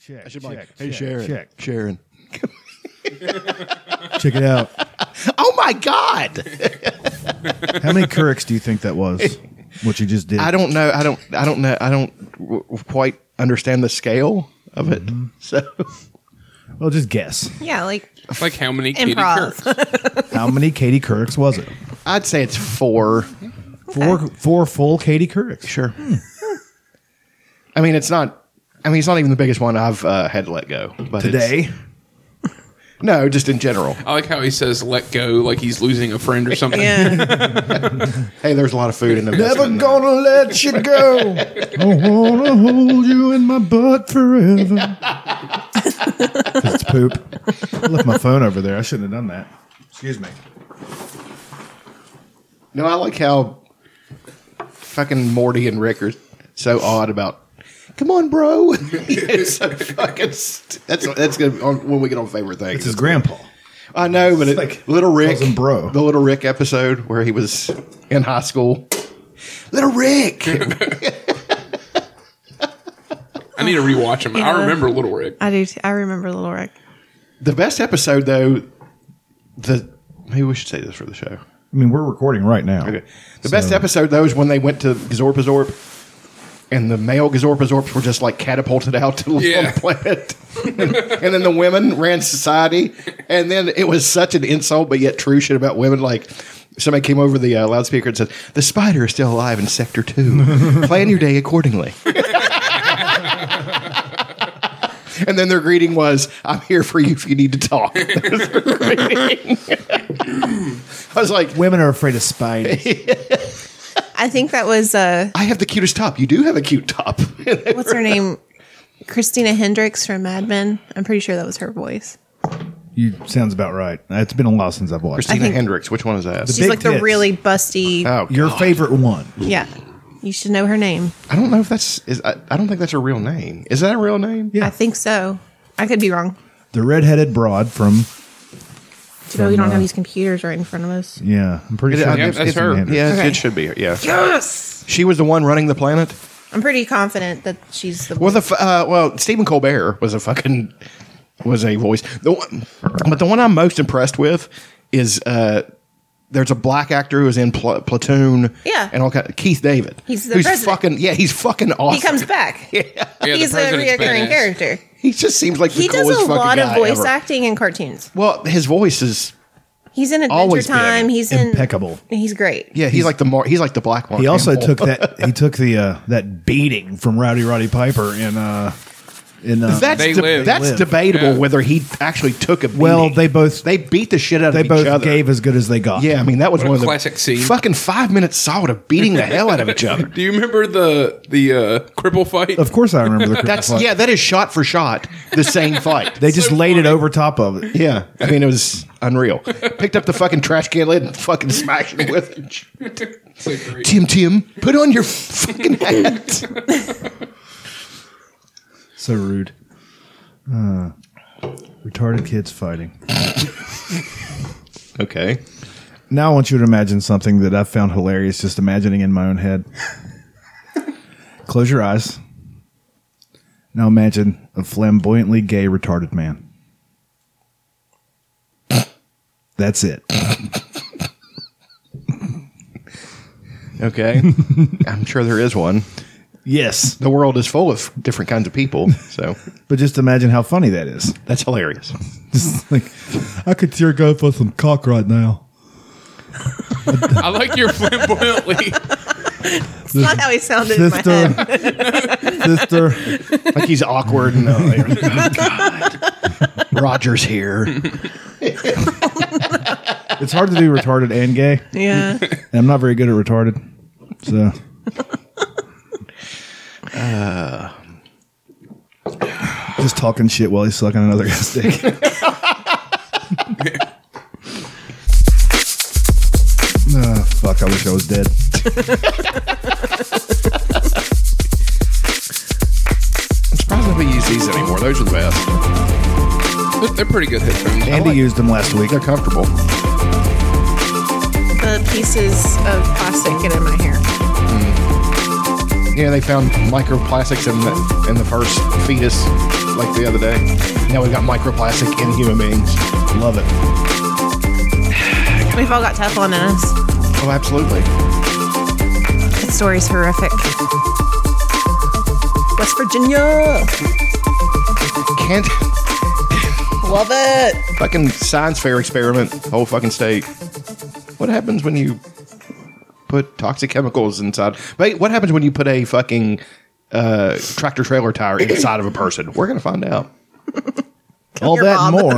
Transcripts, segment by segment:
check. I should be check, like, check, hey, Sharon. Check. Sharon. Check it out. Oh my God! How many Kirks do you think that was? What you just did? I don't know. I don't. I don't know. I don't w- quite understand the scale of it. So Well, just guess. Yeah, like It's like how many Katie Improv. Kirks? How many Katie Kirks was it? I'd say it's four. Four, four full Katie Kirks. Sure. I mean, it's not. I mean, it's not even the biggest one I've uh, had to let go. But it's- Today, no, just in general. I like how he says "let go" like he's losing a friend or something. yeah. Hey, there's a lot of food in the never gonna let you go. I wanna hold you in my butt forever. 'Cause it's poop. I left my phone over there. I shouldn't have done that. Excuse me. No, I like how fucking Morty and Rick are so odd about. Come on, bro. it's so fucking. St- that's that's gonna be on, when we get on favorite It's things. his grandpa. I know, but it, like little Rick, calls him bro. the little Rick episode where he was in high school. Little Rick. I need to rewatch him. I Yeah. remember Little Rick. I do. T- I remember Little Rick. the best episode though. The maybe we should say this for the show. I mean, we're recording right now. Okay. The best So- episode though is when they went to Gazorpazorp and the male Gazorpazorps were just like catapulted out to the Yeah. planet. and then the women ran society. And then it was such an insult, but yet true shit about women. Like somebody came over the uh, loudspeaker and said, The spider is still alive in Sector 2. Plan your day accordingly. and then their greeting was, I'm here for you if you need to talk. That was their greeting. I was like, Women are afraid of spiders. I think that was uh, I have the cutest top. You do have a cute top. what's her name, Christina Hendricks from Mad Men. I'm pretty sure that was her voice. you sounds about right. It's been a while since I've watched. it. Christina think- Hendricks. Which one is that? She's Big like the tits. really busty. oh, Your God. favorite one? Yeah, you should know her name. I don't know if that's. Is, I, I don't think that's a real name. Is that a real name? Yeah. I think so. I could be wrong. The redheaded broad from Too bad we don't have these computers right in front of us. yeah. I'm pretty It- sure I- Yeah, it's- that's it's her. Amanda. Yeah, it- Okay. it should be. Yeah, Yes, she was the one running the planet. I'm pretty confident that she's the. Well, the f- uh, well Stephen Colbert was a fucking was a voice. The one, but the one I'm most impressed with is uh, there's a black actor who was in Pl- Platoon. Yeah. and all kind. Keith David. He's the who's president. fucking yeah. He's fucking awesome. he comes back. Yeah, He's a the president's reoccurring badass. character. He just seems like the He does coolest a fucking lot of guy voice ever. acting in cartoons. Well, his voice is He's in Adventure Always been Time. He's in impeccable. He's great. Yeah, he's, like the mar- he's like the black one. He also took that he took the uh, that beating from Rowdy Roddy Piper in uh in uh, that's They de- live. that's They live. debatable Yeah. whether he actually took a. Beating. Well, they both- they beat the shit out they of both each other. gave as good as they got. yeah, I mean that was What a one of the classic scene. Fucking five minutes solid of beating the hell out of each other. Do you remember the the uh, cripple fight? Of course I remember the That's Christmas yeah, fight. that is shot for shot the same fight. They just so laid it funny. over top of it. yeah, I mean it was unreal. Picked up the fucking trash can lid and fucking smashed it with it. So great. Tim Tim, put on your fucking hat. So rude. Uh, retarded kids fighting. okay, Now I want you to imagine something that I found hilarious just imagining in my own head. Close your eyes. Now imagine a flamboyantly gay retarded man. That's it. okay. I'm sure there is one. Yes. The world is full of different kinds of people, so But just imagine how funny that is. that's hilarious. Just like I could tear go for some cock right now. I like your flamboyantly. It's not how he sounded in my Sister head. Sister Like he's awkward and uh, oh, God. Roger's here. It's hard to do retarded and gay. Yeah. And I'm not very good at retarded. So Uh, just talking shit while he's sucking another guy's dick. Ah, fuck, I wish I was dead. I'm surprised nobody uses these anymore. Those are the best. They're- They're pretty good headphones. Andy used them last week. They're comfortable. the pieces of plastic get in my hair. Yeah, they found microplastics in the in the first fetus. like the other day. Now we've got microplastic in human beings. Love it. We've all got Teflon in us. Oh, absolutely. That story's horrific. West Virginia. Can't Love it. fucking science fair experiment. Whole fucking state. What happens when you put toxic chemicals inside? Wait, what happens when you put a fucking uh, tractor trailer tire inside of a person? We're gonna find out. All your that and mom.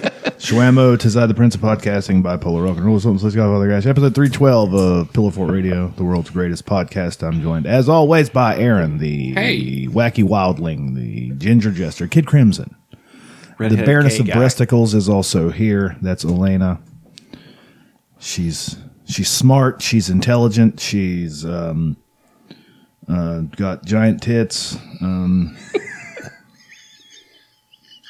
more. Schwammo, Tis I the Prince of Podcasting, bipolar rock and roll, something, let's go, other guys. Episode 312 of Pillow Fort Radio, the world's greatest podcast. I'm joined, as always, by Aaron, the Hey. wacky wildling, the ginger jester, Kid Crimson. the Redhead Baroness gay of guy. Breasticles is also here. That's Elena. She's she's smart. She's intelligent. She's um, uh, got giant tits. Um,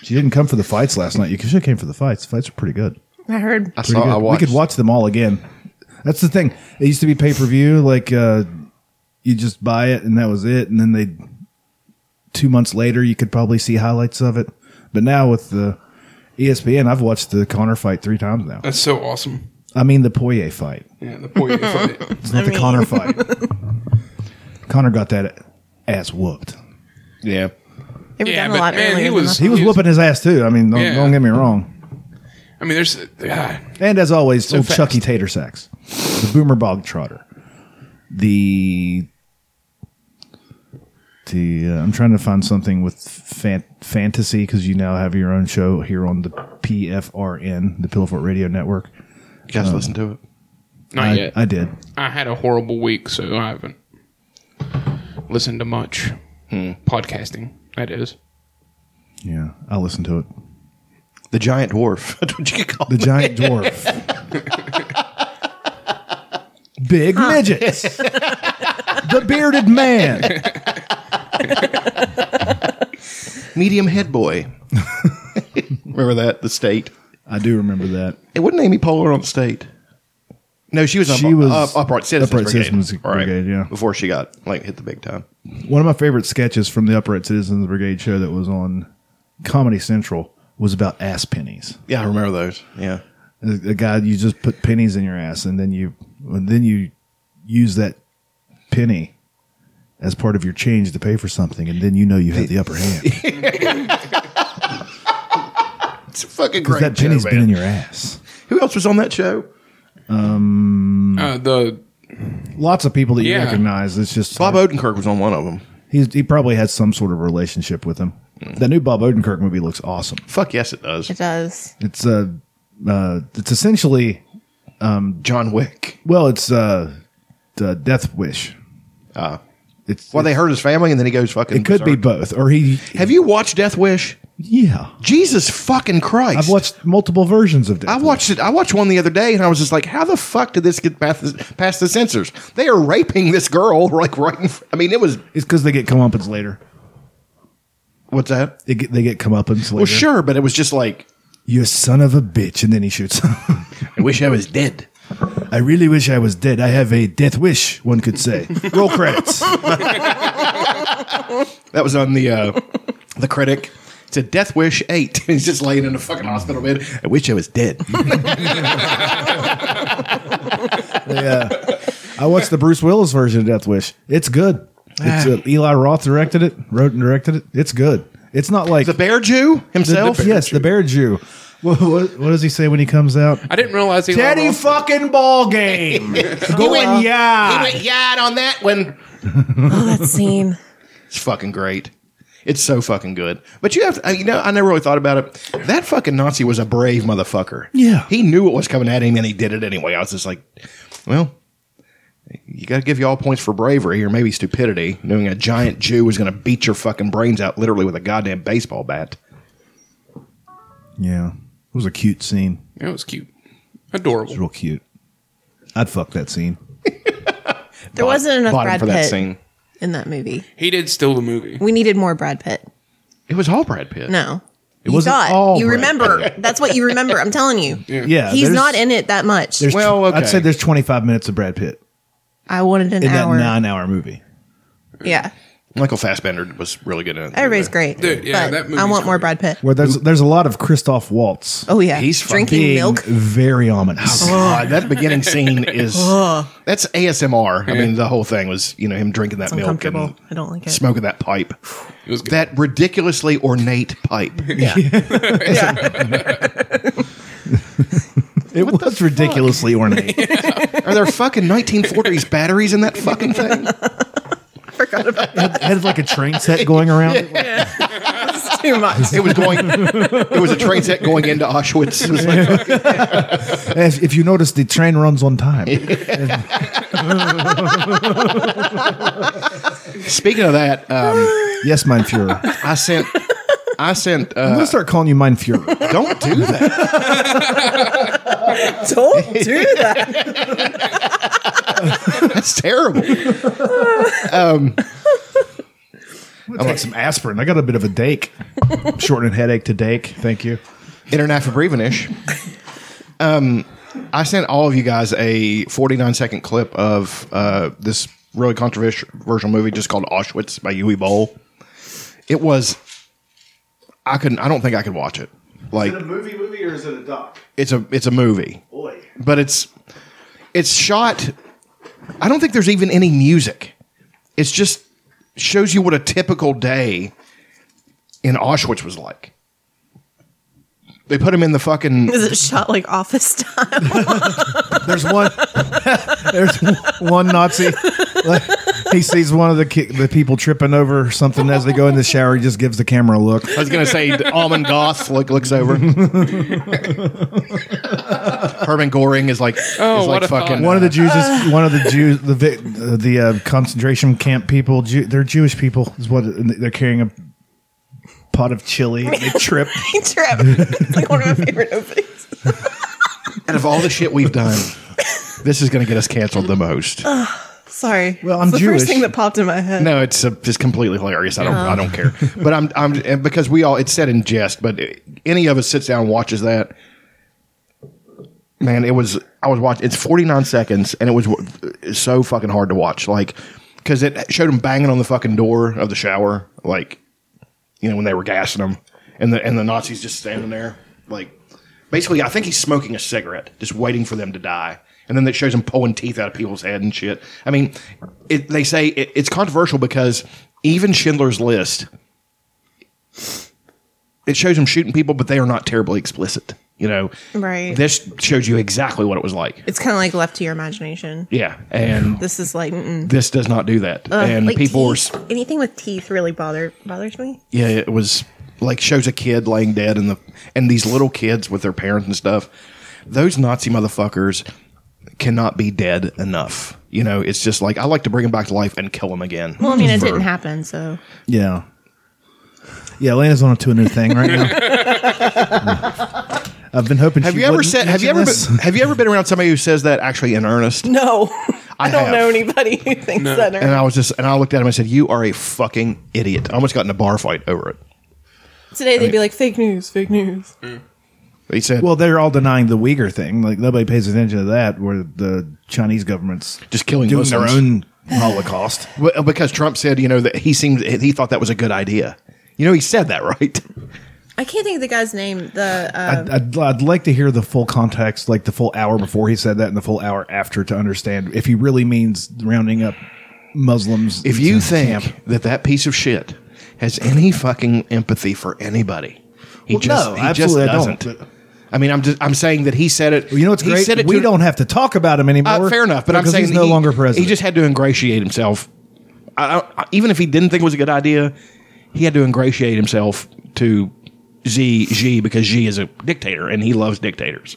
she didn't come for the fights last night. You should have came for the fights. The fights were pretty good. I heard. I Pretty saw. I good. watched. We could watch them all again. That's the thing. It used to be pay per view. Like uh, you just buy it and that was it. And then they two months later you could probably see highlights of it. But now with the E ESPN, I've watched the Connor fight three times now. That's so awesome. I mean the Poirier fight. Yeah, the point. It's not the Connor fight. Connor got that ass whooped. Yeah. They were Yeah, done but a lot man, earlier. he than was- that. He was He whooping his ass too. I mean, don't, Yeah. don't get me wrong. I mean, there's God. And as always, old fast. Chucky Tater Sacks, the Boomer Bog Trotter, the the uh, I'm trying to find something with fan, fantasy because you now have your own show here on the PFRN, the Pillowfort Radio Network. You Uh, guys listen to it. not I, yet. I did. I had a horrible week, so I haven't listened to much Hmm. podcasting. That is. Yeah, I listened to it. The giant dwarf. That's what you call The it. giant dwarf. Big midgets. the bearded man. medium head boy. Remember that the state. I do remember that. It wasn't Amy Poehler on the state. No, she was on She up, was up, upright citizens Upright brigade. Citizens All right. Brigade, yeah. before she got like hit the big time. One of my favorite sketches from the Upright Citizens Brigade show that was on Comedy Central was about ass pennies. Yeah, I remember those. Yeah, A a guy you just put pennies in your ass and then you and then you use that penny as part of your change to pay for something and then you know you have the upper hand. it's a fucking Because great. that show, penny's man. been in your ass. Who else was on that show? Hmm. Uh, the Lots of people that you Yeah. recognize. It's just Bob Odenkirk was on one of them. He's, he probably had some sort of relationship with him. That new Bob Odenkirk movie looks awesome. Fuck yes, it does. It does. It's uh, uh, it's essentially John Wick. well, it's uh, the Death Wish. Ah. It's Well, they hurt his family, and then he goes fucking. it could be berserk. both, or he Have you watched Death Wish? yeah. Jesus fucking Christ! I've watched multiple versions of Death. I Wish. watched it. I watched one the other day, and I was just like, "How the fuck did this get past the, past the censors? They are raping this girl, like right. In, fr- I mean, it was It's because they get comeuppance later. what's that? They get they get comeuppance later. Well, sure, but it was just like, You son of a bitch, and then he shoots. I wish I was dead. I really wish I was dead. I have a death wish. One could say. Roll credits. That was on the uh, the critic. It's a Death Wish eight. He's just laying in a fucking hospital bed. I wish I was dead. yeah. I watched the Bruce Willis version of Death Wish. It's good. It's uh, Ah. Eli Roth directed it, wrote and directed it. It's good. It's not like the Bear Jew himself. yes, the Bear Jew. What, what, what does he say when he comes out? I didn't realize he Daddy fucking ball game. Going He yeah. went yard on that one. Oh, that scene. It's fucking great. It's so fucking good. But you have, I- you know, I never really thought about it. That fucking Nazi was a brave motherfucker. Yeah. He knew what was coming at him and he did it anyway. I was just like, well, you got to give you all points for bravery or maybe stupidity, knowing a giant Jew was going to beat your fucking brains out literally with a goddamn baseball bat. Yeah. It was a cute scene. It was cute, adorable. Real cute. I'd fuck that scene. There wasn't enough Bottom Brad for Pitt that scene. in that movie. He did steal the movie. We needed more Brad Pitt. It was all Brad Pitt. No. It wasn't all You Brad remember. That's what you remember. I'm telling you. Yeah. He's there's- not in it that much. there's tw- Well, okay. I'd say there's 25 minutes of Brad Pitt I wanted an in that hour. nine hour movie. Yeah. Michael Fassbender was really good in it. Everybody's great. Dude, yeah, but that I movie's want more great. Brad Pitt. Well, there's there's a lot of Christoph Waltz Oh yeah, He's from drinking being milk. very ominous. God, Uh, that beginning scene is that's ASMR. I mean, the whole thing was you know him drinking that milk uncomfortable. and I don't like it. smoking that pipe, It was good. that ridiculously ornate pipe. It was ridiculously ornate. Are there fucking 1940s batteries in that fucking thing? had, had like a train set going around. It's too much. It was going. It was a train set going into Auschwitz. It was like, If, if you notice, the train runs on time. speaking of that, um, yes, Mein Fuhrer. I'm I sent. I sent. gonna Uh, start calling you Mein Fuhrer. don't do that. Don't do that. That's terrible. I'm gonna take some aspirin. I got a bit of a dake, shortening headache to dake. Thank you. International Brevenish. Um, I sent all of you guys a 49 second clip of uh, this really controversial movie just called Auschwitz by Yui Bowl. It was. I couldn't. I don't think I could watch it. Like movie, movie, or is it a doc? it's a it's a movie. Boy, but it's it's shot i don't think there's even any music it's just shows you what a typical day in auschwitz was like they put him in the fucking Is it shot like office style? there's one. there's one Nazi. Like, he sees one of the ki- the people tripping over something as they go in the shower. He just gives the camera a look. i was gonna say the almond goth look looks over herman goring is like Oh, is like what a fucking thought. One of the Jews is one of the Jews. The vic- uh, the uh, concentration camp people. Jew, they're Jewish people. Is what and they're carrying a pot of chili. and They trip. Trip. It's like one of my favorite openings. out of all the shit we've done this is gonna get us canceled the most Sorry. Well, I'm it's the Jewish. first thing that popped in my head. No, it's uh just completely hilarious. I don't, I don't care. But I'm, I'm and because we all it's said in jest. But any of us sits down and watches that. Man, it was I was watching. It's 49 seconds, and it was w- so fucking hard to watch. Like, because it showed him banging on the fucking door of the shower, like, you know, when they were gassing him, and the and the Nazis just standing there, like, basically, I think he's smoking a cigarette, just waiting for them to die. And then it shows him pulling teeth out of people's head and shit. I mean, it, they say it, it's controversial because even Schindler's List, it shows him shooting people, but they are not terribly explicit. You know, Right. This shows you exactly what it was like. It's kind of like left to your imagination. Yeah, and This is like, mm-mm. this does not do that. Ugh, and like people were, teeth. s- anything with teeth really bother bothers me. yeah, it was like shows a kid laying dead and the and these little kids with their parents and stuff. Those Nazi motherfuckers cannot be dead enough. You know, it's just like I like to bring them back to life and kill them again. Well, I mean, it didn't happen, so Yeah. Yeah, Elena's on to a new thing right now. I've been hoping. Have she you ever wouldn't said? Have you ever? mention Been, this. have you ever been around somebody who says that actually in earnest? no. I, don't have. Uh, know anybody who thinks that. Or, And I was just, and I looked at him and said, "You are a fucking idiot." I almost got in a bar fight over it. Today they'd be like fake news, fake news. He said, Well, they're all denying the Uyghur thing. Like nobody pays attention to that. Where the Chinese government's Just killing doing Muslims. their own Holocaust. Well, because Trump said, you know, that he seemed he thought that was a good idea. You know, he said that, right? I can't think of the guy's name. The uh, I'd, I'd, I'd like to hear the full context, like the full hour before he said that, and the full hour after to understand if he really means rounding up Muslims. If into you camp. think that that piece of shit has any fucking empathy for anybody, he Well, just no, he just absolutely I don't, doesn't. I, but- mean, I'm just I'm saying that he said it. you know what's he great, said it we to- don't have to talk about him anymore. Uh, fair enough, but I'm because saying he's no he- longer president. He just had to ingratiate himself. I, I, even if he didn't think it was a good idea, he had to ingratiate himself to Z Xi because Xi is a dictator and he loves dictators.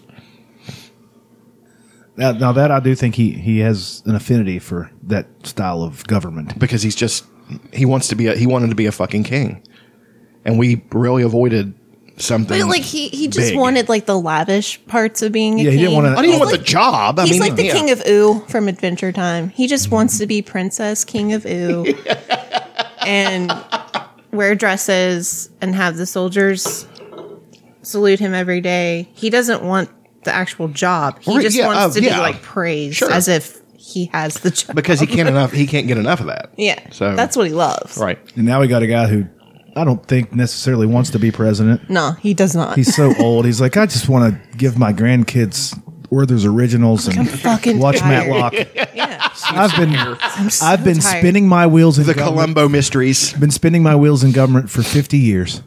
Now, now that I do think he he has an affinity for that style of government. because he's just he wants to be a, he wanted to be a fucking king, and we really avoided something. but like he he just big. wanted like the lavish parts of being a Yeah, he king. didn't wanna- I didn't want He's the like- job. I He's mean, like the yeah. king of Ooh from Adventure Time. He just wants to be Princess King of Ooh and wear dresses and have the soldiers salute him every day. He doesn't want the actual job. He Right, just yeah, wants uh, to yeah. be like praised Sure. as if he has the job. because he can't enough. He can't get enough of that. yeah, So- that's what he loves. Right. And now we got a guy who I don't think necessarily wants to be president. No, he does not. He's so old. He's like, I just want to give my grandkids Werther's originals and fucking watch tired. Matlock. yeah. I've been I'm so I've been tired. spinning my wheels in The government- Columbo mysteries. been spinning my wheels in government for 50 years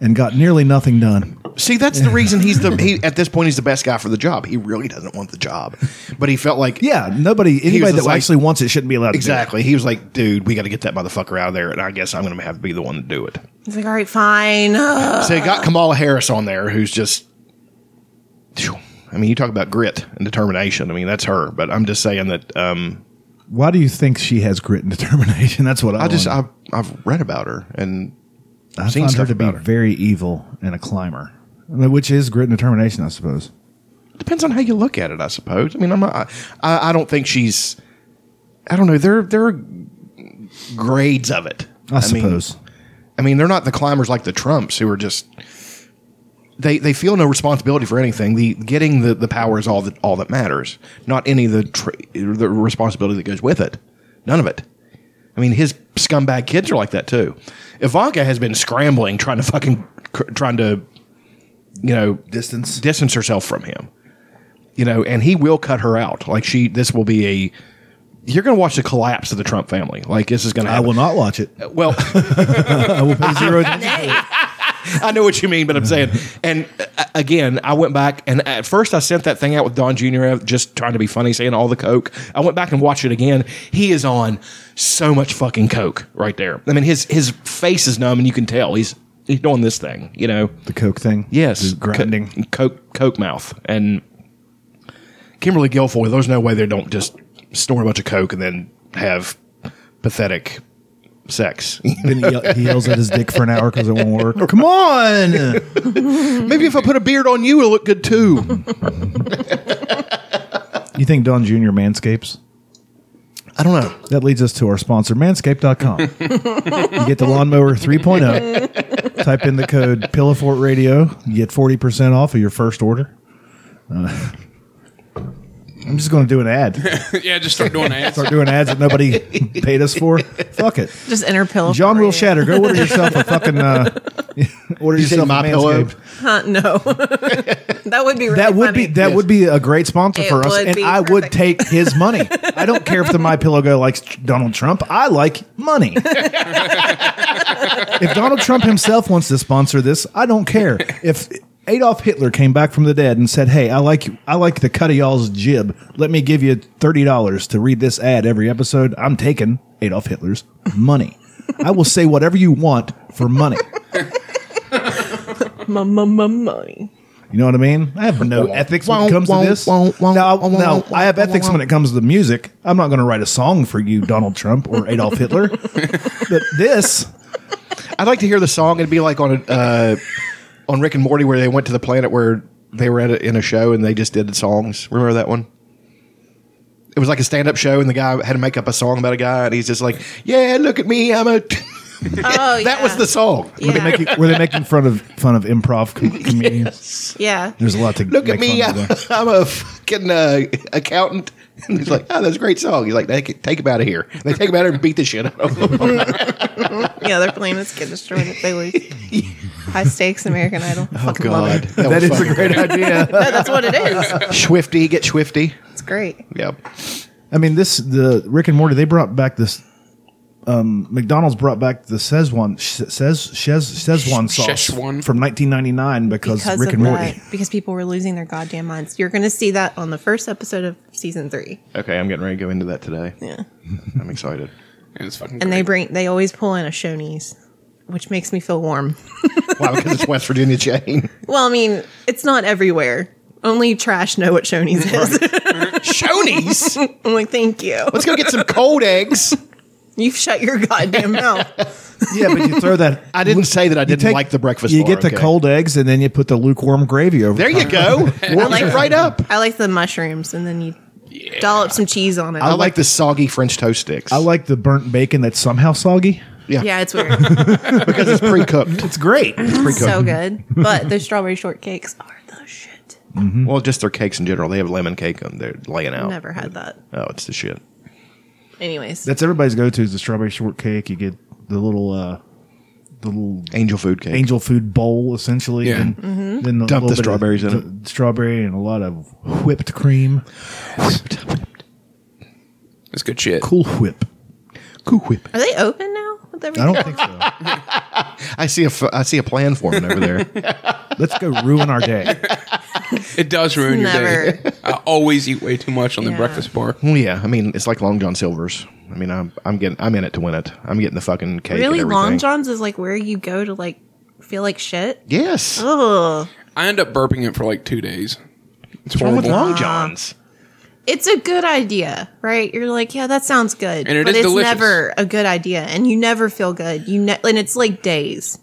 and got nearly nothing done. See, that's the reason he's the he at this point he's the best guy for the job. He really doesn't want the job, but he felt like Yeah, nobody was anybody that just like- actually wants it shouldn't be allowed to do it. exactly. He was like, dude, we got to get that motherfucker out of there, and I guess I'm going to have to be the one to do it. He's like, all right, fine. Ugh. So they got Kamala Harris on there, who's just. Phew. I mean, you talk about grit and determination. I mean, that's her. But I'm just saying that um, Why do you think she has grit and determination? That's what I, I just wonder. I've, I've read about her, and I, find seen her stuff to be about her. very evil and a climber, I mean, which is grit and determination, I suppose. depends on how you look at it, I suppose. I mean, I'm not. I, I don't think she's. I don't know. There there are grades of it. I, mean, suppose. I mean, they're not the climbers like the Trumps who are just they they feel no responsibility for anything. The getting the, the power is all that all that matters, not any of the tr- the responsibility that goes with it. None of it. I mean, his scumbag kids are like that too. Ivanka has been scrambling trying to fucking cr- trying to you know Distance. distance herself from him. You know, and he will cut her out. Like she, this will be a. You're going to watch the collapse of the Trump family. Like this is going to. I will not watch it. Well, I will pay zero attention. I know what you mean, but I'm saying, and uh, again, I went back and at first I sent that thing out with Don Jr. of just trying to be funny, saying all the coke. I went back and watched it again. He is on so much fucking coke right there. I mean, his his face is numb, and you can tell he's he's doing this thing, you know. The Coke thing. Yes, The grinding. Co- coke coke mouth and Kimberly Guilfoyle. There's no way they don't just snort a bunch of coke and then have pathetic sex. then he, yell- he yells at his dick for an hour because it won't work. Come on. Maybe if I put a beard on you, it'll look good too. You think Don Jr. manscapes? I don't know. That leads us to our sponsor, manscaped.com. you get the lawnmower 3.0. Type in the code Pillowfort Radio. You get 40% off of your first order. Uh, I'm just going to do an ad. yeah, just start doing ads. Start doing ads that nobody paid us for. Fuck it. Just enter pillow. John for Will you. Shatter, go order yourself a fucking. Uh, order you say yourself a My Pillow? Manscaped. Huh, no, that would be really That would funny. be that would be a great sponsor It for us, would and be I would perfect. take his money. I don't care if the My Pillow guy likes Donald Trump. I like money. if Donald Trump himself wants to sponsor this, I don't care. If Adolf Hitler came back from the dead and said, "Hey, I like I like the cut of y'all's jib. Let me give you thirty dollars to read this ad every episode," I'm taking Adolf Hitler's money. I will say whatever you want for money. M- m- m- money. You know what I mean? I have no ethics when it comes to this. Wah, wah, Now, wah, now, wah, I have wah, ethics wah. when it comes to music. I'm not going to write a song for you, Donald Trump or Adolf Hitler. but this, I'd like to hear the song and be like on a, uh, on Rick and Morty where they went to the planet where they were at a, in a show and they just did the songs. Remember that one? It was like a stand up show and the guy had to make up a song about a guy and he's just like, "Yeah, look at me, I'm a." Oh, that was the song. were, they Yeah. making, were they making fun of fun of improv com- comedians? yeah. There's a lot to Look at make me, fun I'm, of there. I'm a fucking uh, accountant. And he's like, "Oh, that's a great song." He's like, "They can- "Take him out of here." They take him out of here and beat the shit out of him. Yeah, their plan is get destroyed if they lose. High stakes American Idol. I fucking love it. that, Oh, That is was a fucking great idea. No, that's what it is. Swifty, get Swifty. It's great. Yep. I mean, this the Rick and Morty. They brought back this. Um, McDonald's brought back the Szechuan says Szechuan sauce Szechuan. from 1999 because, because Rick of and that, Morty. because people were losing their goddamn minds. You're going to see that on the first episode of season three. Okay, I'm getting ready to go into that today. Yeah, I'm excited. And it's fucking and great. they bring they always pull in a Shoney's, which makes me feel warm. Why? Because it's West Virginia chain. Well, I mean, it's not everywhere. Only trash know what Shoney's is. Shoney's. I'm like, thank you. Let's go get some cold eggs. You've shut your goddamn mouth. Yeah, but you throw that I didn't say that I didn't like the breakfast. You bar, get the okay? cold eggs and then you put the lukewarm gravy over. There you go. Warms like it it. right up. I like the mushrooms, and then you dollop some cheese on it. I like the soggy French toast sticks. I like the burnt bacon that's somehow soggy. yeah, it's weird. because it's pre cooked. It's great. so good, but the strawberry shortcakes are the shit. Well, just their cakes in general. They have lemon cake and they're laying out. Never had that. Oh, it's the shit. Anyways, That's everybody's go to is the strawberry shortcake. You get the little uh, the little Angel food cake. angel food bowl essentially. Yeah. And then a Mm-hmm. Dump little the bit of strawberries in d- Strawberry and a lot of whipped cream. That's good shit. Cool whip. Cool whip. are they open now? With I everything? don't think so. I see a f- I see a plan forming over there. Let's go ruin our day. It does ruin your day. Never. I always eat way too much on the Yeah. breakfast bar. well, yeah. I mean, it's like Long John Silver's. I mean, I'm I'm getting I'm in it to win it. I'm getting the fucking cake. really, and Long everything. John's is like where you go to like feel like shit. Yes. Oh. Ugh. I end up burping it for like two days. It's What's wrong with horrible. Long John's? It's a good idea, right? You're like, yeah, that sounds good, And it but is it's delicious. never a good idea, and you never feel good. You ne- and it's like days.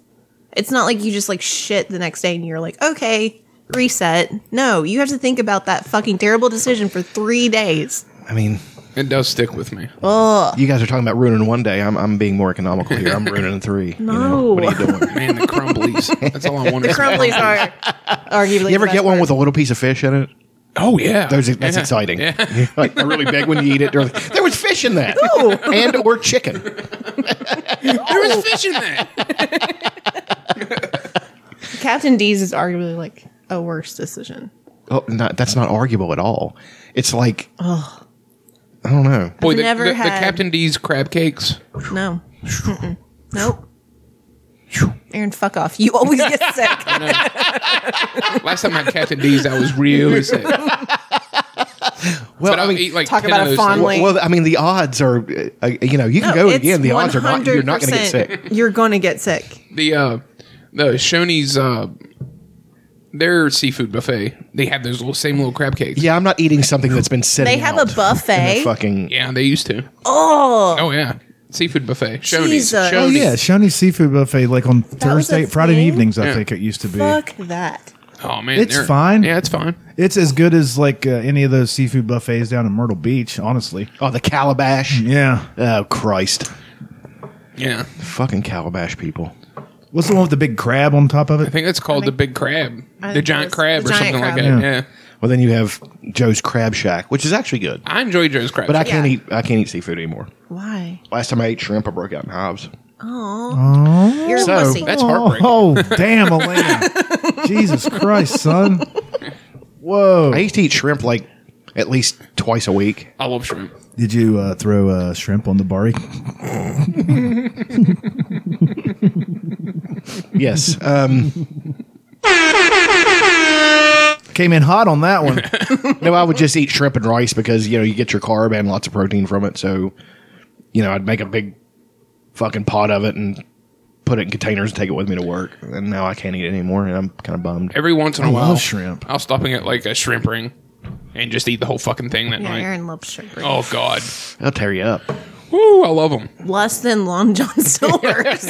It's not like you just like shit the next day and you're like, okay, reset. No, you have to think about that fucking terrible decision for three days. I mean, It does stick with me. Ugh. you guys are talking about ruining one day. I'm I'm being more economical here. I'm ruining three. No. You, know? What are you doing? Man, the crumblies. That's all I want. The Crumblies are arguably. You ever get one with a little piece of fish in it? Oh yeah. Those, that's Yeah. exciting. Yeah. like a really big when you eat it. During, there was fish in that, and or chicken. There was fish in there. Captain D's is arguably like a worse decision. Oh, not, that's not arguable at all. It's like, I don't know. Boy, I've the, never the, the had- Captain D's crab cakes. No. Mm-mm. Nope. Aaron, fuck off. You always get sick. Last time I had Captain D's, I was really sick. But Well, I I would mean, eat like talk 10 about of a those fond things. like- well, I mean, the odds are, uh, you know, you can No, go again. it's The odds are not. You're not going to get 100% sick. You're going to get sick. the uh the Shoney's uh their seafood buffet. They have those little same little crab cakes. Yeah, I'm not eating something that's been sitting. They have out a buffet. in the Fucking Yeah, they used to. Oh, Oh yeah, seafood buffet. Shoney's. Jesus. Shoney's. Oh, Yeah, Shoney's Seafood Buffet, like on was a Thursday, Friday thing? evenings, I Yeah. think it used to be. fuck that. Oh man, It's they're- fine. Yeah, it's fine. It's as good as like uh, any of those seafood buffets down in Myrtle Beach, honestly. oh, the calabash. Yeah. Oh Christ, Yeah, fucking calabash people. What's the one with the big crab on top of I it? think it's called the big crab, I the think giant it's- crab, the or giant something like crab. that. Yeah. Well, then you have Joe's Crab Shack, which is actually good, I enjoy Joe's crab. but I Shack. can't Yeah. eat. I can't eat seafood anymore. Why? Last time I ate shrimp, I broke out in hives. Oh, you're a So, pussy. that's Oh, heartbreaking. damn, Elena. Jesus Christ, son. Whoa. I used to eat shrimp like at least twice a week. I love shrimp. Did you uh, throw uh, shrimp on the bari? Yes. Um, Came in hot on that one. no, I would just eat shrimp and rice because you know you get your carb and lots of protein from it. So, you know, I'd make a big fucking pot of it and put it in containers and take it with me to work. And now I can't eat it anymore, and I'm kind of bummed. Every once in a I while, love shrimp. I'll stop and get like a shrimp ring, and just eat the whole fucking thing that yeah, night. Aaron loves shrimp. rings. Oh god, It'll tear you up. woo! I love them. Less than Long John Silver's.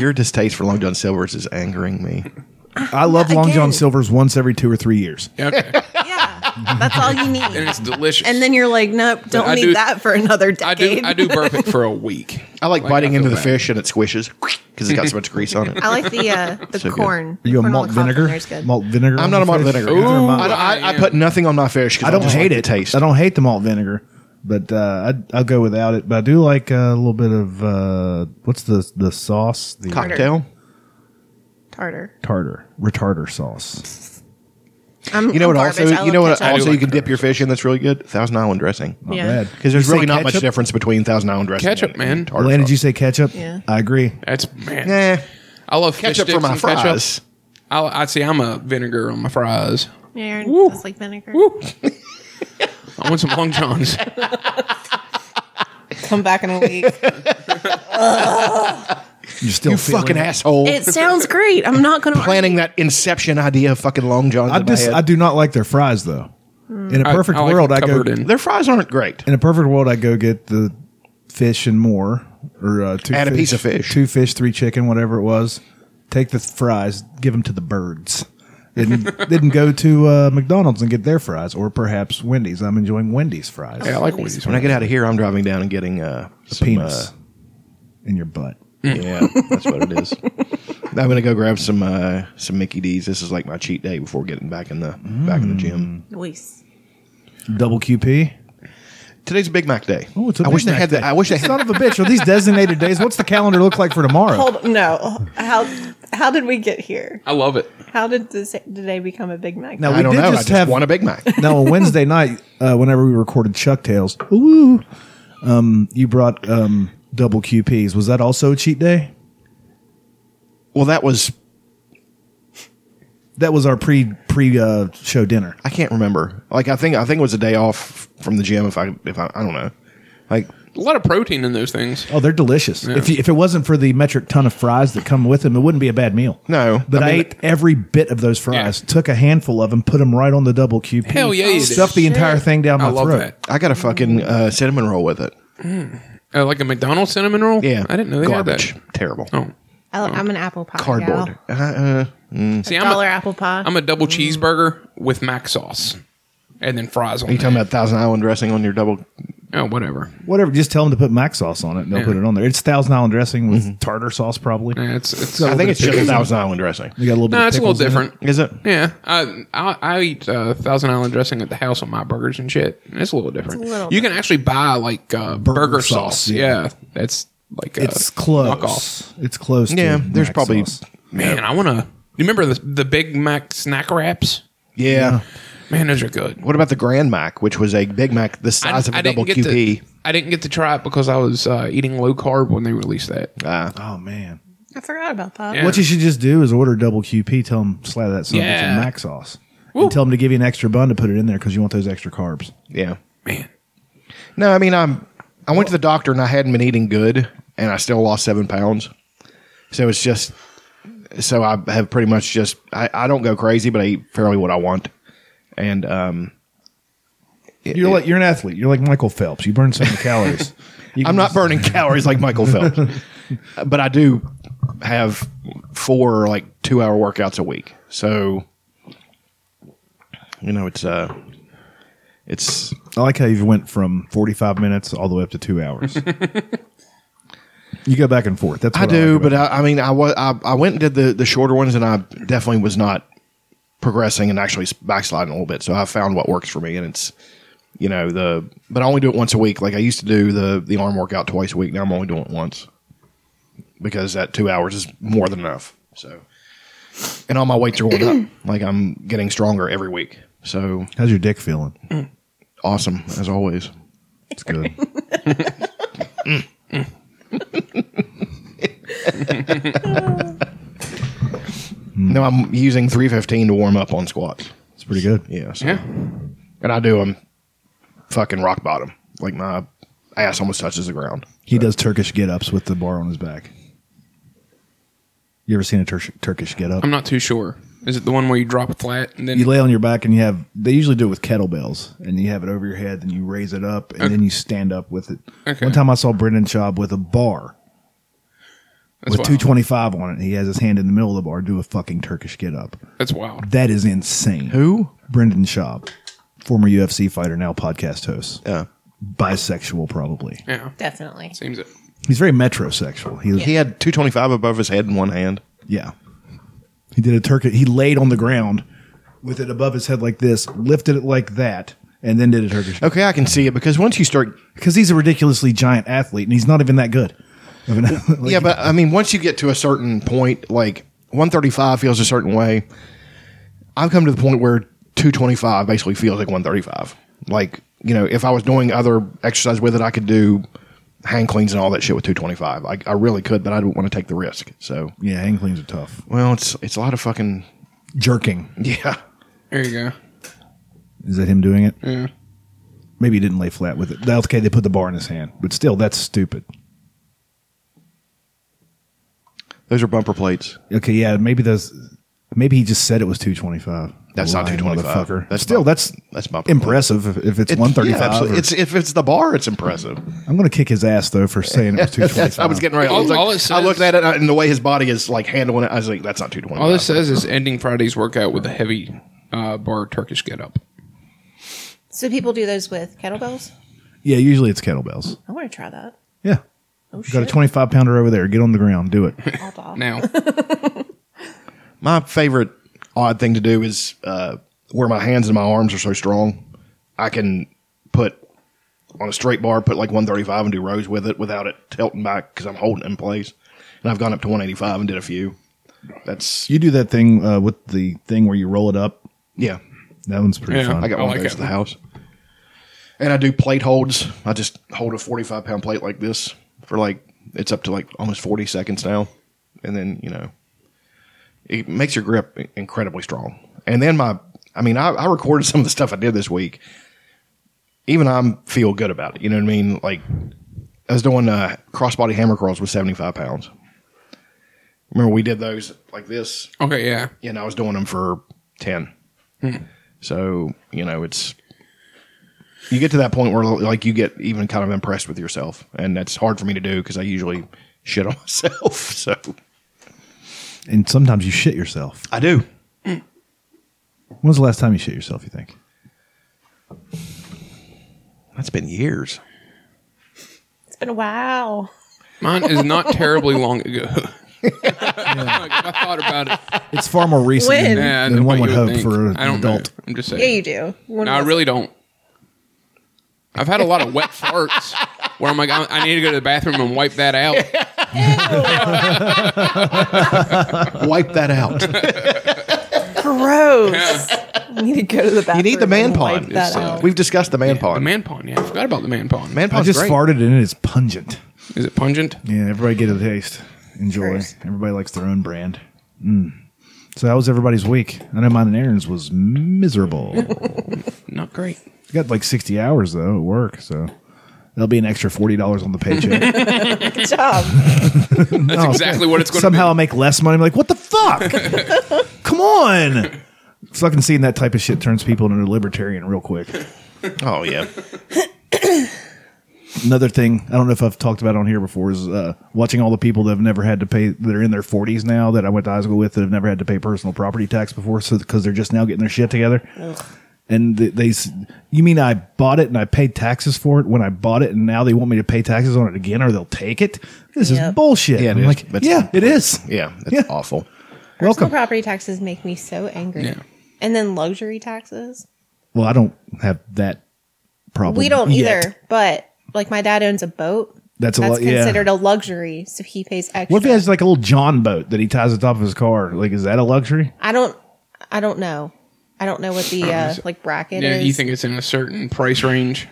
Your distaste for Long John Silver's is angering me. I love Long Again. John Silver's once every two or three years. Okay, yeah, that's all you and need. it's delicious. And then you're like, nope, don't I need do- that for another I do, decade. I do burp it for a week. I like, biting I into the feel bad. fish and it squishes because it's got so much grease on it. I like the uh, the So good. corn. Are you a Corn on malt the cob vinegar? is good. Malt vinegar? I'm on not a the malt fish? vinegar. Neither am I. I, I, I am. put nothing on my fish because Oh, I I, don't just hate like the it. Taste. I don't hate the malt vinegar, but uh, I, I'll go without it. But I do like uh, a little bit of uh, what's the the sauce? The cocktail. tartar. tartar retarder sauce. I'm, You know I'm what? garbage. Also, I you love know what? ketchup. Also, I do you like can dip your fish in. That's really good. Thousand Island dressing. Not Yeah. bad Because there's You say really not much ketchup? difference between Thousand Island dressing. Ketchup, and- man. and tartar Elena, did you sauce. say ketchup? Yeah. I agree. That's man. Nah, I love fish ketchup sticks for my and ketchup. fries. I'll, I'd say I'm a vinegar on my fries. Yeah, Aaron does like vinegar. I want some Long Johns. Come back in a week. You're still You feeling fucking it. asshole. it sounds great. I'm not going to Planning that Inception idea of fucking Long John's. I in my just head. I do not like their fries though. In a perfect I like world, it I go covered in. in- Their fries aren't great. a perfect world I go get the fish and more or uh, two Add a fish, piece of fish. two fish, three chicken, whatever it was. Take the fries, give them to the birds. Didn't didn't go to uh, McDonald's and get their fries, or perhaps Wendy's. I'm enjoying Wendy's fries. Yeah, I like Wendy's. When I get out of here, I'm driving down and getting uh, some, penis uh, in your butt. yeah, that's what it is. I'm gonna go grab some uh, some Mickey D's. This is like my cheat day before getting back in the back in the gym. Nice. Double QP. Today's a Big Mac day. Oh, it's a I wish Big they Mac had that. day. I wish they had. Son of a bitch. Are these designated days? What's the calendar look like for tomorrow? Hold no. How how did we get here? I love it. How did this today become a Big Mac? No, I we don't did know. I just just have- want a Big Mac. now, on Wednesday night, uh, whenever we recorded Chuck Tales, ooh, um, you brought um, double QPs. Was that also a cheat day? well, that was That was our pre pre uh, show dinner. I can't remember. Like I think I think it was a day off from the gym. If I if I I don't know. Like A lot of protein in those things. Oh, they're delicious. If, you, if it wasn't for the metric ton of fries that come with them, it wouldn't be a bad meal. No, but I, I mean- ate every bit of those fries. Took a handful of them, put them right on the double QP. Hell yeah, you did. stuffed the entire thing down my I love throat. that. I got a fucking uh, cinnamon roll with it. Uh, like a McDonald's cinnamon roll. Yeah, I didn't know they Garbage. had Terrible. that. Oh, I, I'm an apple pie. Cardboard. Uh, Gal. uh, see, I'm Dollar a, apple pie. I'm a double cheeseburger with mac sauce, and then fries on. are you that. talking about Thousand Island dressing on your double? Oh, whatever. Whatever. Just tell them to put mac sauce on it. and They'll put it on there. It's Thousand Island dressing with tartar sauce, probably. Mm-hmm. Yeah, It's it's. I think it's just Thousand Island dressing. You got a little bit. no, of it's a little pickles in it. different. Is it? Yeah, I I, I eat uh, Thousand Island dressing at the house on my burgers and shit. and It's a little different. a little you can actually buy like uh, burger, sauce. sauce, Yeah. that's like It's uh, knockoff. close. It's close. to Yeah, there's mac probably- sauce. Man, I want to. You remember the the Big Mac snack wraps? Yeah. Man, those are good. What about the Grand Mac, which was a Big Mac the I- size of I a didn't double get QP? To, I didn't get to try it because I was uh, eating low carb when they released that. Uh, Oh man. I forgot about that. Yeah. What you should just do is order double QP. Tell them slather that son with some Yeah. mac sauce. And tell them to give you an extra bun to put it in there because you want those extra carbs. yeah. Man, No, I mean I'm. I went to the doctor and I hadn't been eating good, and I still lost seven pounds. So it's just. So I have pretty much just. I, I don't go crazy, but I eat fairly what I want, and um, it- You're it- like you're an athlete. You're like Michael Phelps. You burn so many calories. You I'm can not burning calories like Michael Phelps, but I do have four like two hour workouts a week. So, you know, it's uh, it's just- I like how you went from 45 minutes all the way up to two hours. you go back and forth. That's I what do, like but about I, I mean, I was I, I went and did the the shorter ones, and I definitely was not progressing and actually backsliding a little bit. So I found what works for me, and it's you know the but I only do it once a week. Like I used to do the the arm workout twice a week. Now I'm only doing it once because that two hours is more than enough. So and all my weights are going up. Like I'm getting stronger every week. So it. how's your dick feeling? awesome as always. It's good. No, I'm using 315 to warm up on squats. It's pretty good. Yeah. So. yeah, and I do them fucking rock bottom. Like my ass almost touches the ground. He does Turkish get ups with the bar on his back. You ever seen a Tur- Turkish get up? I'm not too sure. Is it the one where you drop it flat and then You lay on your back and you have, they usually do it with kettlebells and you have it over your head, then you raise it up and then you stand up with it. Okay. One time I saw Brendan Schaub with a bar with that's wild. 225 on it. and He has his hand in the middle of the bar, do a fucking Turkish get up. That's wild. That is insane. Who? Brendan Schaub, former UFC fighter, now podcast host. Yeah. Bisexual, probably. Yeah, Definitely. seems it. He's very metrosexual. He, He had 225 above his head in one hand. Yeah. He did a Turkish. He laid on the ground with it above his head like this, lifted it like that, and then did a Turkish. Okay, I can see it because once you start, Because he's a ridiculously giant athlete, and he's not even that good. of an- like, yeah, but I mean, once you get to a certain point, like 135 feels a certain way. I've come to the point where 225 basically feels like 135. Like, you know, if I was doing other exercise with it, I could do hand cleans and all that shit with 225. I, I really could, but I don't want to take the risk. So, yeah, hang cleans are tough. well, it's it's a lot of fucking Jerking. yeah. There you go. Is that him doing it? Yeah. Maybe he didn't lay flat with it. That's okay. They put the bar in his hand, but still, that's stupid. Those are bumper plates. Okay, yeah, maybe those. Maybe he just said it was 225. That's not Lying 225. motherfucker. That's still bump- that's that's bump- impressive if, if it's It- 135. yeah, absolutely. or- it's if it's the bar, it's impressive. I'm going to kick his ass though for saying it was 225. I was getting right. I, All- was like- all it says- I looked at it and the way his body is like handling it, I was like, "That's not two twenty. All this says is ending Friday's workout with a heavy uh, bar Turkish get up. So people do those with kettlebells. yeah, usually it's kettlebells. I want to try that. Yeah. Oh Got a shit! 25 pounder over there. Get on the ground. Do it. I'll die. Now, My favorite odd thing to do is uh, where my hands and my arms are so strong, I can put on a straight bar, put like 135 and do rows with it without it tilting back because I'm holding it in place. And I've gone up to 185 and did a few. That's You do that thing uh, with the thing where you roll it up. yeah. That one's pretty Yeah. fun. I got Oh, I one like of those that at the one. house. And I do plate holds. I just hold a 45 pound plate like this for like, it's up to like almost 40 seconds now. And then, you know, it makes your grip i- incredibly strong. And then my, I mean, I, I recorded some of the stuff I did this week. Even I'm feel good about it. You know what I mean? Like, I was doing uh, crossbody hammer curls with 75 pounds. Remember, we did those like this Okay, yeah. and I was doing them for 10. Hmm. So, you know, it's you get to that point where like you get even kind of impressed with yourself, and that's hard for me to do because I usually shit on myself. So And sometimes you shit yourself. I do. When's the last time you shit yourself, you think? That's been years. It's been a while. Mine is not terribly long ago. Like, I thought about it. It's far more recent than, When? Yeah, I than know one what would you hope think. for an I don't adult. Know. I'm just saying. Yeah, you do. One No, of I us- really don't. I've had a lot of wet farts where I'm like, I, I need to go to the bathroom and wipe that out. Wipe that out. Gross. Yeah. I need to go to the bathroom. you need the man and wipe pond. that It's, uh, out. We've discussed the man The pond. man pond. Yeah, I forgot about the man pond. man I pond's just great. farted and it is pungent. Is it pungent? Yeah, everybody get a taste. Enjoy. Cheers. Everybody likes their own brand. Mm. So that was everybody's week. I know mine and Aaron's was miserable. Not great. got like 60 hours though at work, so that'll be an extra $40 on the paycheck. Good job. That's exactly what it's going Oh, Somehow I'll to make less money. I'm like, what the fuck? Come on. Fucking seeing that type of shit turns people into a libertarian real quick. Oh yeah. Another thing, I don't know if I've talked about on here before, is uh, watching all the people that have never had to pay, that are in their 40s now that I went to high school with that have never had to pay personal property tax before so because they're just now getting their shit together. And th- they, s you mean I bought it and I paid taxes for it when I bought it and now they want me to pay taxes on it again or they'll take it? This is Yep. bullshit. Yeah, it I'm is. like, That's- yeah, it is. Yeah. That's Yeah. awful. Welcome. Personal property taxes make me so angry. Yeah. And then luxury taxes. Well, I don't have that problem. We don't yet. either, but like my dad owns a boat. That's a That's lot. Yeah. considered a luxury, so he pays extra. What if he has like a little John boat that he ties the top of his car? Like, is that a luxury? I don't. I don't know. I don't know what the uh, like bracket Yeah, is. you think it's in a certain price range?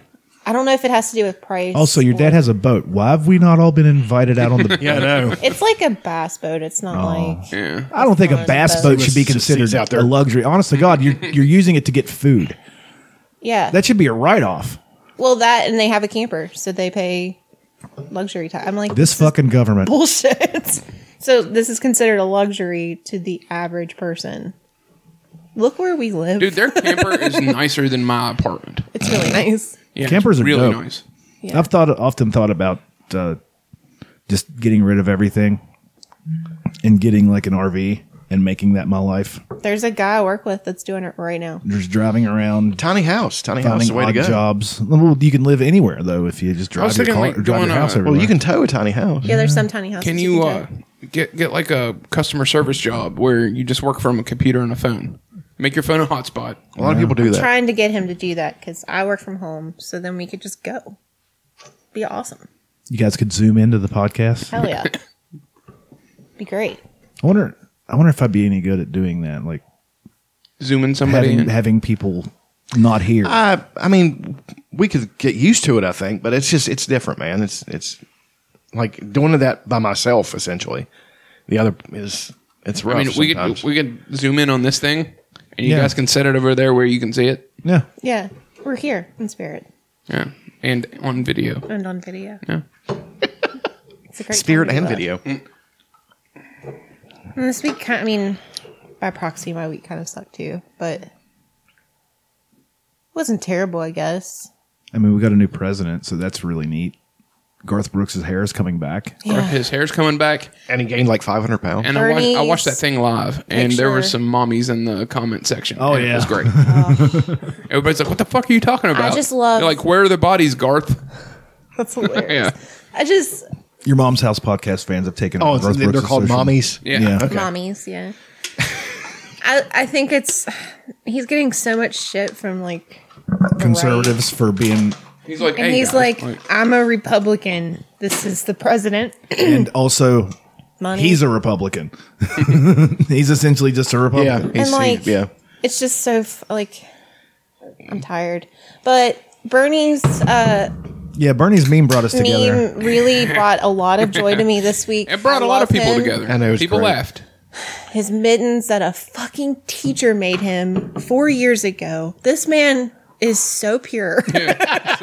I don't know if it has to do with price. Also, Oh, your or- dad has a boat. Why have we not all been invited out on the? Yeah, I know. It's like a bass boat. It's not Oh. like Yeah. I don't think a bass boat should be Let's just see considered who's out there. a luxury. Honest to God, you're you're using it to get food. yeah. That should be a write off. well, that and they have a camper, so they pay luxury tax. I'm like This is fucking government. bullshit. so this is considered a luxury to the average person. Look where we live. Dude, their camper is nicer than my apartment. it's really nice. Yeah, Campers it's are really dope. nice. Yeah. I've thought often thought about uh, just getting rid of everything and getting like an RV and making that my life. There's a guy I work with that's doing it right now. Just driving around, Tiny house. Tiny house finding is the way to odd go. jobs. Well, you can live anywhere though if you just drive was your car, thinking, like, or drive your going, house uh, everywhere. Well, you can tow a tiny house. Yeah, there's some tiny houses. Can you can uh, get get like a customer service job where you just work from a computer and a phone? Make your phone a hotspot. A lot of people do go. that. trying to get him to do that because I work from home, so then we could just go. Be awesome. You guys could zoom into the podcast. Hell yeah. Be great. I wonder. I wonder if I'd be any good at doing that. Like Zoom in somebody. having in. having people not here. I I mean, we could get used to it, I think, but it's just it's different, man. It's it's like doing that by myself essentially. The other is it's rough. I mean, we sometimes. could we could zoom in on this thing, and you Yeah. guys can set it over there where you can see it. yeah. Yeah, we're here in spirit Yeah, and on video. and on video. Yeah. It's a great spirit time to and do that. video. Mm. And this week, ki- I mean, by proxy, my week kind of sucked too, but it wasn't terrible, I guess. I mean, we got a new president, so that's really neat. Garth Brooks' hair is coming back. His hair's coming back, And he gained like 500 pounds. and I watched, I Bernie's watched that thing live, and there were picture. some mommies in the comment section. Oh, and it yeah. was great. Everybody's like, "What the fuck are you talking about?" Oh. just love- They're like, "Where are the bodies, Garth?" That's hilarious. Yeah, I just, Your mom's house podcast fans have taken. oh, over it's, Garth they're Brooks' called social- mommies. yeah. Yeah. Okay. mommies, yeah. I, I think it's he's getting so much shit from like the right. Conservatives for being, He's like, And "Hey, he's guys," like, I'm a Republican. This is the president. and also Money. he's a Republican. he's essentially just a Yeah, Republican. he's- and like, yeah. it's just so f- like I'm tired. But Bernie's uh, Yeah, Bernie's meme brought us together. meme really brought a lot of joy to me this week. it brought I a lot of love people him. together. I know, it was people great. laughed. His mittens that a fucking teacher made him four years ago. This man is so pure.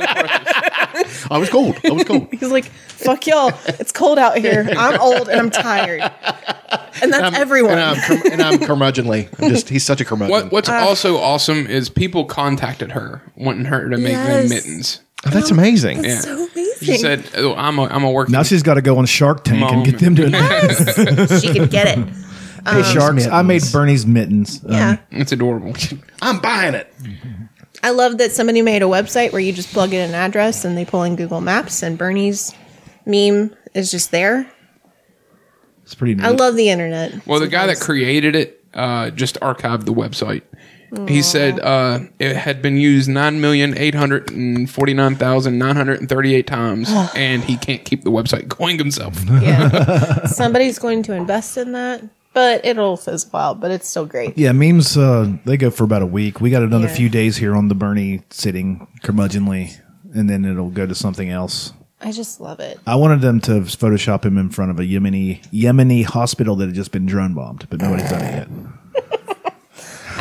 I Oh, was cold. I was cold. He's like, fuck y'all. It's cold out here. I'm old and I'm tired. And that's everyone. and I'm cur- and I'm curmudgeonly. I'm just he's such a curmudgeon. Uh, What What's also awesome is people contacted her, wanting her to make them Yes. mittens. Oh, that's amazing. Yeah. It's so amazing. She said, "Oh, I'm a I'm a working Now she's got to go on Shark Tank and get them to invest. she could get it. hey, sharks, I made Bernie's mittens. Um, Uh, Yeah. It's adorable. I'm buying it. I love that somebody made a website where you just plug in an address and they pull in Google Maps and Bernie's meme is just there. it's pretty neat. I love the internet. Mm. Well, the guy that created it uh, just archived the website. He said uh, it had been used nine million eight hundred and forty nine thousand nine hundred and thirty eight times, and he can't keep the website going himself. Yeah. Somebody's going to invest in that, but it'll fizzle out, but it's still great. yeah, memes, uh, they go for about a week. We got another Yeah. few days here on the Bernie sitting curmudgeonly, and then it'll go to something else. I just love it. I wanted them to Photoshop him in front of a Yemeni Yemeni hospital that had just been drone bombed, but nobody's done it yet.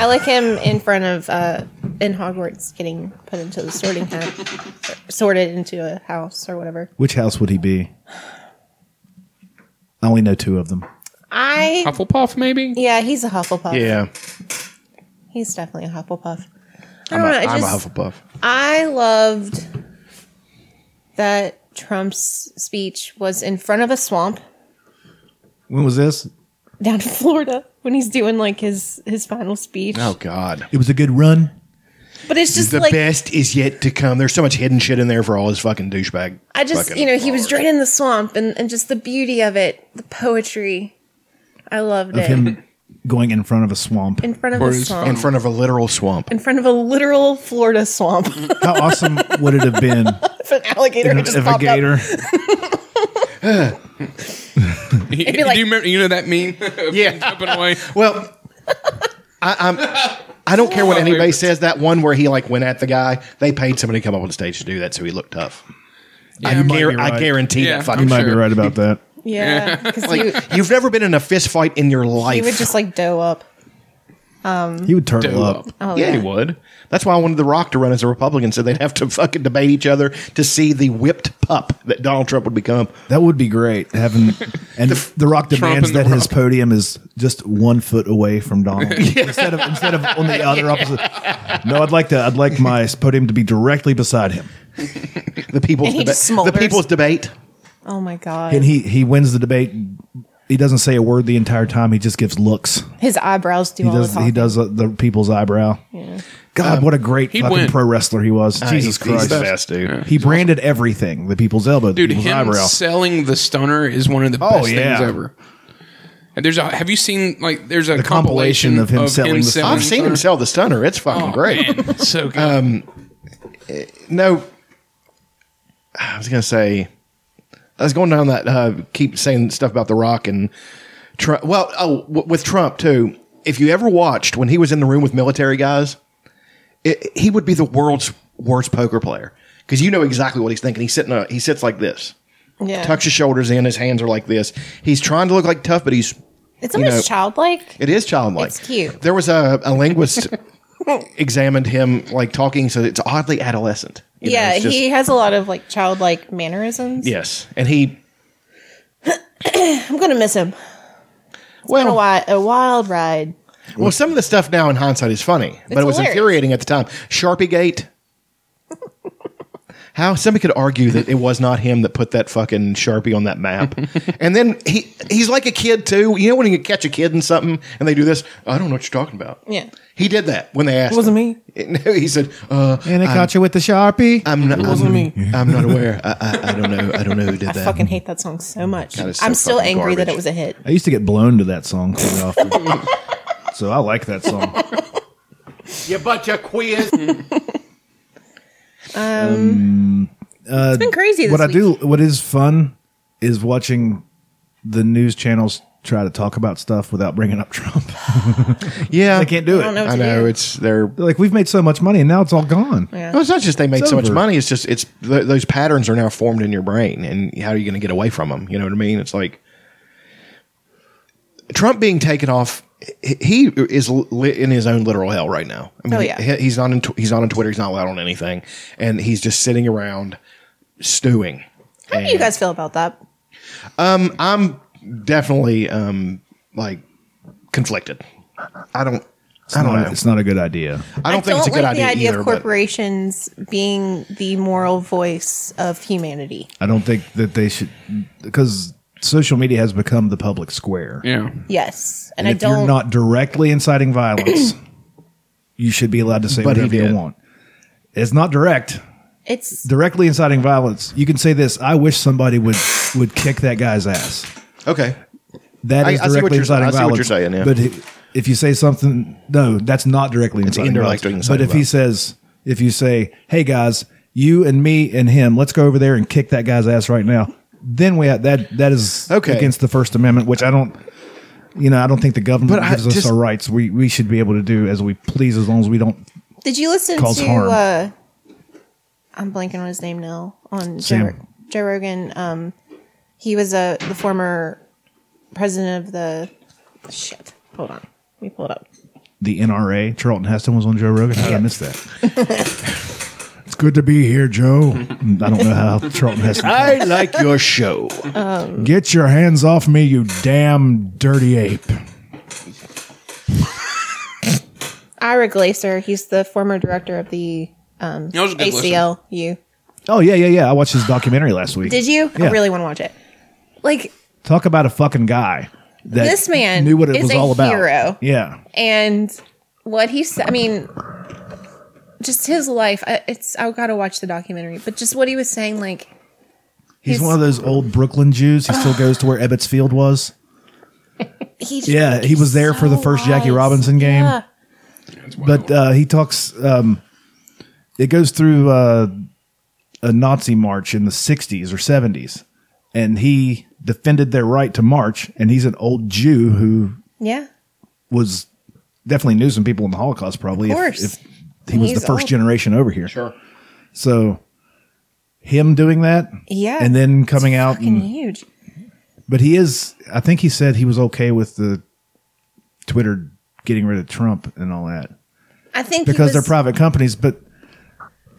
I like him in front of uh, in Hogwarts getting put into the sorting hat, sorted into a house or whatever. Which house would he be? I only know two of them. I Hufflepuff, maybe. yeah, he's a Hufflepuff. Yeah, He's definitely a Hufflepuff. I I'm don't a, know. I I'm a just Hufflepuff. I loved that Trump's speech was in front of a swamp When was this? down in Florida when he's doing like his his final speech. Oh God, It was a good run. But it's just the like best is yet to come. There's so much hidden shit in there for all his fucking douchebag. I just fucking you know he was followers. draining the swamp and and just the beauty of it, the poetry. I loved of it. him going in front of a swamp. in front of a Or his swamp. in front of a literal swamp. in front of a literal Florida swamp. How awesome would it have been if an alligator had if, just if a popped up. gator? Do like- you remember? You know that meme? Yeah. Jumping away. Well, I, I'm. I don't care what anybody says. That one where he like went at the guy. They paid somebody to come up on stage to do that, so he looked tough. I, you might guar- be right. I guarantee that Yeah, You fucking. might be Sure. right about that. Yeah, because he, Like, you've never been in a fist fight in your life. he would just like dough up. He would turtle Do up. up. Oh yeah, yeah, he would. That's why I wanted The Rock to run as a Republican, so they'd have to fucking debate each other to see the whipped pup that Donald Trump would become. That would be great. Having and the, Rock demands and The that his podium is just one foot away from Donald instead of instead of on the other opposite. No, I'd like to. I'd like my podium to be directly beside him, The people's And he debate. just The smolders. people's debate. Oh my god, and he he wins the debate. He doesn't say a word the entire time. He just gives looks. his eyebrows do He all does. the talking. He does uh, the people's eyebrow. God, what a great he'd fucking win. pro wrestler he was. Jesus Uh, He's- he's Christ, the best dude. he branded everything: the people's elbow, the Dude, people's him eyebrow. selling the stunner is one of the Oh, best yeah. things ever. And there's a. Have you seen like there's a compilation compilation, of him selling the stunner. I've seen him stunner? Oh, sell the stunner. It's fucking great. Um, Man, so good. No, I was gonna say, I was going down that uh, keep saying stuff about The Rock and Trump. Well, oh, w- with Trump too. If you ever watched when he was in the room with military guys, it, he would be the world's worst poker player because you know exactly what he's thinking. He's sitting. Uh, he sits like this, yeah. tucks his shoulders in, his hands are like this. He's trying to look like tough, but he's it's you almost know- childlike. it is childlike. It's cute. There was a, a linguist examined him like talking, so it's oddly adolescent. You know, yeah, it's just- he has a lot of like childlike mannerisms. Yes, and he. I'm gonna miss him. A, Well, wi- a wild ride. well, some of the stuff now in hindsight is funny, but it was hilarious. infuriating at the time. Sharpie Gate. How somebody could argue that it was not him that put that fucking sharpie on that map, and then he he's like a kid too. You know when you catch a kid in something and they do this? I don't know what you're talking about. Yeah. he did that when they asked. wasn't me. No, he said, uh, and I caught you with the sharpie. "I'm not. I'm, me. I'm not aware. I, I, I don't know. I don't know who did that." Fucking hate that song so much. it's so I'm still fucking angry that garbage. it was a hit. I used to get blown to that song quite often. So I like that song. You bunch of queers. It's been crazy this Uh, what I week. do, what is fun, is watching the news channels try to talk about stuff without bringing up Trump. yeah. they can't do it. don't know what I to know. do. It's they're. They're like we've made so much money and now it's all gone. No, it's not just they made It's so much over. money. It's just it's th- those patterns are now formed in your brain, and how are you going to get away from them? You know what I mean? It's like Trump being taken off. h- He is li- in his own literal hell right now. I mean, Oh, yeah. he- he's not in, tw- he's not on Twitter. He's not allowed on anything, and he's just sitting around stewing. How do you guys feel about that? Definitely, um, like conflicted. I don't. I It's don't not- know. It's not a good idea. I don't think it's a good like idea, the idea either. of but- corporations being the moral voice of humanity. I don't think that they should because social media has become the public square. Yeah. Yes, and, And I if don't. you're not directly inciting violence, you should be allowed to say But he whatever you did. want. It's not direct. it's Directly inciting violence. You can say this. I wish somebody would would kick that guy's ass. okay. That I- is I see what directly you're- inciting I see what violence. you're saying, yeah. But i- if you say something, no, that's not directly inciting violence. indirectly inciting but if he violence. says, if you say, "Hey guys, you and me and him, let's go over there and kick that guy's ass right now," then we that that is Okay. against the First Amendment, which I don't. You know, I don't think the government But I gives us just- our rights. We we should be able to do as we please as long as we don't. Did you listen cause to? harm. uh I'm blanking on his name now. On Joe, Sam. Rog- Joe Rogan, um, he was a the former president of the. Shit, hold on, let me pull it up. The NRA, Charlton Heston was on Joe Rogan. How did I miss that? it's good to be here, Joe. I don't know how Charlton Heston. I like your show. Get your hands off me, you damn dirty ape. Ira Glaser, he's the former director of the That was a good listen. ACLU. Oh, yeah, yeah, yeah. I watched his documentary last week. Did you? Yeah. I really want to watch it. Like, Talk about a fucking guy. That This man knew what it is was a all about. hero. Yeah. and what he said, I mean, just his life. I, it's I gotta watch the documentary, but just what he was saying, like, He's, He's- one of those old Brooklyn Jews. He still goes to where Ebbets Field was. he just, Yeah, he was there for the first Jackie wise. Robinson game. Yeah. But uh, he talks. Um, it goes through uh, a Nazi march in the '60s or '70s, and he defended their right to march. And he's an old Jew who Yeah. was definitely knew some people in the Holocaust, probably. if- Of course. If, he was He's the first old. generation over here. Sure. So him doing that, Yeah. and then coming out, Fucking and, huge. but he is. I think he said he was okay with the Twitter getting rid of Trump and all that I think he because they're was- private companies, but.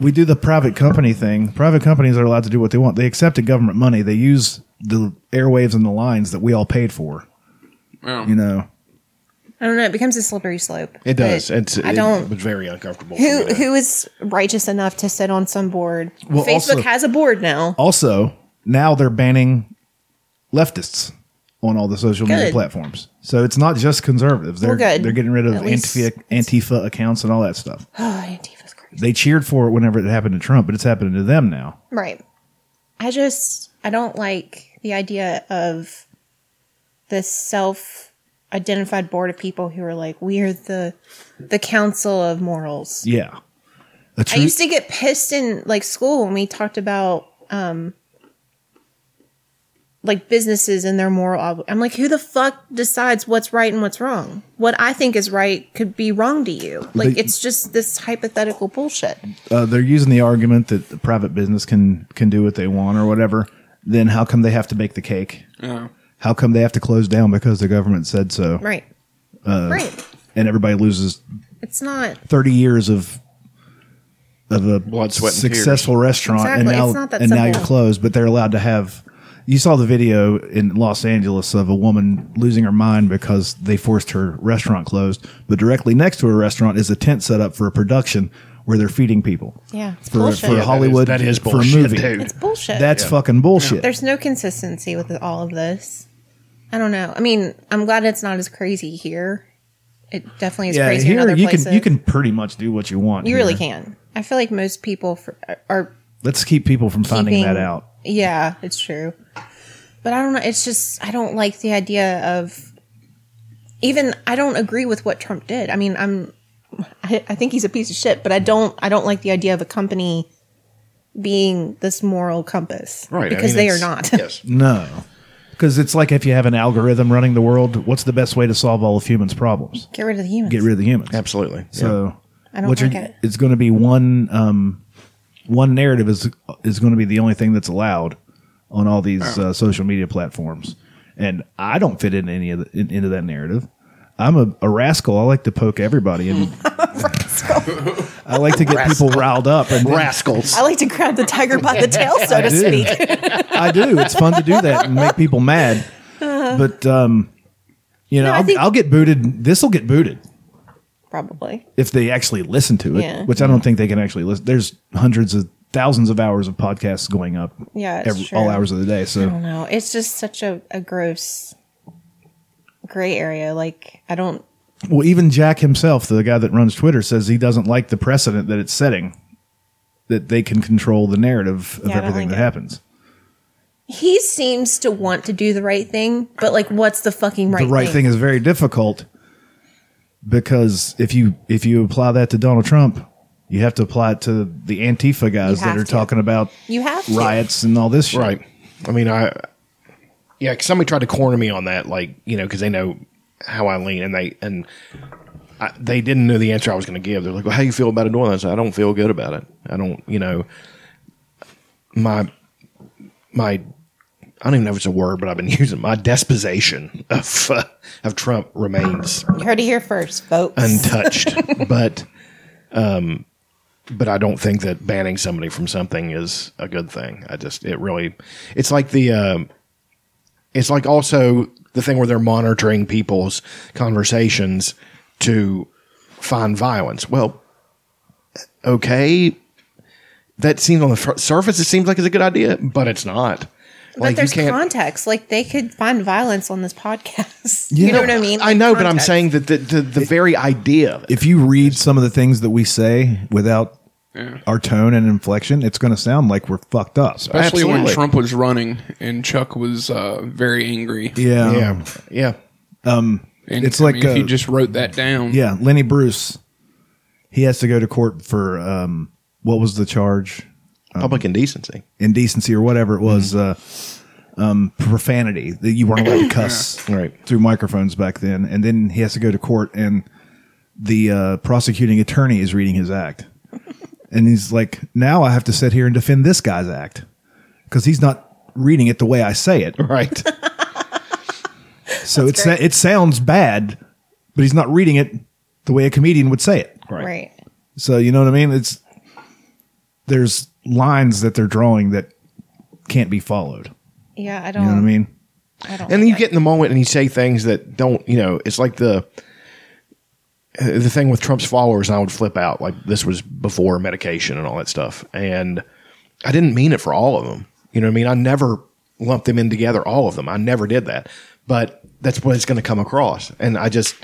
We do the private company thing. Private companies are allowed to do what they want. They accepted government money. They use the airwaves and the lines that we all paid for. Yeah. You know, I don't know. It becomes a slippery slope. It does. But It's, I It don't. was very uncomfortable. for me Who to- who is righteous enough to sit on some board? Well, Facebook also- has a board now. also now they're banning leftists on all the social media Good. platforms. So it's not just conservatives. They're Well, good. they're getting rid of At least Antifa, Antifa accounts and all that stuff. Oh, Antifa's crazy. They cheered for it whenever it happened to Trump, but it's happening to them now. Right. I just I don't like the idea of this self-identified board of people who are like we are the the council of morals. Yeah. A I true, used to get pissed in like school when we talked about um like businesses and their moral ob- I'm like who the fuck decides what's right and what's wrong? What I think is right could be wrong to you. Like They- it's just this hypothetical bullshit. uh, they're using the argument that the private business can can do what they want or whatever. Then how come they have to bake the cake? Yeah. How come they have to close down because the government said so? Right. right. And everybody loses It's not 30 years of of a Blood, sweat, and successful restaurant Exactly. and It's now not that and now simple. you're closed but they're allowed to have you saw the video in Los Angeles of a woman losing her mind because they forced her restaurant closed but directly next to her restaurant is a tent set up for a production where they're feeding people Yeah, it's for, bullshit. for Yeah, that is- Hollywood that is for bullshit, a movie dude. It's bullshit. that's fucking bullshit There's no consistency with all of this. I don't know. I mean, I'm glad it's not as crazy here. It definitely is yeah crazy in here other you places. can you can pretty much do what you want You here. really can. I feel like most people for, are let's keep people from finding keeping that out Yeah, it's true. But I don't know. It's just I don't like the idea of even I don't agree with what Trump did. I mean, I'm I, I think he's a piece of shit, but I don't I don't like the idea of a company being this moral compass, Right. I Because mean, they are it's- not. Yes. No. Because it's like if you have an algorithm running the world, what's the best way to solve all of humans' problems? Get rid of the humans. Get rid of the humans. Absolutely. So I don't what you're- like it. It's going to be one um, one narrative is is going to be the only thing that's allowed on all these uh, social media platforms, and I don't fit in any of the, in, into that narrative. I'm a, a rascal. I like to poke everybody, and I like to get people riled up. And Yeah. then- Rascals. I like to grab the tiger by the tail, so I to do. speak. I do. It's fun to do that and make people mad. But um, you know, Uh-huh. No, I I'll, think- I'll get booted. This will get booted Probably. if they actually listen to it, Yeah. which I don't think they can actually listen. There's hundreds of thousands of hours of podcasts going up. Yeah, it's true. all hours of the day. I So don't know. It's just such a, a gross gray area. Like I don't well, even Jack himself, the guy that runs Twitter, says he doesn't like the precedent that it's setting. That they can control the narrative of Yeah, I don't everything like that it. happens. he seems to want to do the right thing, but like what's the fucking right the right thing is very difficult because if you if you apply that to Donald Trump, you have to apply it to the Antifa guys that have are to. talking about You have to. riots and all this shit. Right. I mean, I yeah. 'cause somebody tried to corner me on that, like you know, because they know how I lean, and they and I, they didn't know the answer I was going to give. They're like, "Well, how you feel about it?" Northern? I said, "I don't feel good about it. I don't, you know, my my." I don't even know if it's a word, but I've been using it. my despisation of uh, of Trump remains You heard it here first, folks. untouched. but um, but I don't think that banning somebody from something is a good thing. I just it really it's like the um it's like also the thing where they're monitoring people's conversations to find violence. Well, okay. That seems on the fr- surface, it seems like it's a good idea, but it's not. but there's context. Like they could find violence on this podcast. Yeah. You know what I mean? I know, but I'm Context. saying that the, the, the very idea of it. If you read some of the things that we say without Yeah. our tone and inflection, it's going to sound like we're fucked up. Especially Absolutely. when Trump was running and Chuck was uh, very angry. Yeah. yeah. Yeah. And, It's I like, mean, if uh, you just wrote that down. Yeah, Lenny Bruce. He has to go to court for um, what was the charge? Public indecency. Indecency or whatever it was. Uh, um, profanity that you weren't allowed to cuss Right. through microphones back then, and then he has to go to court, and the uh, prosecuting attorney is reading his act, and he's like, "Now I have to sit here and defend this guy's act because he's not reading it the way I say it." Right. So it's it sounds bad, but he's not reading it the way a comedian would say it. Right. So you know what I mean? It's there's lines that they're drawing that can't be followed. Yeah, I You don't. know what I mean? I don't. and like you get in the moment and you say things that don't you know it's like the the thing with trump's followers and i would flip out like this was before medication and all that stuff and i didn't mean it for all of them you know what i mean i never lumped them in together all of them i never did that but that's what it's going to come across and i just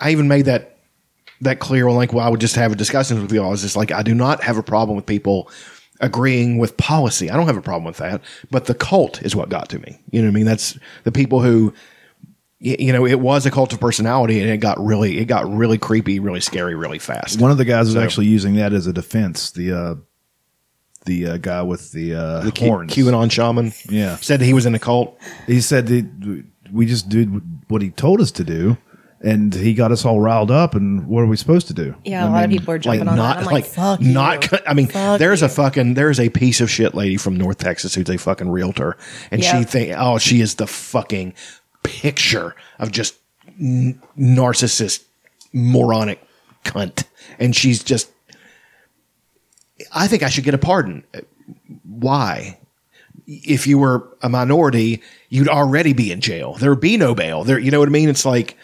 i even made that that clear on like well i would just have a discussion with you all I was just like i do not have a problem with people agreeing with policy i don't have a problem with that but the cult is what got to me you know what i mean that's the people who y- you know it was a cult of personality and it got really it got really creepy really scary really fast One of the guys was actually using that as a defense. The uh, the uh, guy with the, uh, the Q- horns. qanon shaman Yeah. said that he was in a cult he said that we just did what he told us to do, and he got us all riled up. And what are we supposed to do? Yeah, a lot of people are like jumping on not that. I'm like, like, fuck not you. co- i mean Fuck there's a you. fucking there's a piece of shit lady from north texas who's a fucking realtor and she Yep. think oh she is the fucking picture of just n- narcissist moronic cunt and she's just i think i should get a pardon why if you were a minority you'd already be in jail there'd be no bail there you know what i mean it's like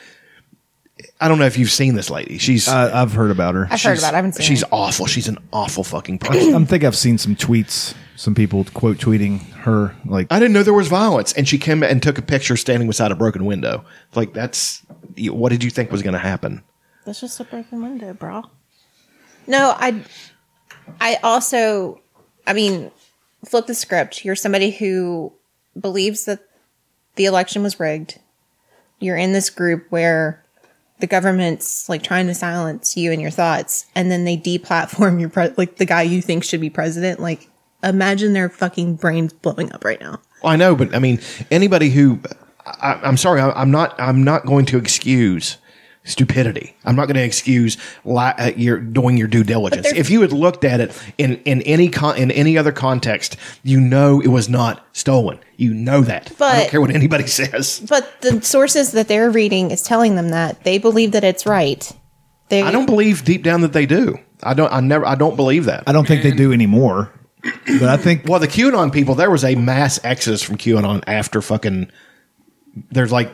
i don't know if you've seen this lady she's I, I've heard about her. I've heard about. It. I haven't seen. She's it. awful. She's an awful fucking person. I think I've seen some tweets, some people quote tweeting her like I didn't know there was violence, and she came and took a picture standing beside a broken window. Like that's what did you think was going to happen? That's just a broken window, bro. No, I. I also, I mean, flip the script. You're somebody who believes that the election was rigged. you're in this group where the government's like trying to silence you and your thoughts, and then they deplatform your pre- like the guy you think should be president. Like, imagine their fucking brains blowing up right now. Well, I know, but I mean, anybody who, I, I'm sorry, I, I'm not, I'm not going to excuse stupidity. I'm not going to excuse li- uh, your doing your due diligence. they're- If you had looked at it in in any con- in any other context, you know it was not stolen. You know that. I But- don't care what anybody says. But the sources that they're reading is telling them that they believe that it's right. They I don't believe deep down that they do. I don't. I never. I don't believe that. I don't think they do anymore. But I think Well, the QAnon people, there was a mass exodus from QAnon after fucking. There's like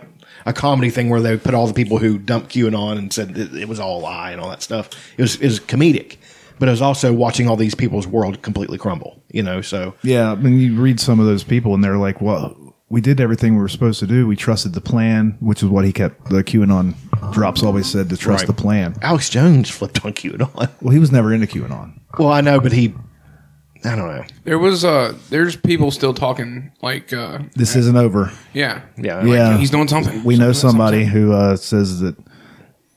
a comedy thing where they put all the people who dumped QAnon and said it, it was all a lie and all that stuff. It was it was comedic, but it was also watching all these people's world completely crumble. You know, so Yeah, I mean, you read some of those people, and they're like, "Well, we did everything we were supposed to do. We trusted the plan, which is what he kept the QAnon drops always said to trust Right. the plan." Alex Jones flipped on QAnon. Well, he was never into QAnon. Well, I know, but he, I don't know. There was uh, there's people still talking like uh, This isn't over. yeah, Yeah, Like, Yeah. he's doing something. We know Something, somebody something. who uh, says that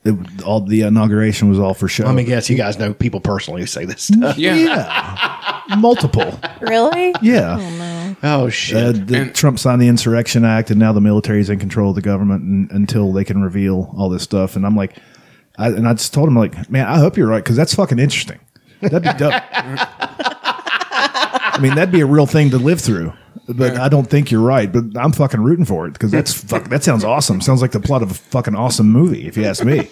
it, all the inauguration was all for show. I mean, guess you guys know people personally who say this stuff. Yeah. yeah, multiple. really. Yeah. Oh shit! Uh, the, And- Trump signed the Insurrection Act, and now the military is in control of the government and, until they can reveal all this stuff. And I'm like, I, and I just told him like, man, I hope you're right because that's fucking interesting. That'd be dope. I mean, that'd be a real thing to live through. But I don't think you're right. But I'm fucking rooting for it because that's fuck. That sounds awesome. Sounds like the plot of a fucking awesome movie, if you ask me.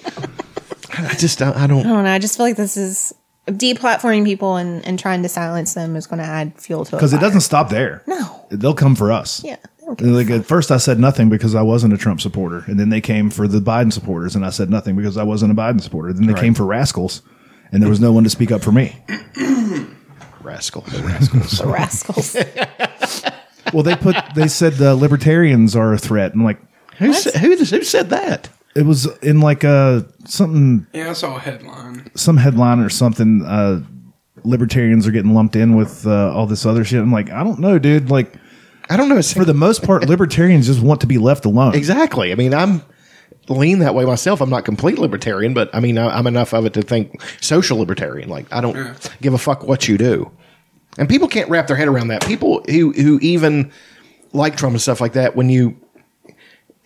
I just don't. I don't. I don't know. I just feel like this is deplatforming people and, and trying to silence them is going to add fuel to it. Because it doesn't stop there. No. they'll come for us. Yeah. And, Like at first, I said nothing because I wasn't a Trump supporter, and then they came for the Biden supporters, and I said nothing because I wasn't a Biden supporter. Then they came for rascals, and there was no one to speak up for me. Rascal. Rascals. The rascals. Well, they put they said the libertarians are a threat, and like who, sa- who, who said that? it was in like a something Yeah, I saw a headline. some headline or something. Uh, libertarians are getting lumped in with uh, all this other shit. I'm like, I don't know, dude. Like I don't know. It's for the most part, libertarians just want to be left alone. Exactly. I mean, I'm lean that way myself. I'm not complete libertarian, but I mean, I, I'm enough of it to think social libertarian. Like, I don't give a fuck what you do. And people can't wrap their head around that. People who who even like Trump and stuff like that, when you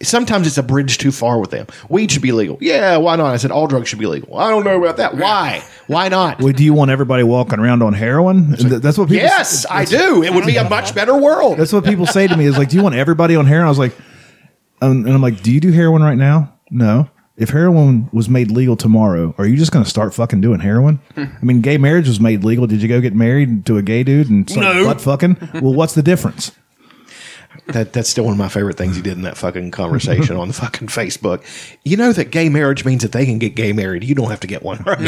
sometimes it's a bridge too far with them. Weed should be legal. Yeah, why not? I said all drugs should be legal. I don't know about that. Why? Why not? Well, do you want everybody walking around on heroin? Th- That's what people. Yes, I do. It would be a much better world. That's what people say to me is like, do you want everybody on heroin? I was like, um, and I'm like, do you do heroin right now? No. If heroin was made legal tomorrow, are you just going to start fucking doing heroin? Hmm. I mean, gay marriage was made legal. Did you go get married to a gay dude and start butt fucking? Well, what's the difference? That that's still one of my favorite things you did in that fucking conversation on fucking Facebook. You know that gay marriage means that they can get gay married. You don't have to get one, right?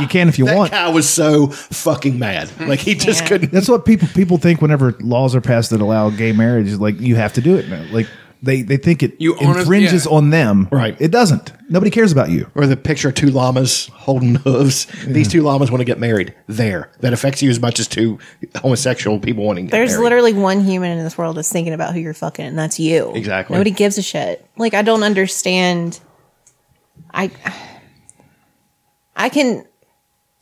You can if you that want. guy was so fucking mad. Like he just Yeah. couldn't. That's what people people think whenever laws are passed that allow gay marriage. is Like you have to do it now. Like they they think it You honest- infringes yeah. on them. Right. It doesn't. Nobody cares about you. Or the picture of two llamas holding hooves. These two llamas want to get married. There, that affects you as much as two homosexual people wanting. To get There's married. literally one human in this world that's thinking about who you're fucking, and that's you. Exactly. Nobody gives a shit. Like I don't understand. I, I can,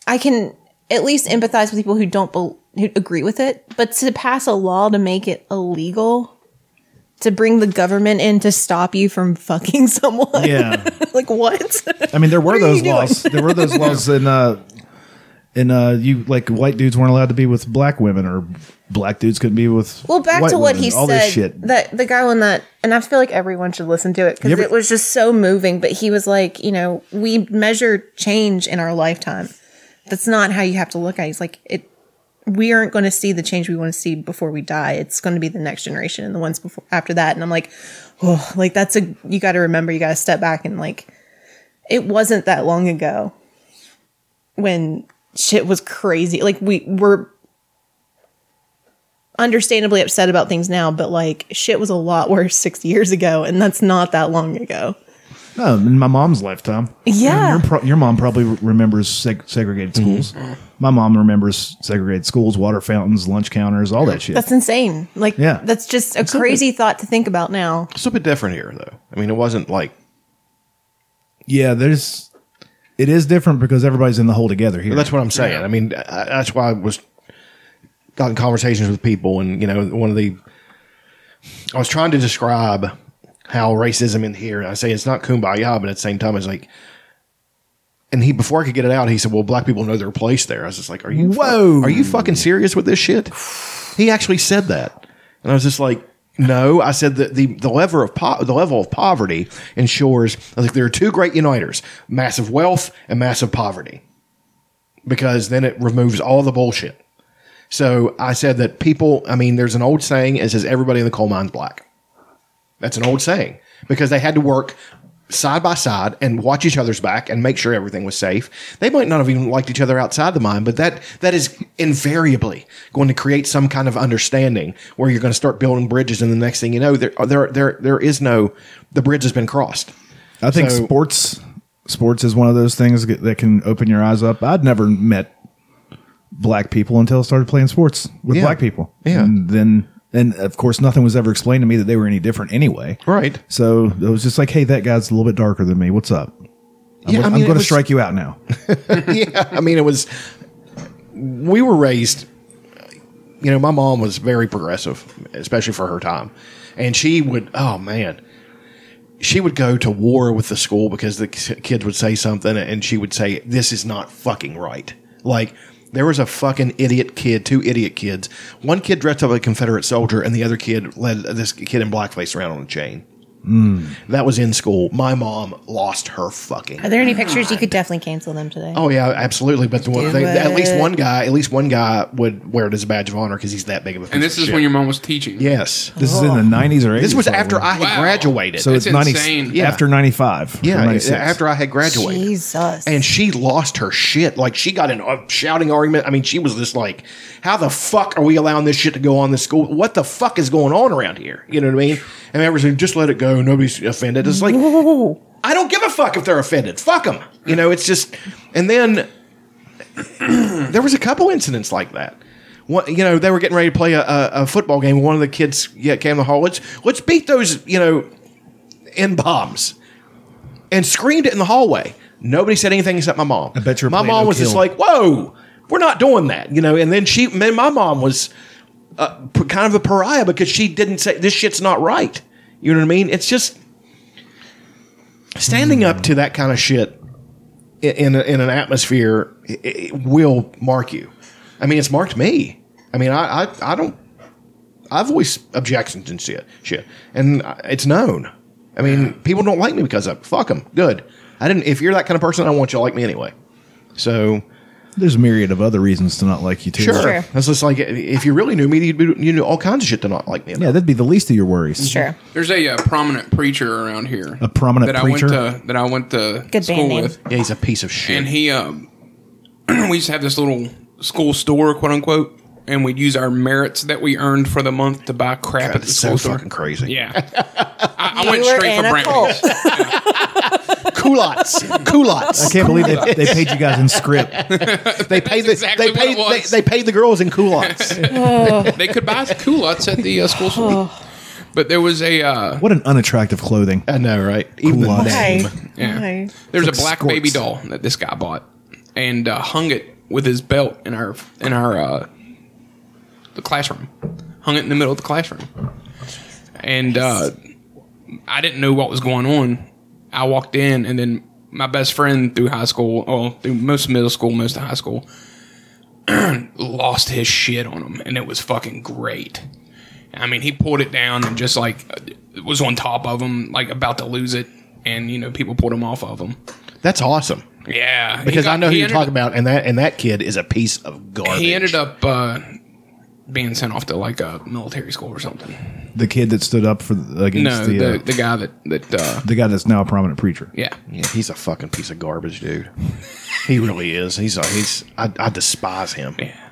I can at least empathize with people who don't bel who agree with it, but to pass a law to make it illegal, to bring the government in to stop you from fucking someone. Yeah. like what? I mean, there were are you those doing? laws. There were those laws in uh, in uh, you like white dudes weren't allowed to be with black women, or black dudes couldn't be with. Well, back white to what women, he all said. This shit. That the guy on that, and I feel like everyone should listen to it because You ever- it was just so moving. But he was like, you know, we measure change in our lifetime. That's not how you have to look at. it. He's like, it. We aren't going to see the change we want to see before we die. It's going to be the next generation and the ones before after that. And I'm like, oh, like that's a you got to remember. You got to step back and like, it wasn't that long ago when shit was crazy. Like we were understandably upset about things now, but like shit was a lot worse six years ago, and that's not that long ago. No, in my mom's lifetime. Yeah. Your, pro- your mom probably re- remembers seg- segregated schools. My mom remembers segregated schools, water fountains, lunch counters, all that shit. That's insane. Like, Yeah. that's just a crazy thought to think about now. It's a bit different here, though. I mean, it wasn't like yeah, there's. It is different because everybody's in the hole together here. that's what I'm saying. I mean, I, that's why I was got in conversations with people, and you know, one of the I was trying to describe how racism in here. I say it's not kumbaya, but at the same time, it's like. And he before I could get it out, he said, "Well, black people know their place there." I was just like, "Are you fu- Whoa. Are you fucking serious with this shit?" He actually said that, and I was just like. No, I said that the, the level of po- the level of poverty ensures I was like there are two great uniters: massive wealth and massive poverty because then it removes all the bullshit. So I said that people, I mean, there's an old saying it says everybody in the coal mine's black. That's an old saying because they had to work side by side and watch each other's back and make sure everything was safe. They might not have even liked each other outside the mine, but that that is invariably going to create some kind of understanding where you're going to start building bridges and the next thing you know there there there there is no the bridge has been crossed. I think So- sports sports is one of those things that that can open your eyes up. I'd never met black people until I started playing sports with Yeah. black people. Yeah. And then and of course nothing was ever explained to me that they were any different anyway. Right. So it was just like, hey, that guy's a little bit darker than me. What's up? I'm, Yeah, I gonna- I'm mean, it going to was- strike you out now. yeah, I mean, it was. We were raised. You know, my mom was very progressive, especially for her time, and she would. Oh man, she would go to war with the school because the k- kids would say something, and she would say, "This is not fucking right." Like. There was a fucking idiot kid, two idiot kids. One kid dressed up like a Confederate soldier, and the other kid led this kid in blackface around on a chain. That was in school. My mom lost her fucking Are there any pictures? You could definitely cancel them today. Oh yeah, absolutely. But the one Do thing, at least it. one guy, at least one guy would wear it as a badge of honor because he's that big of a. And this is when your mom was teaching. yes. This is in the 90s or 80s. Oh. This was probably. after I had Wow. graduated. So That's it's 90, insane. Yeah. after 95. or yeah, 96. after I had graduated, Jesus. and she lost her shit. Like she got in a shouting argument. I mean, she was just like, "How the fuck are we allowing this shit to go on this school? What the fuck is going on around here?" You know what I mean? And everyone said, "Just let it go. Nobody's offended." It's like, I don't give a fuck if they're offended. Fuck them. You know, it's just. And then there was a couple incidents like that. One, you know, they were getting ready to play a, a, a football game. and One of the kids yeah, came to the hall. Let's let's beat those. You know, n bombs, and screamed it in the hallway. Nobody said anything except my mom. I bet you were my playing mom Oak was just Hill. like, "Whoa, we're not doing that," you know. And then she, then my mom was uh, p- kind of a pariah because she didn't say this shit's not right. You know what I mean? It's just standing up to that kind of shit i- in a, in an atmosphere i it will mark you. I mean, it's marked me. I mean, I I, I don't. I voice objections and shit, shit, and I- it's known. I mean, people don't like me because of fuck them. Good. I didn't. If you're that kind of person, I don't want you to like me anyway. So There's a myriad of other reasons to not like you, too. sure, Sure. that's just like if you really knew me, you'd be, you knew all kinds of shit to not like me. About. Yeah, that'd be the least of your worries. sure. There's a uh, prominent preacher around here. A prominent that preacher? I went to that I went to Good band school name. with, Yeah, he's a piece of shit. and he um, we used to have this little school store, quote unquote, and we'd use our merits that we earned for the month to buy crap at the That's so school store. fucking crazy. Yeah, I, I went You were straight in for a Brent. cult. culottes, culottes. I can't believe they, they paid you guys in script. They paid the exactly they what it paid they, was. they paid the girls in culottes. they could buy culottes at the uh, school store, but there was a uh, What an unattractive clothing. I know, right? Even the Culottes. name. Yeah. Okay. There's a Like black squirts. baby doll that this guy bought and uh, hung it with his belt in our in our uh, the classroom. Hung it in the middle of the classroom. And uh, I didn't know what was going on. I walked in and then my best friend through high school, well, through most of middle school, most of high school, lost his shit on him and it was fucking great. I mean, he pulled it down and just like uh, was on top of him, like about to lose it, and you know people pulled him off of him. That's awesome Yeah, because I know who he you're ended- talking about, and that and that kid is a piece of garbage. He ended up uh, being sent off to like a military school or something. The kid that stood up for the, against No, the, the uh, the guy that that uh, the guy that's now a prominent preacher. yeah. Yeah, he's a fucking piece of garbage, dude. He really is. He's a, he's. I, I despise him. yeah.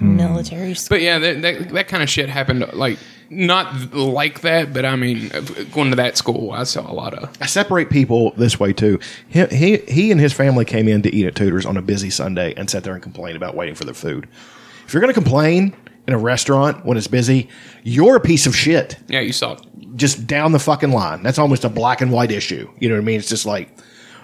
Military school. Hmm. But yeah, that, that, that kind of shit happened like not like that, but I mean, going to that school, I saw a lot of. I separate people this way too. He, he he and his family came in to eat at Tudor's on a busy Sunday and sat there and complained about waiting for their food. If you're going to complain in a restaurant when it's busy, you're a piece of shit. Yeah, you saw. it. Just down the fucking line. That's almost a black and white issue. You know what I mean? It's just like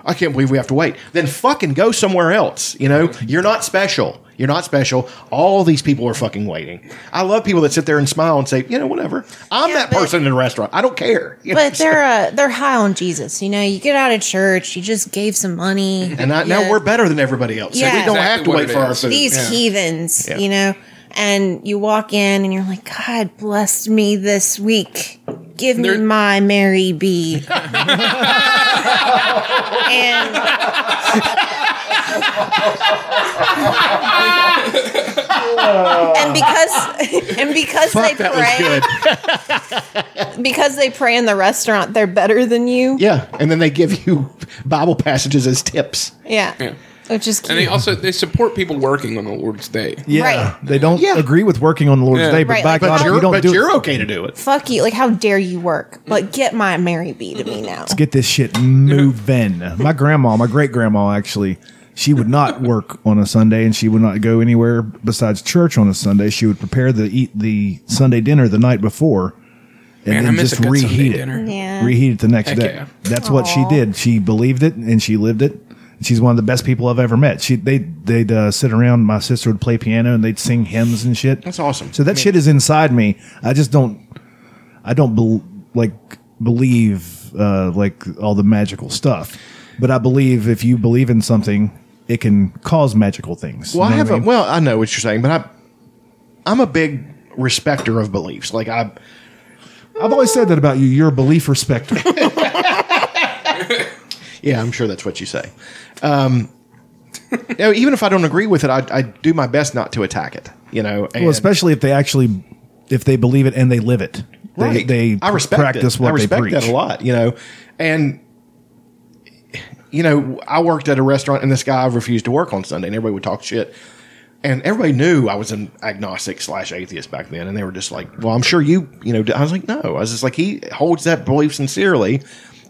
I can't believe we have to wait. Then fucking go somewhere else. You know, you're not special. You're not special. All these people are fucking waiting. I love people that sit there and smile and say, you know, whatever. I'm Yeah, that but- person in a restaurant. I don't care. You know what I'm But they're uh, they're high on Jesus. You know, you get out of church, you just gave some money, And I, Yeah. now we're better than everybody else. so Yeah. we don't Exactly have to what wait it for our is. food. these Yeah. heathens, you know, and you walk in and you're like, God blessed me this week. Give me There- my Mary B. and and because and because they that was pray good. because they pray in the restaurant, they're better than you. Yeah, and then they give you Bible passages as tips. Yeah. Yeah. Which is cute. And they also they support people working on the Lord's Day. Yeah, Right. they don't Yeah. agree with working on the Lord's Yeah. Day, but Right, by like, God, but if You're, you don't but do you're it, okay to do it. Fuck you. Like, how dare you work? But get my Mary B to me now. get this shit moving. my grandma, my great grandma, actually, she would not work on a Sunday, and she would not go anywhere besides church on a Sunday. She would prepare the eat the Sunday dinner the night before, and Man, I then miss just a good Sunday reheat it. dinner. Yeah. Reheat it the next Heck day. yeah. That's what she Aw. did. She believed it and she lived it. She's one of the best people I've ever met. She they they'd uh, sit around. My sister would play piano and they'd sing hymns and shit. That's awesome. So that shit is inside me. I just don't. I don't bel like believe uh, like all the magical stuff, but I believe if you believe in something, it can cause magical things. You Well, I know have what a, mean? well, I know what you're saying, but I, I'm a big respecter of beliefs. Like I, I've always said that about you. You're a belief respecter. yeah, I'm sure that's what you say. Um, you know, even if I don't agree with it, I, I do my best not to attack it. You know, and Well, especially if they actually if they believe it and they live it. They, Right. they I respect practice it. what I they respect preach. that a lot, you know. And you know, I worked at a restaurant and this guy refused to work on Sunday and everybody would talk shit. And everybody knew I was an agnostic slash atheist back then, and they were just like, "Well, I'm sure you, you know." d-" I was like, "No," I was just like, "He holds that belief sincerely.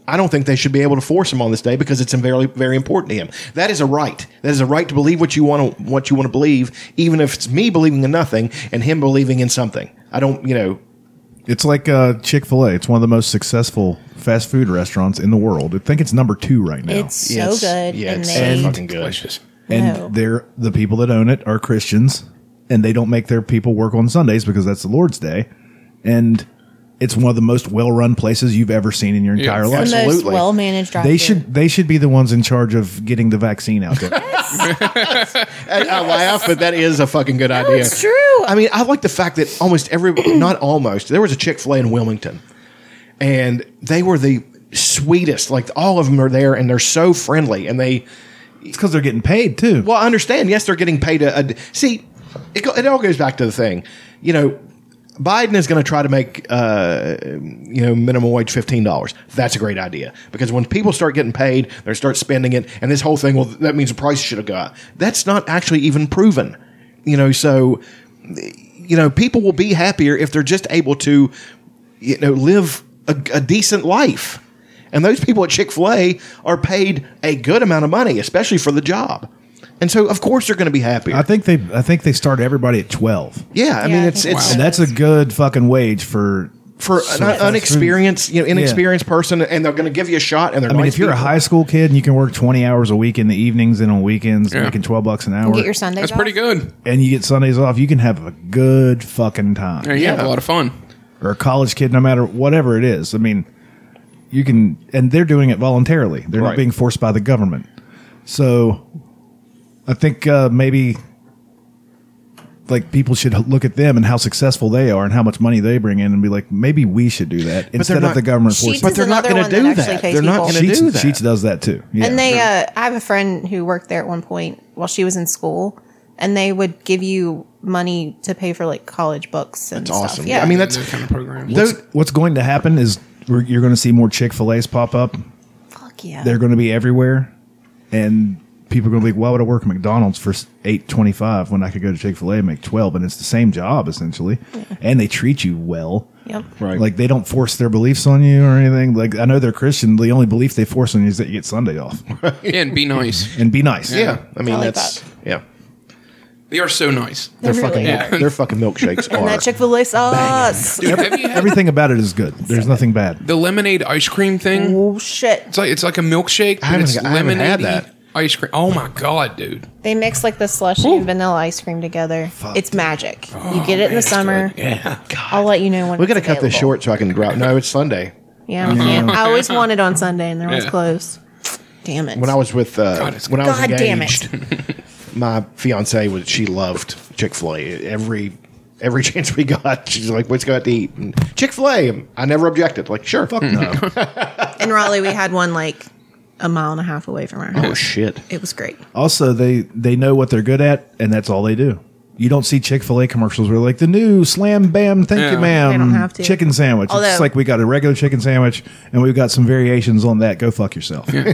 I don't think they should be able to force him on this day because it's very, very important to him. That is a right. That is a right to believe what you want to, what you want to believe, even if it's me believing in nothing and him believing in something. I don't, you know, It's like uh, Chick Fil A. It's one of the most successful fast food restaurants in the world. I think it's number two right now. It's so Yeah, it's- good. yeah, and it's they, so fucking good. Delicious. and No. they're the people that own it are Christians, and they don't make their people work on Sundays because that's the Lord's day, and it's one of the most well-run places you've ever seen in your entire Yeah. the life. most Absolutely. well managed drive They should they should be the ones in charge of getting the vaccine out there. I, I laugh, but that is a fucking good idea. Oh, it's true. I mean, I like the fact that almost every, not almost, there was a Chick fil A in Wilmington, and they were the sweetest. Like, all of them are there, and they're so friendly. And they, it's because they're getting paid too. well, I understand. Yes, they're getting paid a. a see, it, go- it all goes back to the thing. You know, Biden is going to try to make uh, you know minimum wage fifteen dollars. That's a great idea because when people start getting paid, they start spending it, and this whole thing. Well, that means the price should have gone. up. That's not actually even proven. You know, so you know people will be happier if they're just able to you know live a, a decent life. And those people at Chick Fil A are paid a good amount of money, especially for the job. And so, of course, they're going to be happier. I think they I think they start everybody at twelve. yeah, Yeah, I mean, I it's think it's so. And that's a good fucking wage for for an Sorry. unexperienced, you know, inexperienced person, and they're going to give you a shot. And they're I mean, nice if you're people. a high school kid and you can work 20 hours a week in the evenings and on weekends, Yeah. making 12 bucks an hour, Get your Sundays That's pretty off. good. and you get Sundays off, you can have a good fucking time. Yeah, you have a lot of fun. Or a college kid, no matter whatever it is. I mean, you can, and they're doing it voluntarily. They're Right. not being forced by the government. So I think uh, maybe like people should look at them and how successful they are and how much money they bring in and be like, maybe we should do that instead not- of the government She forcing does but they're not This is going to another do one that that. actually pays They're not people. going to Sheets, do that. Sheets does that too. Yeah. And they, uh, I have a friend who worked there at one point while she was in school, and they would give you money to pay for like college books and It's stuff. awesome. Yeah, I mean, That that's kind of program. those, What's going to happen is we're, you're going to see more Chick Fil A's pop up. fuck yeah. They're going to be everywhere, and people are going to be like, why would I work at McDonald's for eight twenty five when I could go to Chick fil A and make twelve? And it's the same job essentially, and they treat you well. Yep. Right. Like they don't force their beliefs on you or anything. Like I know they're Christian. The only belief they force on you is that you get Sunday off and be nice. and be nice. Yeah, I mean I like that's yeah. They are so nice. Their fucking really are. their fucking milkshakes And are. that Chick Fil A sauce. Dude, have you had Everything about it is good. There's nothing bad. the lemonade ice cream thing? Oh shit! It's like it's like a milkshake. But haven't- it's I haven't lemonade had that. ice cream. Oh my god, dude! They mix like the slushy and vanilla ice cream together. it's magic. Oh, you get it in the summer. Yeah, I'll let you know when. We got to it's cut this available. short Mm-hmm. so I can go out. No, it's Sunday. Yeah, we can't. I always wanted on Sunday, and they're always Yeah. closed. Damn it! When I was with uh, God, it's- when I was God damn engaged, my fiance was she loved Chick Fil A. Every every chance we got, she's like, "Let's go out to eat." Chick Fil A. I never objected. Like, sure, fuck no. In Raleigh, we had one like a mile and a half away from our house. oh shit. It was great. Also, they they know what they're good at, and that's all they do. You don't see Chick Fil A commercials where like the new slam bam, thank Yeah. you, ma'am, They don't have to. chicken sandwich. Although- it's like we got a regular chicken sandwich, and we've got some variations on that. Go fuck yourself. Their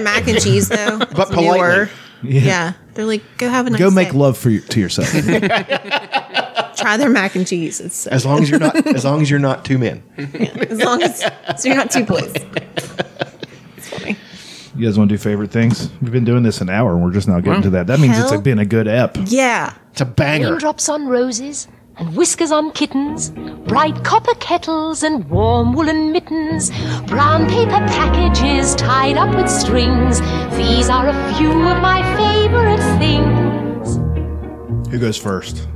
mac and cheese though, but politely. Yeah. they're like, go have a nice Go make day. love for your, to yourself. Try their mac and cheese. It's so As long as you're not as long as you're not two men. as long as so you're not too boys. It's funny. you guys want to do favorite things? We've been doing this an hour, and we're just now getting to that. That means Hell. it's been a good ep. Yeah, It's a banger. Raindrops on roses and whiskers on kittens, bright copper kettles and warm woolen mittens, brown paper packages tied up with strings. These are a few of my favorite things. Who goes first?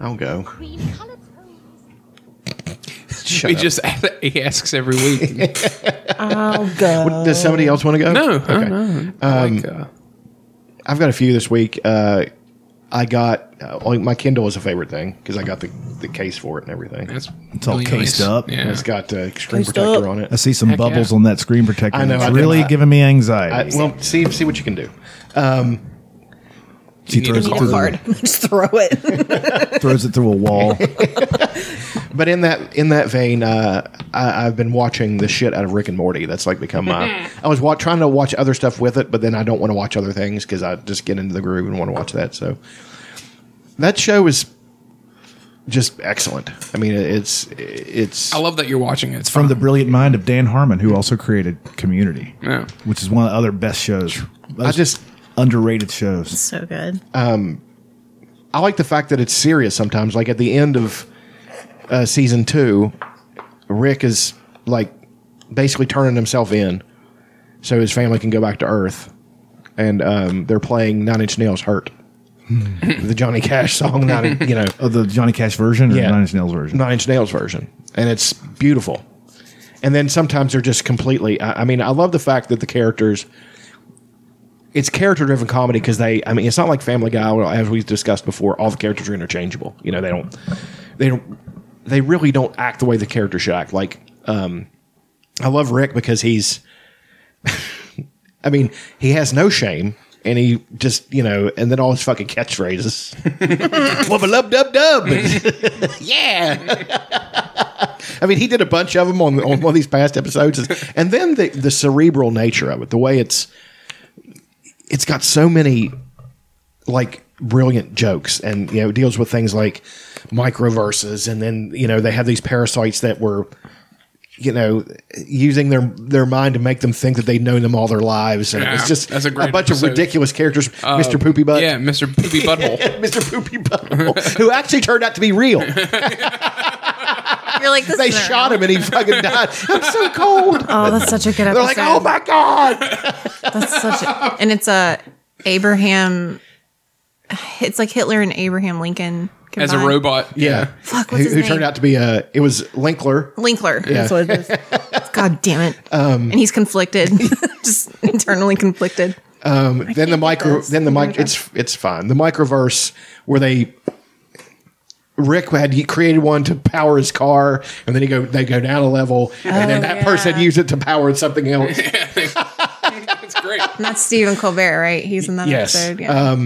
I'll go. Green colored roses. Shut he up. just he asks every week. What- does somebody else want to go? No, okay. no. like, Um, uh, I've got a few this week. Uh, I got uh, like my Kindle is a favorite thing because I got the, the case for it and everything. that's It's all really cased nice. up. Yeah. It's got uh, screen protector on I it. see some yeah. bubbles on that screen protector. I know, It's I do. really I- giving me I, anxiety. well, see see what you can do. she need throws a it, card. through hard. Just throw it. throws it through a wall. But in that in that vein, uh, I, I've been watching the shit out of Rick and Morty. That's like become my. I was wa- trying to watch other stuff with it, but then I don't want to watch other things because I just get into the groove and want to watch that. So that show is just excellent. I mean, it's it's I love that you're watching it. It's from from the brilliant mind of Dan Harmon, who also created Community, Yeah. which is one of the other best shows. I just underrated shows. so good. I like the fact that it's serious sometimes. Like at the end of uh, season two, Rick is like basically turning himself in so his family can go back to Earth. And um, they're playing Nine Inch Nails Hurt, the Johnny Cash song, Nine, In- you know, Oh, the Johnny Cash version or Yeah. Nine Inch Nails version? Nine Inch Nails version. And it's beautiful. And then sometimes they're just completely, I, I mean, I love the fact that the characters. It's character driven comedy because they, I mean, it's not like Family Guy, where, as we've discussed before, all the characters are interchangeable. You know, they don't, they don't, they really don't act the way the character should act. Like, um, I love Rick because he's, I mean, he has no shame and he just, you know, and then all his fucking catchphrases. Wubba lub dub dub. yeah. I mean, he did a bunch of them on, on one of these past episodes. And then the, the cerebral nature of it, the way it's, it's got so many like brilliant jokes and, you know, deals with things like microverses. And then, you know, they have these parasites that were, you know, using their their mind to make them think that they've known them all their lives, and Yeah, it's just that's a great bunch episode. Uh, of ridiculous characters. Mr. Poopy Butt, yeah, Mr. Poopy Butthole. Mr. Poopy Butthole, who actually turned out to be real. You're like this. They isn't shot real. him and he fucking died. I'm so cold. Oh, that's such a good episode. They're like, oh my god. That's such a, and it's a Abraham. It's like Hitler and Abraham Lincoln combined. As a robot. Yeah. Fuck, Who, what's his who name? Oh turned out to be a? It was Linkler. Linkler. That's what it is. God damn it. and he's conflicted, just internally conflicted. Then the micro. this. Then the mic. It's it's fine. The microverse where they. Rick had he created one to power his car, and then he go they go down a level, and Oh, then that person used it to power something else. It's great. And that's Stephen Colbert, right? He's in that Yes. episode. Yeah.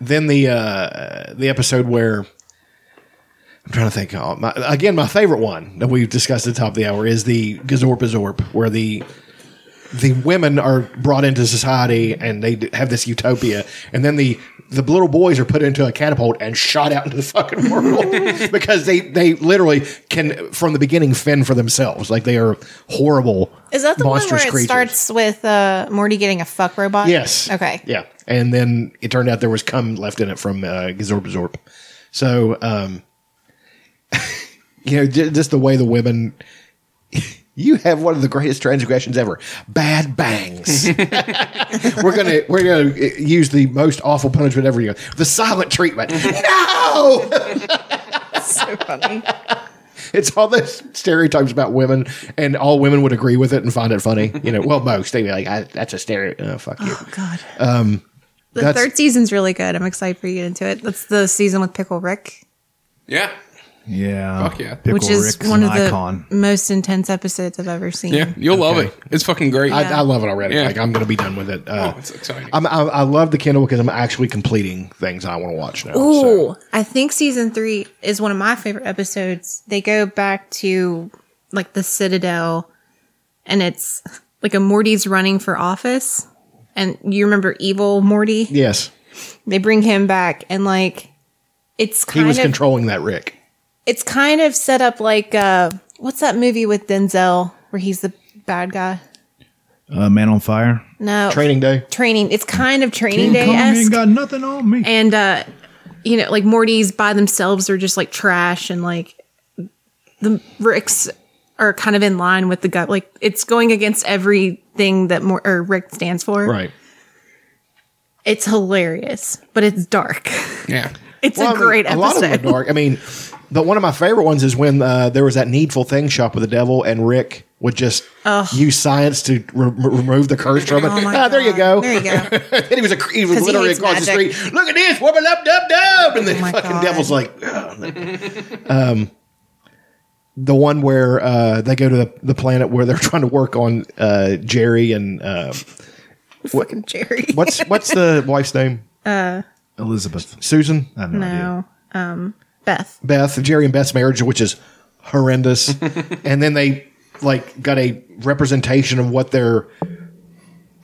then the uh, the episode where I'm trying to think. Oh, my, again, my favorite one that we've discussed at the top of the hour is the Gazorp Azorp, where the the women are brought into society and they d- have this utopia, and then the the little boys are put into a catapult and shot out into the fucking world because they they literally can from the beginning fend for themselves. Like they are horrible. Is that the one where monstrous it creatures. starts with uh, Morty getting a fuck robot? Yes. Okay. Yeah. And then it turned out there was cum left in it from uh, Gazorb Zorp. So, um, you know, ju- just the way the women. You have one of the greatest transgressions ever. Bad bangs. we're gonna we're gonna uh, use the most awful punishment ever. You the silent treatment. no, So funny. Oh, it's all those stereotypes about women, and all women would agree with it and find it funny. You know, well, most they'd be like, I, "That's a stereotype." Oh, fuck you. God. The The third season's really good. I'm excited for you to get into it. That's the season with Pickle Rick, Yeah. Yeah. Fuck yeah. Pickle which is Rick's one an of the icon. most intense episodes I've ever seen. Yeah. You'll love it. It's fucking great. I, I love it already. Yeah. Like I'm going to be done with it. Uh, oh, it's exciting. I'm, I, I love the Kindle because I'm actually completing things I want to watch now. Ooh, so. I think season three is one of my favorite episodes. They go back to like the Citadel, and it's like a Morty's running for office, and you remember evil Morty. Yes, They bring him back, and like it's he kind was of controlling that Rick. it's kind of set up like uh, what's that movie with Denzel where he's the bad guy? Uh, Man on Fire. No, Training day. training. It's kind of King training day Kong ain't esque. got nothing on me. and uh you know like morty's by themselves are just like trash and like the ricks are kind of in line with the gut like it's going against everything that Mor- or rick stands for Right. it's hilarious but it's dark yeah. it's Well, I a mean, great A lot of them episode are dark. I mean, but one of my favorite ones is when uh, there was that needful thing shop with the devil and Rick would just use science to re- re- remove the curse from it. Oh ah, there you go. There you go. and he was a cre- he was 'Cause he literally hates across the magic. Oh street. Look at this, woman up, dub, dub, and the my fucking God. devil's like, "Ugh." um, the one where uh, they go to the, the planet where they're trying to work on uh, Jerry and uh, fucking jerry what's what's the wife's name? Elizabeth. Susan, I have no, idea. no um beth Beth, Jerry and Beth's marriage, which is horrendous, and then they like got a representation of what their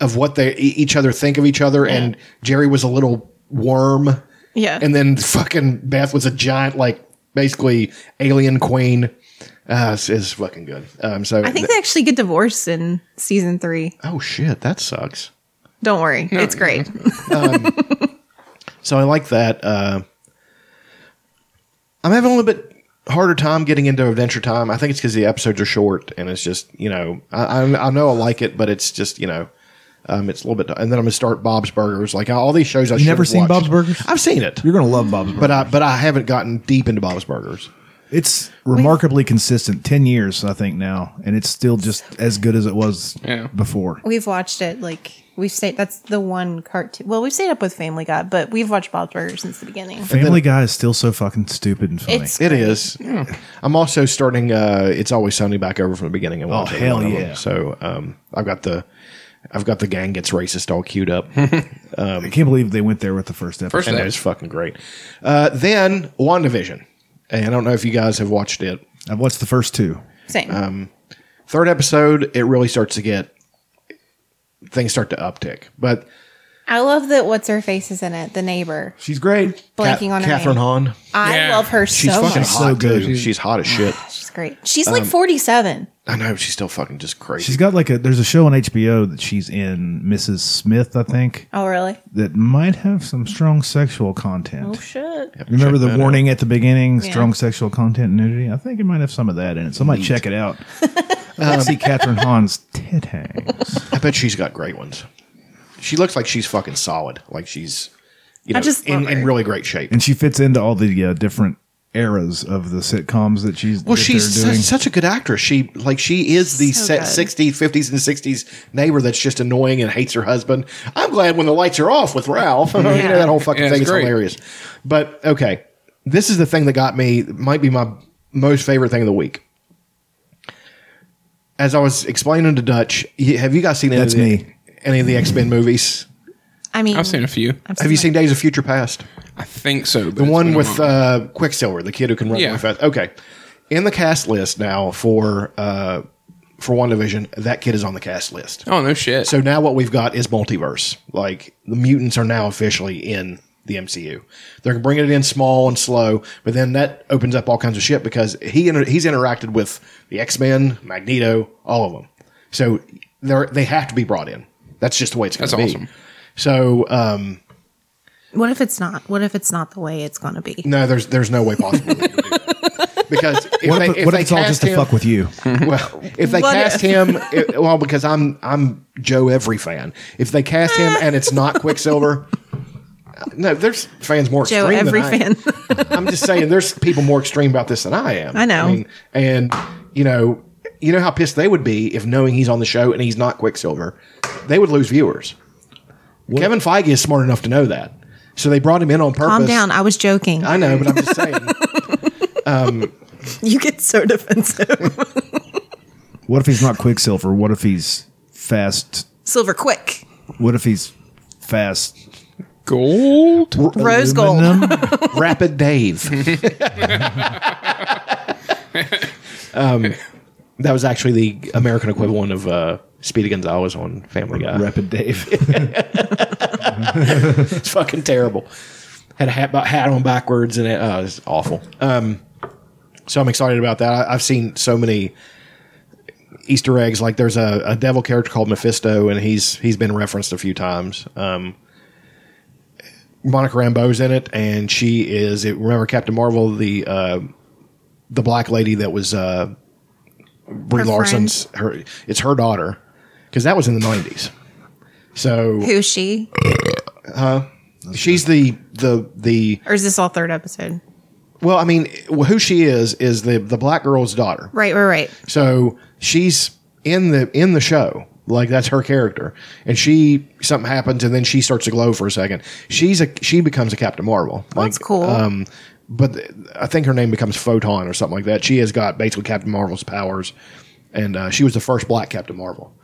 of what they e- each other think of each other, and Jerry was a little worm. yeah And then fucking Beth was a giant, like basically alien queen. Uh, it's, it's fucking good. Um, so i think they actually get divorced in season three oh shit, that sucks. don't worry it's great So I like that. Uh, I'm having a little bit harder time getting into Adventure Time. I think it's because the episodes are short, and it's just you know I, I I know I like it, but it's just you know. Um, it's a little bit, and then I'm gonna start Bob's Burgers. Like all these shows, I You never should've seen watched. Bob's Burgers? I've seen it, You're gonna love Bob's Burgers. but I but I haven't gotten deep into Bob's Burgers. it's remarkably consistent. Ten years, I think now, and it's still just as good as it was Yeah. before. We've watched it. Like we've stayed. That's the one cartoon. Well, we've stayed up with Family Guy, but we've watched Bob's Burgers since the beginning. Family Guy is still so fucking stupid and funny. It's It is. I'm also starting. Uh, it's always Sunny back over from the beginning. And watching Oh, hell one of them. yeah. So um, I've got the, I've got the gang gets racist all queued up, I can't believe they went there with the first episode. First and it was fucking great. Uh, then Wandavision, and I don't know if you guys have watched it. I've watched the first two. Same. um, Third episode, it really starts to get things start to uptick, but I love that. What's her face is in it. The neighbor. She's great. Blanking on her Catherine name. Hahn. I Yeah. love her She's so fucking Um, much. So hot, good. dude. She's hot as shit. She's great. She's like 47. I know she's still fucking just crazy. She's got like a. There's a show on HBO that she's in, Mrs. Smith, I think, Oh, really? that might have some strong sexual Oh, content. Shit. Remember Check the that warning at the beginning: strong sexual content, and nudity. I think it might have some of that in it, so I might check it out. Uh, I wanna see Catherine Hahn's tit hangs. I bet she's got great ones. She looks like she's fucking solid. Like she's, you know, just in, love in her. really great shape. and she fits into all the uh, different eras of the sitcoms that she's Well, that she's they're such, such a good actress. She like she is the set 60s, 50s, and 60s neighbor that's just annoying and hates her husband. I'm glad when the lights are off with Ralph. you know that whole fucking Yeah, it's thing is great. hilarious. But okay, this is the thing that got me. Might be my most favorite thing of the week. As I was explaining to Dutch, y- have you guys seen any That's of the, me. any of the X Men movies? I mean, I've seen a few. Have you seen Days of Future Past? I think so. The one with uh, Quicksilver, the kid who can run Yeah. really fast. Okay, in the cast list now for uh, for WandaVision, that kid is on the cast list. Oh no shit. So now what we've got is multiverse. Like the mutants are now officially in the MCU. They're bringing it in small and slow, but then that opens up all kinds of shit because he inter- he's interacted with the X Men, Magneto, all of them. So they they have to be brought in. That's just the way it's going That's to be. awesome. So um, What if it's not? What if it's not the way it's going to be? no, there's there's no way possible. they can do that. Because if What they, if, if what they if it's all cast just him, to fuck with you? Well, if they What cast him, it, well, because I'm I'm Joe Every fan. If they cast him and it's not Quicksilver, no, there's fans more Joe, extreme every than I am. fan. I'm just saying, there's people more extreme about this than I am. I know. and you know, you know how pissed they would be if knowing he's on the show and he's not Quicksilver, they would lose viewers. Kevin Feige is smart enough to know that, so they brought him in on purpose. Calm down. I was joking. I know, but I'm just saying. you get so defensive. What if he's not Quicksilver? What if he's fast? Silver, quick. What if he's fast? Gold. Rose gold. aluminum? Rapid Dave. um, Um, that was actually the American equivalent of uh, Speedy Gonzalez on Family Guy. Rapid Dave. It's fucking terrible. Had a hat, hat on backwards, and it, uh, it's awful. Um, so I'm excited about that. I, I've seen so many Easter eggs. Like there's a, a devil character called Mephisto, and he's he's been referenced a few times. Um, Monica Rambeau's in it, and she is. It, remember Captain Marvel, the uh, the black lady that was uh, Brie Her Larson's. Her it's her daughter because that was in the '90s. So Who's she? she's the the the Or is this all third episode? well i mean who she is is the the black girl's daughter Right, right, right. so she's in the in the show like that's her character and she something happens and then she starts to glow for a second she's a she becomes a captain marvel like, That's cool. um but th- i think her name becomes photon or something like that she has got basically captain marvel's powers and uh, she was the first black captain marvel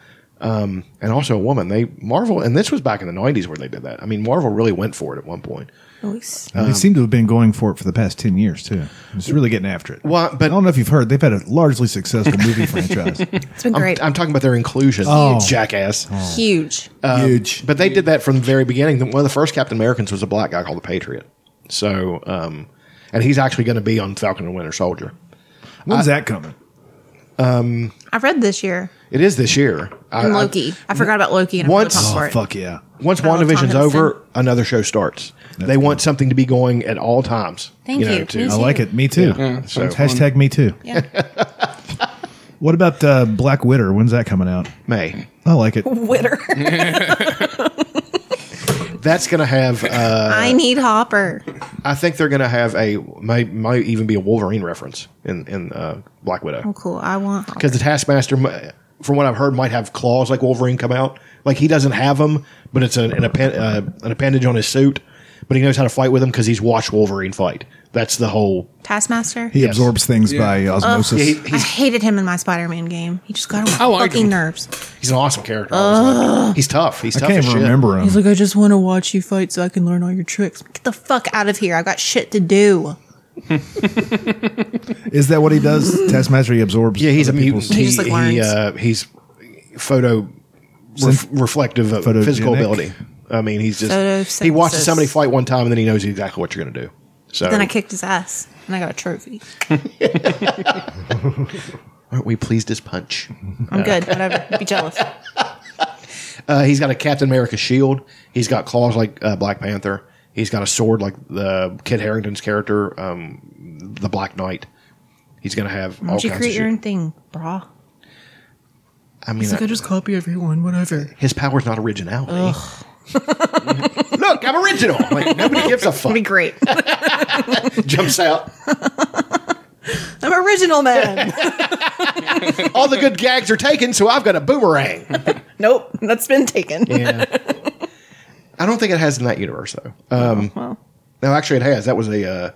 um, and also a woman they marvel and this was back in the 90s where they did that i mean marvel really went for it at one point Um, they seem to have been going for it for the past 10 years, too. It's really getting after it. Well, but- I don't know if you've heard, they've had a largely successful movie franchise. It's been great. I'm talking about their inclusion, jackass. Huge. Uh, Huge. Um, But they did that from the very beginning. One of the first Captain Americans was a black guy called the Patriot. So, um, and he's actually going to be on Falcon and Winter Soldier. When's that coming? I read this year. It is this year. I, And I- Loki. I, forgot about Loki and I'm Once- really pumped for Oh, it. fuck yeah. once I love Tom WandaVision's Hiddleston. over, another show starts. they want something to be going at all times. Thank you. to- Me I too. like it. Me too. so- Hashtag me too. Yeah. What about uh, Black Widow? When's that coming out? May. I like it. Witter. That's going to have. Uh, I need Hopper. I think they're going to have a might might even be a Wolverine reference in in uh, Black Widow. Cool. I want Hopper. because the Taskmaster, m- from what I've heard, might have claws like Wolverine come out. Like he doesn't have them, but it's an an, appen- uh, an appendage on his suit. But he knows how to fight with them because he's watched Wolverine fight. That's the whole. Taskmaster. He absorbs things by osmosis. Yeah, he, I he's hated him in my Spider-Man game. He just got I on my liked fucking him. nerves. he's an awesome character. I always liked him. He's tough. He's I tough. can't as shit. remember him. He's like, I just want to watch you fight so I can learn all your tricks. Get the fuck out of here. I've got shit to do. Is that what he does? Taskmaster, he absorbs. Yeah, he's a other mutant. people's- He, just, like, he, learns. uh, he's photo ref- reflective of physical Photogenic. ability. I mean, he's just Photosynthesis. he watches somebody fight one time and then he knows exactly what you're going to do. So Then I kicked his ass and I got a trophy. aren't we pleased as punch? I'm good. Whatever. Be jealous. Uh, he's got a Captain America shield. He's got claws like uh, Black Panther. He's got a sword like the Kid Harrington's character, um, the Black Knight. He's gonna have all Don't you kinds of create your own shit. thing, brah? I mean, He's like, uh, I just copy everyone, whatever. his power's not originality. Look, I'm original. Like, nobody gives a fuck. Be great. Jumps out. I'm original man. All the good gags are taken, so I've got a boomerang. nope. That's been taken. Yeah. I don't think it has in that universe though. Um, Oh, No, actually, it has. That was a uh,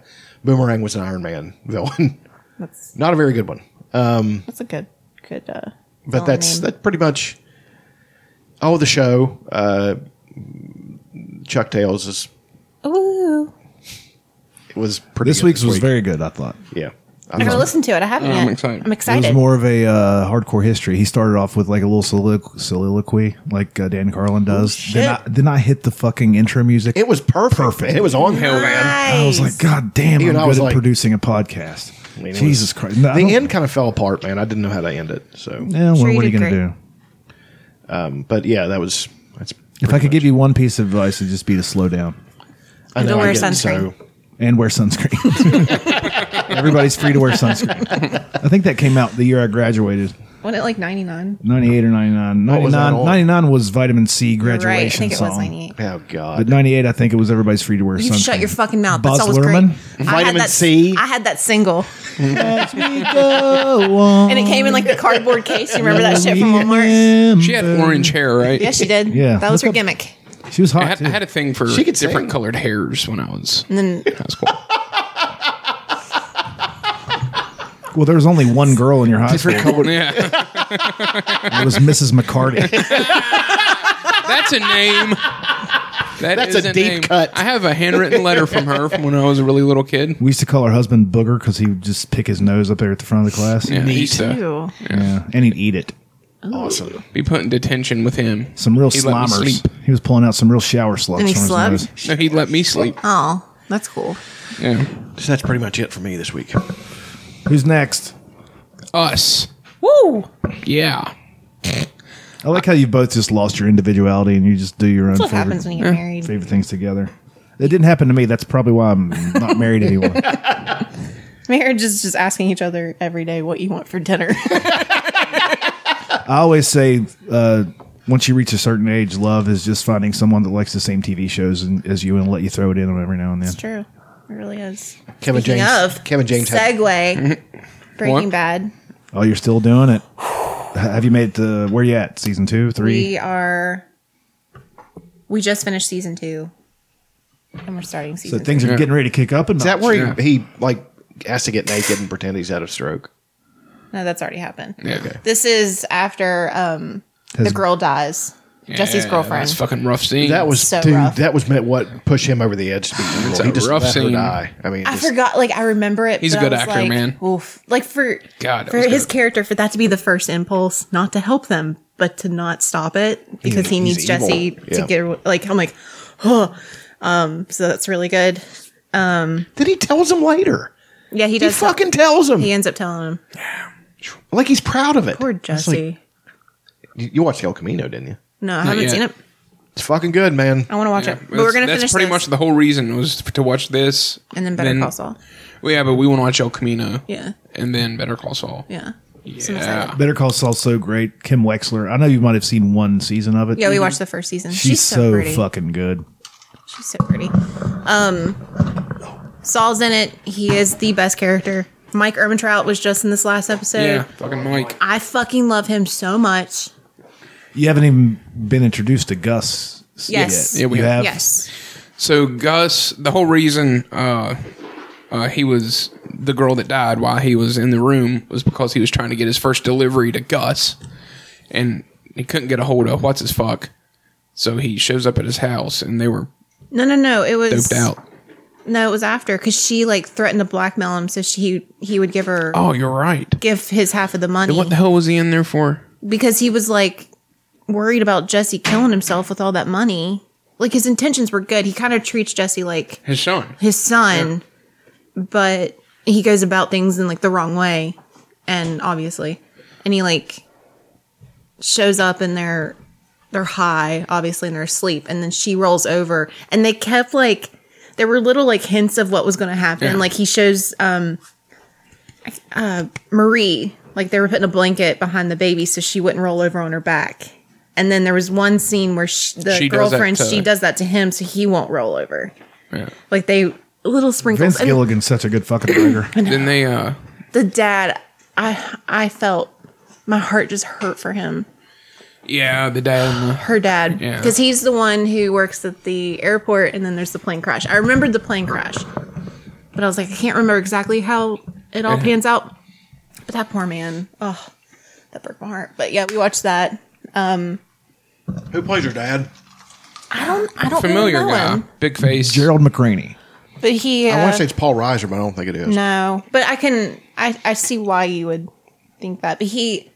boomerang was an Iron Man villain. not a very good one. That's a good, good, uh, villain but that's name. that's pretty much all the show. Uh, Chuck Tails is Ooh. it was pretty. This good week's was week. very good, I thought. yeah. I'm I gotta not- listen to it. I haven't I'm yet. excited. I'm It excited. was more of a uh, hardcore history. He started off with like a little solilo- soliloquy, like uh, Dan Carlin does. then, I, then I hit the fucking intro music. It was perfect. Perfect. It was on there, man. I was like, God damn, Even I'm I good was at like- producing a podcast. mean, it was- Jesus Christ. No, I don't- The end kind of fell apart, man. I didn't know how to end it. So, Yeah, well, Sure you what are you did going to great. do? but yeah, that was. That's If I could give you one piece of advice, it'd just be to slow down I And know don't I wear get it, sunscreen. so- and wear sunscreen. Everybody's free to wear sunscreen. I think that came out the year I graduated. Wasn't it like 99? 98 or 99. was that 99, all? 99 was vitamin C graduation Right. I think it song. was 98. Oh But God. 98, I think it was everybody's free to wear You sunscreen. shut your fucking mouth. Buzz That's always Luhrmann? great. I had Vitamin that, C. I had that single, Go on. and it came in like the cardboard case. You remember that shit from Walmart? Remember. She had orange hair, right? Yes, she did. Yeah. that was her Look up- gimmick. She was hot. I had, too. I had a thing for She could different sing. colored hairs when I was. I was cool. well, there was only one girl in your high school. It yeah, was Mrs. McCarty. that's a name. That That's is a deep name. cut. I have a handwritten letter from her from when I was a really little kid. We used to call her husband Booger because he would just pick his nose up there at the front of the class. Yeah, I used to Ew. Yeah. And he'd eat it. Awesome. be put in detention with him. Some real He let me slommers. sleep. He was pulling out some real shower slugs And he from his slept? nose. No, he let me sleep. Oh, that's cool. Yeah. So that's pretty much it for me this week. Who's next? Us. Woo! Yeah. I like how you both just lost your individuality and you just do your own That's what favorite, happens when you get married. favorite things together. It didn't happen to me. That's probably why I'm not married anymore. Marriage is just asking each other every day what you want for dinner. I always say, uh, once you reach a certain age, love is just finding someone that likes the same TV shows and, as you and let you throw it in them every now and then. True. It really is. Kevin Speaking James. of Kevin James. had- Segway. Breaking What? Bad. Oh, you're still doing it. H- Have you made it to where you at? Season two, three? We are. We just finished season two, and we're starting so season. things are getting ready to kick up. And Is that where he, he like has to get naked and pretend he's out of stroke? three. No, that's already happened. Yeah. This is after um, the Has- girl dies. Jesse's Yeah, girlfriend. That's fucking rough scene. That was So dude. rough. That was meant what pushed him over the edge. To be evil. It's a he just rough let her scene. die. I mean, I just- forgot. Like I remember it. He's a but I good was actor, like, man. Oof. Like for God, that For was his good. character, for that to be the first impulse, not to help them, but to not stop it because he he's needs Jesse evil. to Yeah. get like I'm like, oh, um. So that's really good. then he tells him later. Yeah, he He does. fucking tells him he ends up telling him, like he's proud of it. "Poor It's like- Jesse." you you watched El Camino, didn't you? no, I haven't yet. seen it. It's fucking good, man. I want to watch Yeah, it. we're gonna that's finish pretty this. much the whole reason was to watch this And then Better Call Saul. Well, yeah, but we want to watch El Camino. Yeah. and then Better Call Saul. Yeah. yeah. Better Call Saul's so great. Kim Wexler. I know you might have seen one season of it. Yeah, we watched the first season. She's, so, pretty. fucking good. She's so pretty. Um, Saul's in it. He is the best character. Mike Ermintrout was just in this last episode. yeah, fucking Mike. I fucking love him so much. You haven't even been introduced to Gus s- Yes. yet. Yeah, we you have. have. Yes. So Gus, the whole reason uh, uh, he was the girl that died while he was in the room was because he was trying to get his first delivery to Gus, and he couldn't get a hold of what's his fuck. So he shows up at his house, and they were No, no, no. It was doped out. no. It was after because she like threatened to blackmail him, so she he would give her Oh, you're right. give his half of the money What the hell was he in there for? because he was like worried about Jesse killing himself with all that money. Like his intentions were good. He kind of treats Jesse like His son. his son, but he goes about things in like the wrong way, and obviously, and he like shows up and they're they're high, obviously, and they're asleep, and then she rolls over, and they kept like there were little like hints of what was going to happen. Yeah. Like he shows um uh Marie like they were putting a blanket behind the baby so she wouldn't roll over on her back. And then there was one scene where she, the She does that girlfriend to- she does that to him so he won't roll over. Yeah. Like they little sprinkles. Vince and Gilligan's such a good fucking writer. Then they uh the dad, I I felt my heart just hurt for him. yeah, the dad and the Her dad, Yeah. because he's the one who works at the airport, and then there's the plane crash. I remembered the plane crash, but I was like, I can't remember exactly how it all pans out. But that poor man, oh, that broke my heart. But yeah, we watched that. Who plays your dad? I don't, I don't familiar really know guy. him, Big face. Gerald McCraney. but he. I Uh, want to say it's Paul Reiser, but I don't think it is. no, but I can. I, I see why you would think that. But he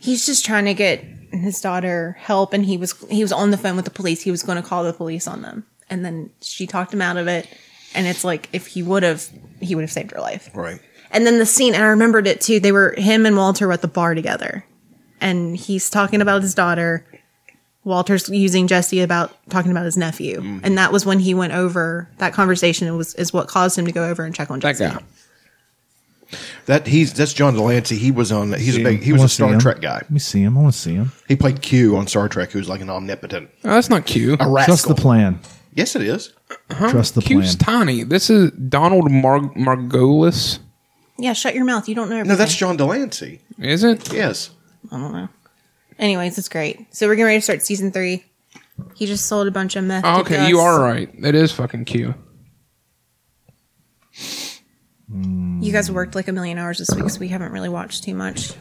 he's just trying to get his daughter help and he was he was on the phone with the police. He was going to call the police on them. And then she talked him out of it and it's like if he would have he would have saved her life. Right. And then the scene, and I remembered it too. They were him and Walter were at the bar together, and he's talking about his daughter. Walter's using Jesse about talking about his nephew, and that was when he went over that conversation. Was is what caused him to go over and check on That Jesse. guy. That he's that's John Delancey. He was on. He's a big. He I was a wanna see Star him. Trek guy. Let me see him. I want to see him. He played Q on Star Trek, who's like an omnipotent. Oh, that's not Q. A rascal. Trust the plan. Yes, it is. Trust the Q's plan. tiny. This is Donald Mar- Margolis, Yeah, shut your mouth. You don't know. Everything. No, that's John Delancey. is it? Yes. Anyways, it's great. So we're getting ready to start season three. He just sold a bunch of meth. Oh, to okay, Gus. you are right. That is fucking Q. You guys worked like a million hours this week, so we haven't really watched too much.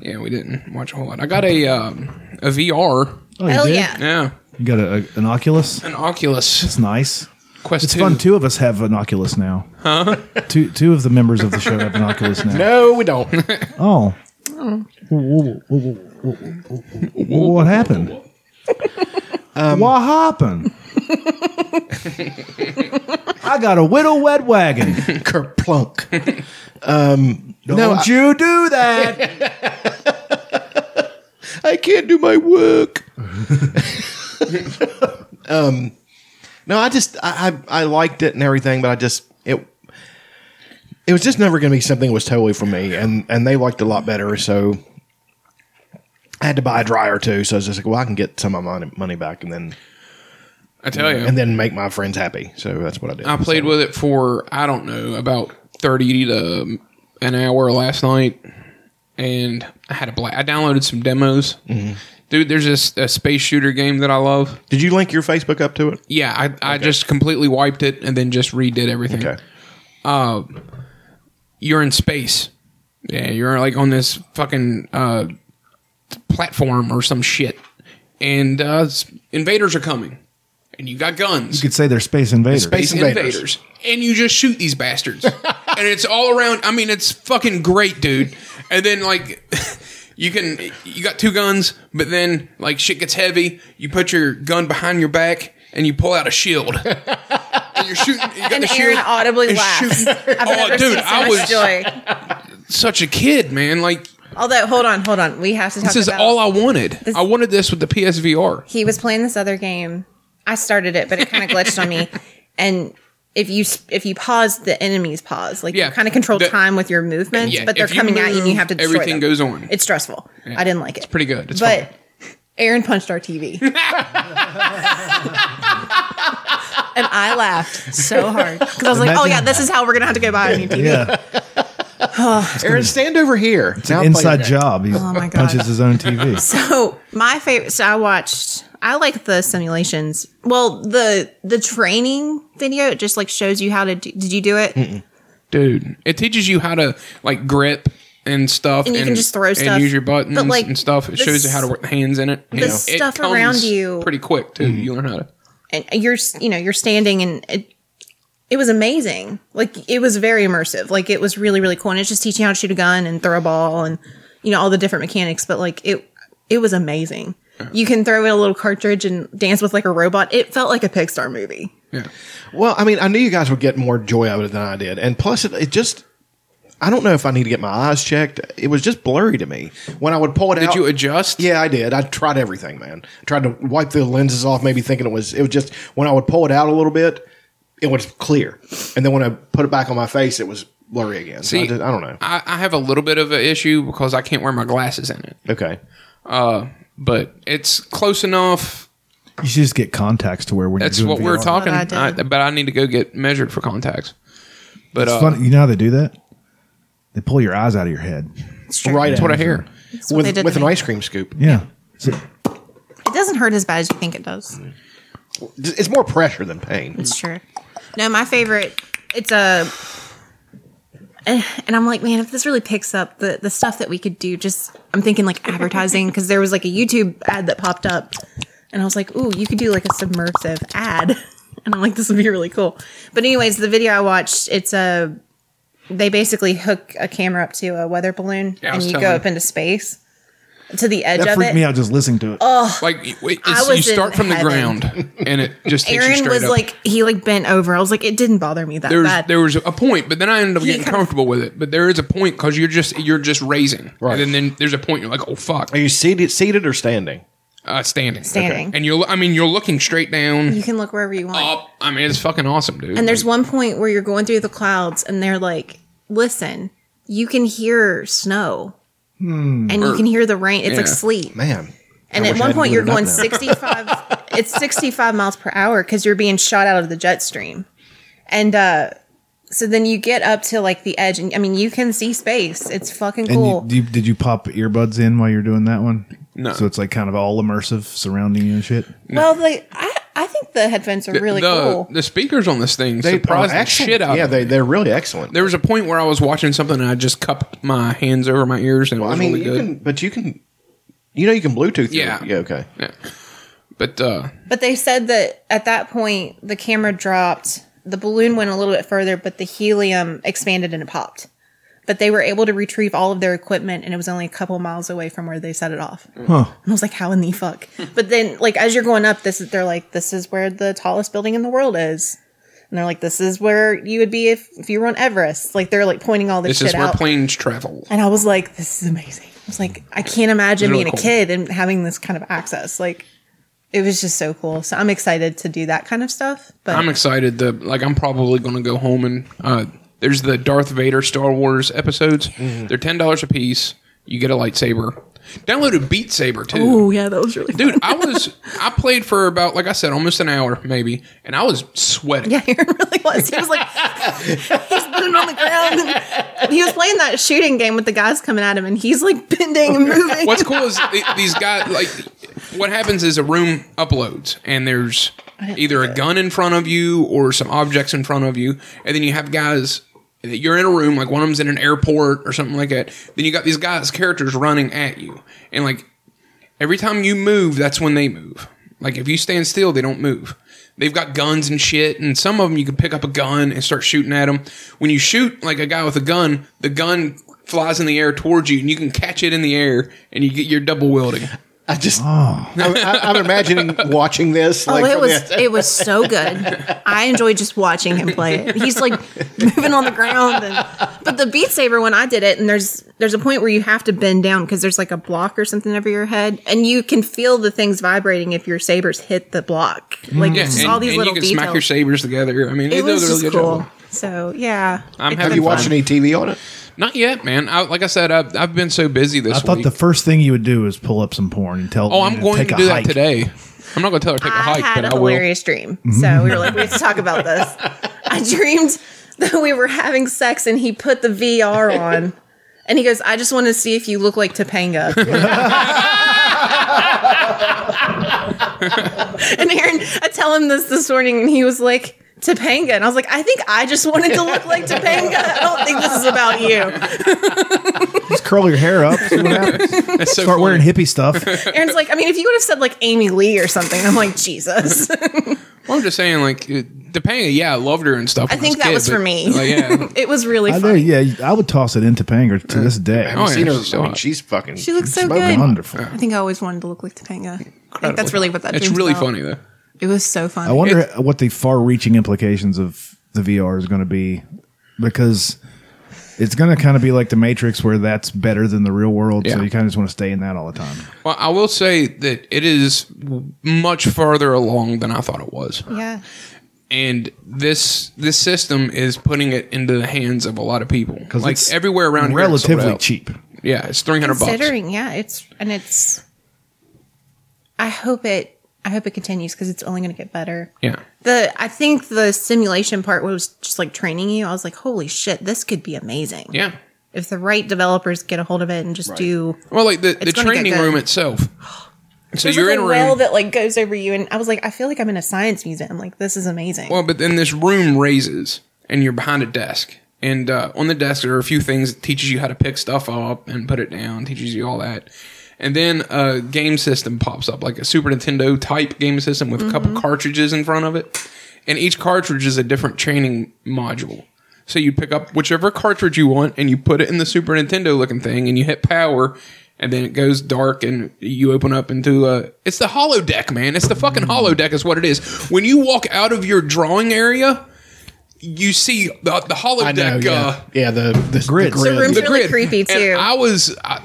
Yeah, we didn't watch a whole lot. I got a um, a VR. Oh, you Hell did? yeah! Yeah, You got a, a, an Oculus? an Oculus It's nice. Quest. It's 2. fun. Two of us have an Oculus now. Huh? Two two of the members of the show have an Oculus now. No, we don't. Oh. Whoa, whoa, whoa, whoa, whoa, whoa, whoa, whoa. What happened? what happened? I got a widow wet wagon. Kerplunk. Don't No, I- you do that. I can't do my work. um, no, I just I, I I liked it and everything, but I just it it was just never going to be something that was totally for me, and and they liked it a lot better, so. I had to buy a dryer too, so I was just like, "Well, I can get some of my money- money back, and then I tell you, and then make my friends happy." So that's what I did. I played with it for I don't know about thirty to an hour last night, and I had a blast. I downloaded some demos. Mm-hmm. Dude, there's this a space shooter game that I love. Did you link your Facebook up to it? Yeah, I, I just completely wiped it and then just redid everything. Okay. You're in space. Yeah, you're like on this fucking uh, platform or some shit, and uh, s- invaders are coming, and you got guns. You could say they're space invaders. Space- Space invaders. And you just shoot these bastards. and it's all around. I mean, it's fucking great, dude. And then, like, you can, you got two guns, but then, like, shit gets heavy. You put your gun behind your back and you pull out a shield. and you're shooting. You got the And shield. Aaron audibly and laughs. shooting. I've Oh, never dude, seen so I much was- joy. Such a kid, man. Like, Although, hold on, hold on. We have to talk this is about all I wanted. I wanted this with the PSVR. he was playing this other game. I started it, but it kind of glitched on me. And if you s- if you pause, the enemies pause. Like Yeah. you kind of control The- time with your movements, Yeah, but they're if you coming at you, and you have to move, destroy everything them. goes on. It's stressful. I didn't like it. It's pretty good. It's but fun. Aaron punched our TV, and I laughed so hard because I was like, "Oh Imagine- yeah, this is how we're gonna have to go buy a new TV." Yeah, Aaron, stand over here. It's inside job. He Oh my God. punches his own TV. So Oh, my favorite. So I watched. I like the simulations. Well, the the training video it just like shows you how to. Do, did you do it? Dude, it teaches you how to, like, grip. And stuff, And you can just throw stuff. and use your buttons But, like, and stuff. the It shows you how to work the hands in it. The stuff around you- pretty quick too. You learn how to. And you're s- you know you're standing and it. It was amazing. Like it was very immersive. Like it was really really cool. And it's just teaching you how to shoot a gun and throw a ball and you know all the different mechanics. But like it it was amazing. You can throw in a little cartridge and dance with like a robot. It felt like a Pixar movie. Yeah. Well, I mean, I knew you guys would get more joy out of it than I did, and plus, it, it just—I don't know if I need to get my eyes checked. It was just blurry to me when I would pull it out. Did you adjust? Yeah, I did. I tried everything, man. I tried to wipe the lenses off, maybe thinking it was. It was just when I would pull it out a little bit, it was clear, and then when I put it back on my face, it was blurry again. So I, See, just, I don't know. I, I have a little bit of an issue because I can't wear my glasses in it, Okay, but it's close enough. You should just get contacts to wear when That's you're doing what we were VR. talking. That's what I I did. but I need to go get measured for contacts. But It's uh, funny. You know how they do that? They pull your eyes out of your head. right. that's what I hear. That's what they with did with to an me. ice cream scoop. Yeah. So- It doesn't hurt as bad as you think it does. It's more pressure than pain. It's true. No, my favorite. It's a. And I'm like, man, if this really picks up the the stuff that we could do, just I'm thinking like advertising because there was like a YouTube ad that popped up, and I was like, ooh, you could do like a submersive ad, and I'm like, this would be really cool. But anyways, the video I watched, it's a they basically hook a camera up to a weather balloon Yeah, I and was you go telling up into space to the edge That of freaked it. me out just listening to it. Like you- wait, it's- was you start in from the heaven. ground and it just takes you Aaron straight was up. like he like bent over. I was like, it didn't bother me that There's bad. there was a point, but then I ended up getting comfortable with it. But there is a point because you're just you're just raising, Right. right? And then, then there's a point you're like, oh fuck, Are you seated, seated or standing? uh, standing, Standing. and you're I mean you're looking straight down, you can look wherever you want. up. I mean it's fucking awesome, dude. And there's one point where you're going through the clouds and they're like, listen, you can hear snow and you can hear the rain. It's like Yeah. sleep. Man, And I at wish I one hadn't point, you're given it going up 65. it's 65 miles per hour because you're being shot out of the jet stream. And uh, so then you get up to like the edge, and I mean, you can see space. It's fucking and cool. you, do you- did you pop earbuds in while you're doing that one? No. So it's like kind of all immersive, surrounding you and shit. well, like I, I think the headphones are really the, cool. The speakers on this thing surprised the excellent. shit out. Yeah, of me. they, they're really excellent. there was a point where I was watching something and I just cupped my hands over my ears and it Well, I was mean, really you good. can, but you can, you know, you can Bluetooth. your- Yeah. Yeah. Okay. yeah. But uh, But they said that at that point, the camera dropped, the balloon went a little bit further, but the helium expanded and it popped. But they were able to retrieve all of their equipment, and it was only a couple miles away from where they set it off. Huh. And I was like, "How in the fuck?" But then, like, as you're going up, this is they're like, "This is where the tallest building in the world is," and they're like, "This is where you would be if, if you were on Everest." Like, they're like pointing all this, this is shit where out, planes travel. and I was like, "This is amazing." I was like, "I can't imagine Really being cool. a kid and having this kind of access." Like, it was just so cool. So I'm excited to do that kind of stuff. But I'm excited. The like I'm probably going to go home and uh, there's the Darth Vader Star Wars episodes. They're ten dollars a piece. You get a lightsaber. Downloaded Beat Saber too. Oh, yeah, that was really fun. Dude, I was I played for about like I said almost an hour maybe, and I was sweating. yeah, Aaron really was. He was like, he's been on the ground. And he was playing that shooting game with the guys coming at him, and he's like bending and moving. What's cool is th- these guys like what happens is a room uploads and there's either a gun in front of you or some objects in front of you, and then you have guys that you're in a room like one of them's in an airport or something like that. Then you got these guys characters running at you, and like every time you move, that's when they move. Like if you stand still, they don't move. They've got guns and shit, and some of them you can pick up a gun and start shooting at them. When you shoot like a guy with a gun, the gun flies in the air towards you, and you can catch it in the air, and you get your double wielding. I just, Ah. I'm, I, I'm imagining watching this. Like, Oh, it from was the- it was so good. I enjoyed just watching him play it. He's like moving on the ground, and, but the Beat Saber when I did it, and there's there's a point where you have to bend down because there's like a block or something over your head, and you can feel the things vibrating if your sabers hit the block. Like it's just Mm. and, all these and little you can smack your details. sabers together. I mean, they it do a was really just good cool. job. So yeah, I'm have having you fun. watched any TV on it? Not yet, man. I, like I said, I've, I've been so busy this I thought week. the first thing you would do is pull up some porn and tell. oh, me I'm going take to a do that hike. today. I'm not going to tell her to take a I hike, had but a I will. Mm-hmm. hilarious dream. So we were like, we have to talk about this. I dreamed that we were having sex and he put the VR on. And he goes, I just want to see if you look like Topanga. and Aaron, I tell him this this morning and he was like, Topanga. And I was like, I think I just wanted to look like Topanga. I don't think this is about you. Just curl your hair up. See what happens. That's so Start funny. wearing hippie stuff. Aaron's like, I mean, if you would have said like Amy Lee or something, I'm like, Jesus. Well, I'm just saying, like, it- Topanga, yeah, I loved her and stuff. I when think a that kid, was for but, me. Like, yeah. it was really I funny. know, yeah, I would toss it into Panger to this day. Oh, yeah, Seen her, she's so I mean, hot. she's fucking. she looks so Fucking Oh, good. Wonderful. uh, I think I always wanted to look like Topanga. I think that's really what that. It's dream's really about. funny though. It was so fun. I wonder what the far-reaching implications of the VR is going to be, because it's going to kind of be like the Matrix, where that's better than the real world. So Yeah. you kind of just want to stay in that all the time. Well, I will say that it is w- much farther along than I thought it was. Yeah. and this this system is putting it into the hands of a lot of people. 'Cause Like it's everywhere around here, it's sold relatively out. cheap. Yeah, it's three hundred bucks. considering yeah it's and it's i hope it i hope it continues because it's only going to get better Yeah, the i think the simulation part was just like training you i was like holy shit this could be amazing yeah. if the right developers get a hold of it and just do Well, like the, the gonna get training good. room itself. So There's you're like in a a room. well that like goes over you and i was like i feel like i'm in a science museum like this is amazing Well, but then this room raises, and you're behind a desk. And uh, on the desk there are a few things that teaches you how to pick stuff up and put it down, teaches you all that. And then a game system pops up, like a Super Nintendo type game system with a couple cartridges in front of it. And each cartridge is a different training module. So you'd pick up whichever cartridge you want and you put it in the Super Nintendo looking thing and you hit power and then it goes dark and you open up into a it's the hollow deck, man. It's the fucking hollow deck is what it is. When you walk out of your drawing area, you see the, the hollow I know. deck uh, Yeah, yeah the, the, the Grids. grid. The room's the really grid. creepy And too. I was I,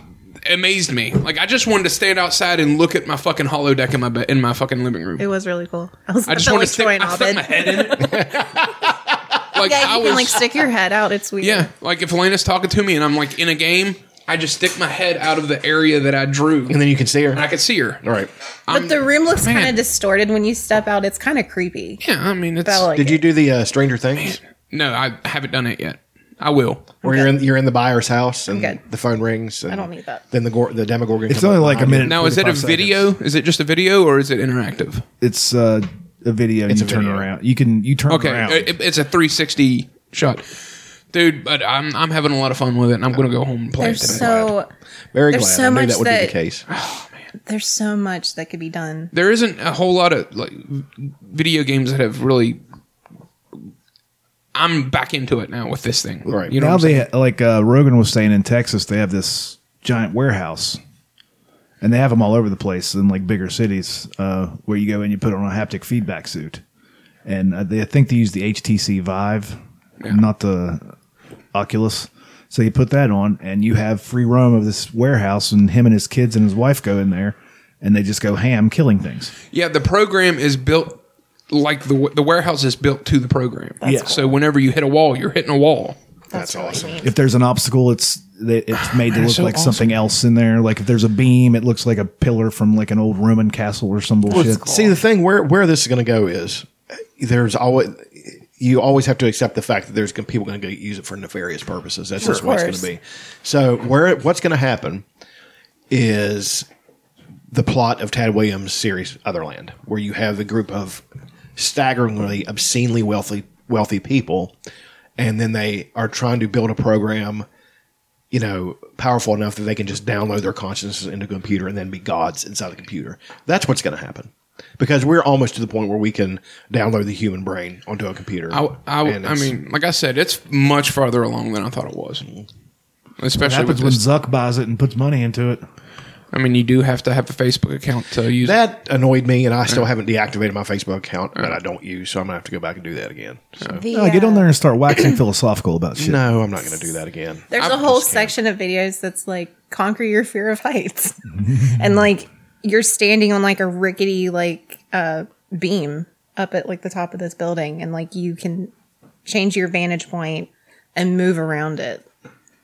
amazed me. Like I just wanted to stand outside and look at my fucking hollow deck in my be- in my fucking living room. it was really cool. I was I just felt wanted like to stick, Troy and I stuck Abed. my head in it. like Yeah, I you was can like stick your head out. It's weird. yeah. Like if Elena's talking to me and I'm like in a game, I just stick my head out of the area that I drew and and then you can see her. I could see her. All right. But the room looks man. kind of distorted when you step out. It's kind of creepy. Yeah, I mean it's I like Did it. you do the uh, Stranger Things no, I haven't done it yet. I will. where you're in you're in the buyer's house and good. the phone rings? And I don't need that. Then the gor- the Demogorgon. It's comes only up like a behind you. minute. Now is it a 45 seconds. video? Is it just a video or is it interactive? It's uh, a video. It's you a turn video. around. You can you turn Okay, around. it- it's a 360 shot. Dude, but I'm I'm having a lot of fun with it and I'm going to go home and play There's it today. so Very There's glad. so I knew much that would be that- the case. there's so much that could be done. there isn't a whole lot of like video games that have really I'm back into it now with this thing. Right. You know now what I'm they saying? ha- like uh, Rogan was saying in Texas, they have this giant warehouse, and they have them all over the place in like bigger cities uh, where you go and you put on a haptic feedback suit, and uh, they, I think they use the HTC Vive, not the Oculus. So you put that on, and you have free roam of this warehouse, and him and his kids and his wife go in there, and they just go ham killing things. Yeah, the program is built like the wa- the warehouse is built to the program. Yeah. cool. So whenever you hit a wall, you're hitting a wall. That's awesome. if there's an obstacle, it's they- it's made to look so like something else in there. Like if there's a beam, it looks like a pillar from like an old Roman castle or some bullshit. See, the thing where where this is going to go is there's always you always have to accept the fact that there's gonna, people going to use it for nefarious purposes. That's just what it's going course. to be. So where what's going to happen is the plot of Tad Williams' series Otherland, where you have a group of staggeringly obscenely wealthy wealthy people, and then they are trying to build a program you know, powerful enough that they can just download their consciousness into a computer and then be gods inside the computer. That's what's going to happen. Because we're almost to the point where we can download the human brain onto a computer. I I, And I it's- mean, like I said, it's much farther along than I thought it was. Mm-hmm. It Especially with happens when this. Zuck buys it and puts money into it. I mean, you do have to have a Facebook account to use it. that annoyed me, and I still haven't deactivated my Facebook account that I don't use, so I'm going to have to go back and do that again. So, The, No, get on uh, there and start waxing philosophical about shit. no, I'm not going to do that again. There's a whole section of videos that's like conquer your fear of heights, and like you're standing on like a rickety like uh beam up at like the top of this building, and like you can change your vantage point and move around it.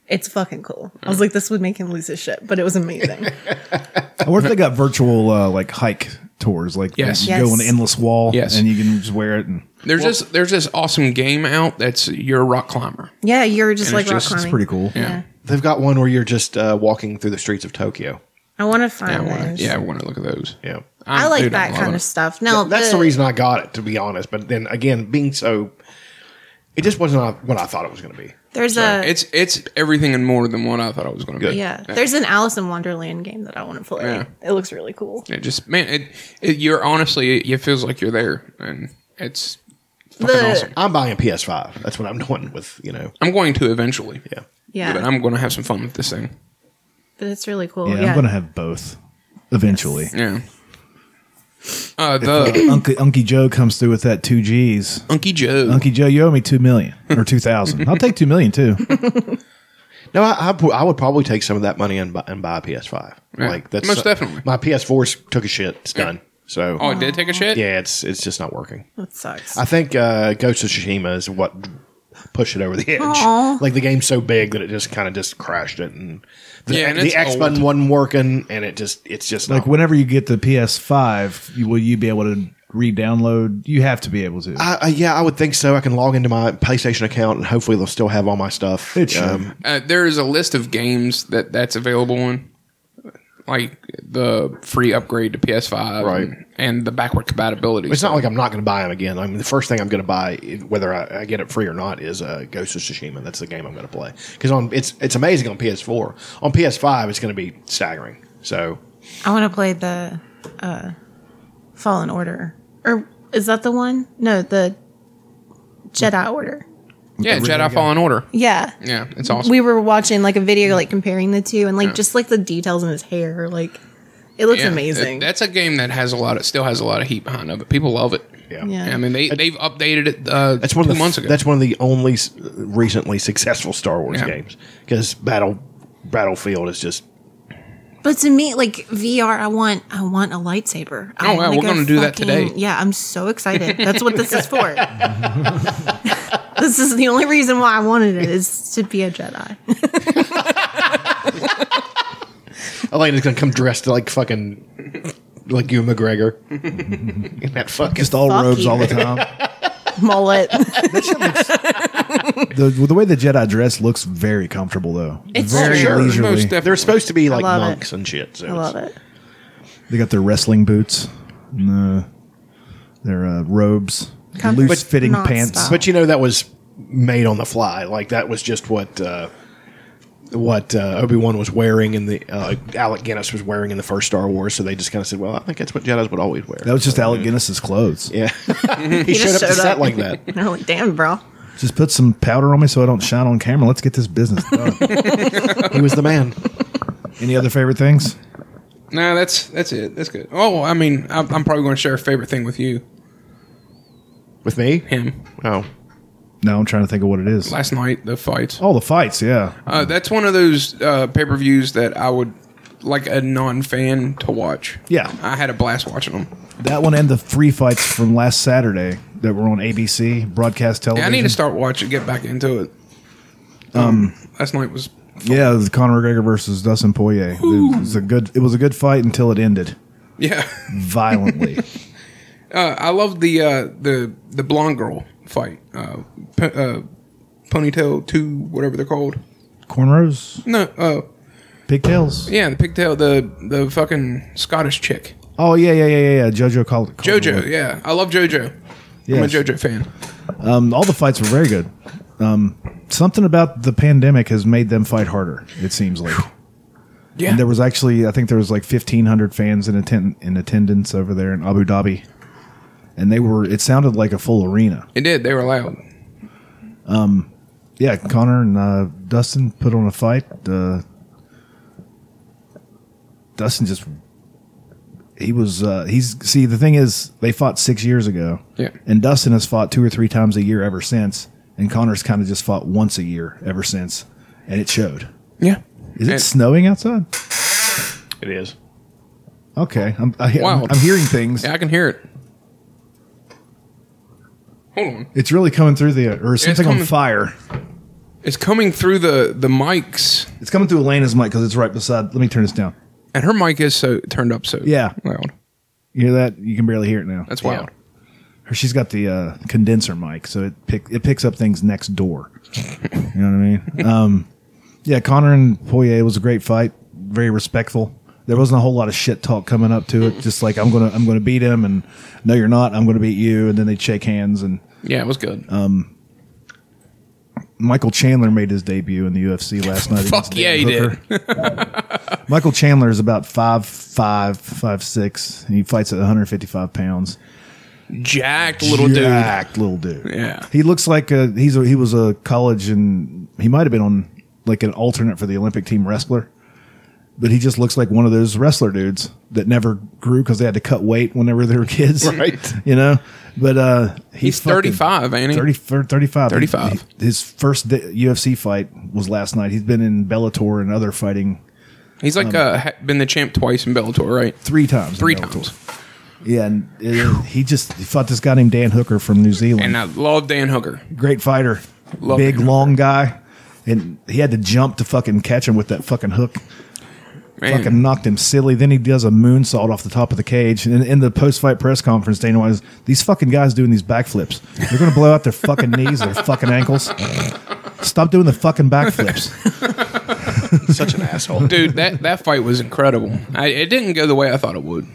It's fucking cool. I Mm. was like, this would make him lose his shit, but it was amazing. I wonder if they got virtual uh, like hike tours, like Yes. you go on an Yes. endless wall, Yes. and you can just wear it, and There's this there's this awesome game out that's you're a rock climber. yeah, you're just And like it's rock just- it's climbing. it's pretty cool. Yeah. They've got one where you're just uh, walking through the streets of Tokyo. I want to Yeah, I find wanna, those. yeah, I want to look at those. Yeah. I'm- I like dude, I'm that loving kind it. of stuff. Now That's the reason I got it, to be honest. But then again, being so. It just wasn't what I thought it was going to be. There's a It's it's everything and more than what I thought I was going to be. yeah. There's an Alice in Wonderland game that I want to play. Yeah. It looks really cool. It just man, it, it you're honestly it, feels like you're there, and it's fucking The- awesome. I'm buying PS5. That's what I'm doing with, you know. I'm going to eventually. Yeah. Yeah, But I'm going to have some fun with this thing. but it's really cool. Yeah, Yeah, I'm gonna have both eventually. Yeah. Uh, the Uncle Unky Joe comes through with that two G's. Unky Joe. Unky Joe, you owe me two million or two thousand. I'll take two million too. No, I, I, pu- I would probably take some of that money and buy, and buy a PS5. Yeah. Like that's Most definitely. My PS4 took a shit. It's done. So oh, it did take a shit. yeah, it's it's just not working. that sucks. I think uh, Ghost of Tsushima is what pushed it over the edge. Like the game's so big that it just kind of just crashed it, and the, Yeah, and the it's X button old. wasn't working, and it just it's just Like not whenever you get the PS5, you, will you be able to re-download? You have to be able to. I, I, yeah, I would think so. I can log into my PlayStation account, and hopefully they'll still have all my stuff. um, It should. Uh, there is a list of games that that's available in, like the free upgrade to PS5, Right. And, and the backward compatibility. It's not like I'm not going to buy them again. I mean, the first thing I'm going to buy, whether I, I get it free or not, is uh, Ghost of Tsushima. That's the game I'm going to play because on it's it's amazing on PS4. On PS5, it's going to be staggering. So I want to play the uh, Fallen Order, or is that the one? No, the Jedi Order. Yeah, Jedi Fallen Order. Yeah. Yeah, it's awesome. We were watching like a video like comparing the two and like just like the details in his hair, like it looks Yeah, amazing. that- that's a game that has a lot. Of, still has a lot of heat behind it, but people love it. Yeah. Yeah. I mean, they they've updated it. Uh, That's one two of the months ago. That's one of the only s- recently successful Star Wars Yeah. games because Battle Battlefield is just But to me, like VR, I want I want a lightsaber. I Oh, wow, wanna we're go gonna do that today. Yeah, I'm so excited. That's what this is for. this is the only reason why I wanted it is to be a Jedi. Elena's gonna come dressed like fucking like you McGregor in that fucking Just all Fuck robes you. all the time. Mullet. the, the way the Jedi dress looks very comfortable though. It's very sure. leisurely. Most They're definitely. supposed to be like love it. monks and shit. So I love it. They got their wrestling boots, and, uh, their uh, robes, loose fitting But- pants. nonstop. But you know that was made on the fly. Like that was just what uh, what uh, Obi Wan was wearing, and the uh, Alec Guinness was wearing in the first Star Wars. So they just kind of said, "Well, I think that's what Jedi's would always wear." That was just Alec Guinness's clothes. yeah, he, showed up just to showed set up. like that. And I'm like, damn, bro. Just put some powder on me so I don't shine on camera. Let's get this business done. He was the man. Any other favorite things? No, that's that's it. That's good. Oh, I mean, I'm, I'm probably going to share a favorite thing with you. With me? Him Oh, No, I'm trying to think of what it is. last night, the fights. All the fights, yeah. Uh, that's one of those uh, pay per views that I would like a non fan to watch. Yeah. I had a blast watching them. That one and the free fights from last Saturday that were on ABC broadcast Yeah, I television. need to start watching, get back into it. Um, last night was Yeah, it was Conor McGregor versus Dustin Poirier. It was a good. It was a good fight until it ended yeah. violently. Uh, I love the uh, the the blonde girl fight. Uh, p- uh, ponytail two, whatever they're called. Cornrows, No, uh, pigtails. yeah, the pigtail, the the fucking Scottish chick, Oh yeah, yeah, yeah, yeah. yeah. JoJo called JoJo. Yeah, I love JoJo. I'm a Yes. JoJo fan. Um, all the fights were very good. Um, something about the pandemic has made them fight harder. It seems like. Yeah, And there was actually, I think there was like fifteen hundred fans in attend in attendance over there in Abu Dhabi, and they were. It sounded like a full arena. it did. They were loud. Yeah, Connor and uh, Dustin put on a fight. Uh, Dustin just he was uh, he's see the thing is they fought six years ago. Yeah. and Dustin has fought two or three times a year ever since, and Connor's kind of just fought once a year ever since, and it showed. Yeah. Is it And- snowing outside? it is. Okay, I'm I, Wow. am I'm hearing things. Yeah, I can hear it. Hold on. It's really coming through the or something on coming. fire. It's coming through the the mics, It's coming through Elena's mic because it's right beside. Let me turn this down. and her mic is so turned up so Yeah. loud. You hear that? You can barely hear it now. That's wild. Her- She's got the uh, condenser mic, so it pick it picks up things next door. you know what I mean? Um, yeah, Connor and Poirier was a great fight. Very respectful. There wasn't a whole lot of shit talk coming up to it. Just like I'm gonna I'm gonna beat him, and no, you're not. I'm gonna beat you, and then they'd shake hands. And Yeah, it was good. Um, Michael Chandler made his debut in the UFC last night. Fuck against yeah, Dan he did. Hooker. Michael Chandler is about five five five six, and he fights at 155 pounds. Jacked little dude. Jacked little dude. Yeah. he looks like a he's a, he was a college and he might have been on like an alternate for the Olympic team wrestler, but he just looks like one of those wrestler dudes that never grew because they had to cut weight whenever they were kids, Right. You know, but uh, he's, He's 35, ain't he? 30, 35. 35. He- his first di- UFC fight was last night. He's been in Bellator and other fighting He's like uh, ha- been the champ twice in Bellator, right? three times. in Three Um, Bellator. times. Yeah, and uh, he just he fought this guy named Dan Hooker from New Zealand. And I love Dan Hooker. great fighter, Love big Dan long guy, and he had to jump to fucking catch him with that fucking hook. Man. Fucking knocked him silly. Then he does a moonsault off the top of the cage. And in, in the post fight press conference, Dana White was, these fucking guys doing these backflips. They're going to blow out their fucking knees, their fucking ankles. Stop doing the fucking backflips. Such an asshole. Dude, that, that fight was incredible. I, it didn't go the way I thought it would.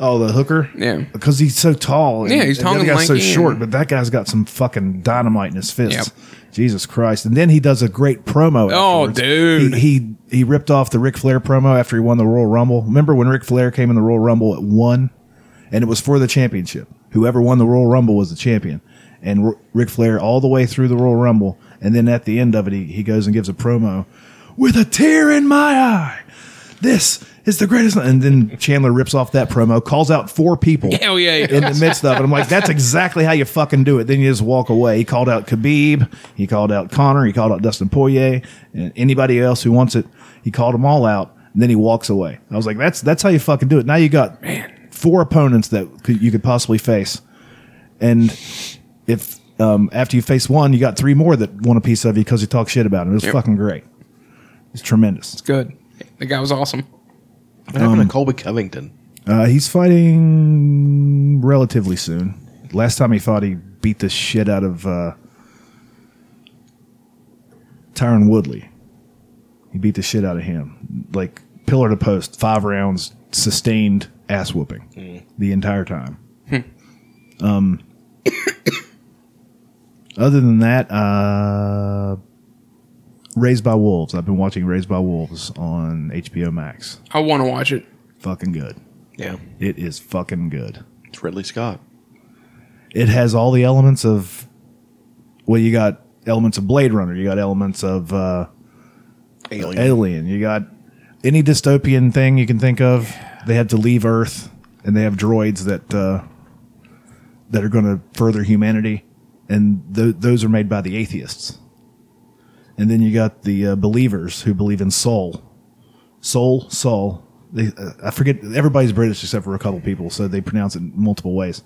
Oh, the hooker? Yeah. Because he's so tall. Yeah, he's tall The and other guy's so lanky and- short, but that guy's got some fucking dynamite in his fists. Yep. Jesus Christ. And then he does a great promo. Oh, afterwards. dude. He, he he ripped off the Ric Flair promo after he won the Royal Rumble. Remember when Ric Flair came in the Royal Rumble at one, and it was for the championship. Whoever won the Royal Rumble was the champion. and R- Ric Flair all the way through the Royal Rumble, and then at the end of it, he, he goes and gives a promo with a tear in my eye. This is the greatest, and then Chandler rips off that promo, calls out four people Hell yeah. in the midst of it. I'm like, that's exactly how you fucking do it. Then you just walk away. He called out Khabib. He called out Connor. He called out Dustin Poirier and anybody else who wants it. He called them all out. And then he walks away. I was like, that's that's how you fucking do it. Now you got four opponents that could, you could possibly face, and if um, after you face one, you got three more that want a piece of you because you talk shit about him. It was fucking great. It's tremendous. Good. The guy was awesome. What happened to Colby Covington? Uh, he's fighting relatively soon. Last time he fought, he beat the shit out of uh, Tyron Woodley. He beat the shit out of him, like pillar to post, five rounds, sustained ass whooping the entire time. um, other than that, uh, Raised by Wolves. I've been watching Raised by Wolves on HBO Max. I want to watch it. Fucking good. Yeah, It is fucking good. it's Ridley Scott. It has all the elements of well, you got elements of Blade Runner, you got elements of uh, Alien. Alien, you got any dystopian thing you can think of. They have to leave Earth, and they have droids that uh, that are going to further humanity, and th- those are made by the atheists. And then you got the uh, believers who believe in soul, soul, soul. They, uh, I forget. Everybody's British except for a couple people, so they pronounce it multiple ways.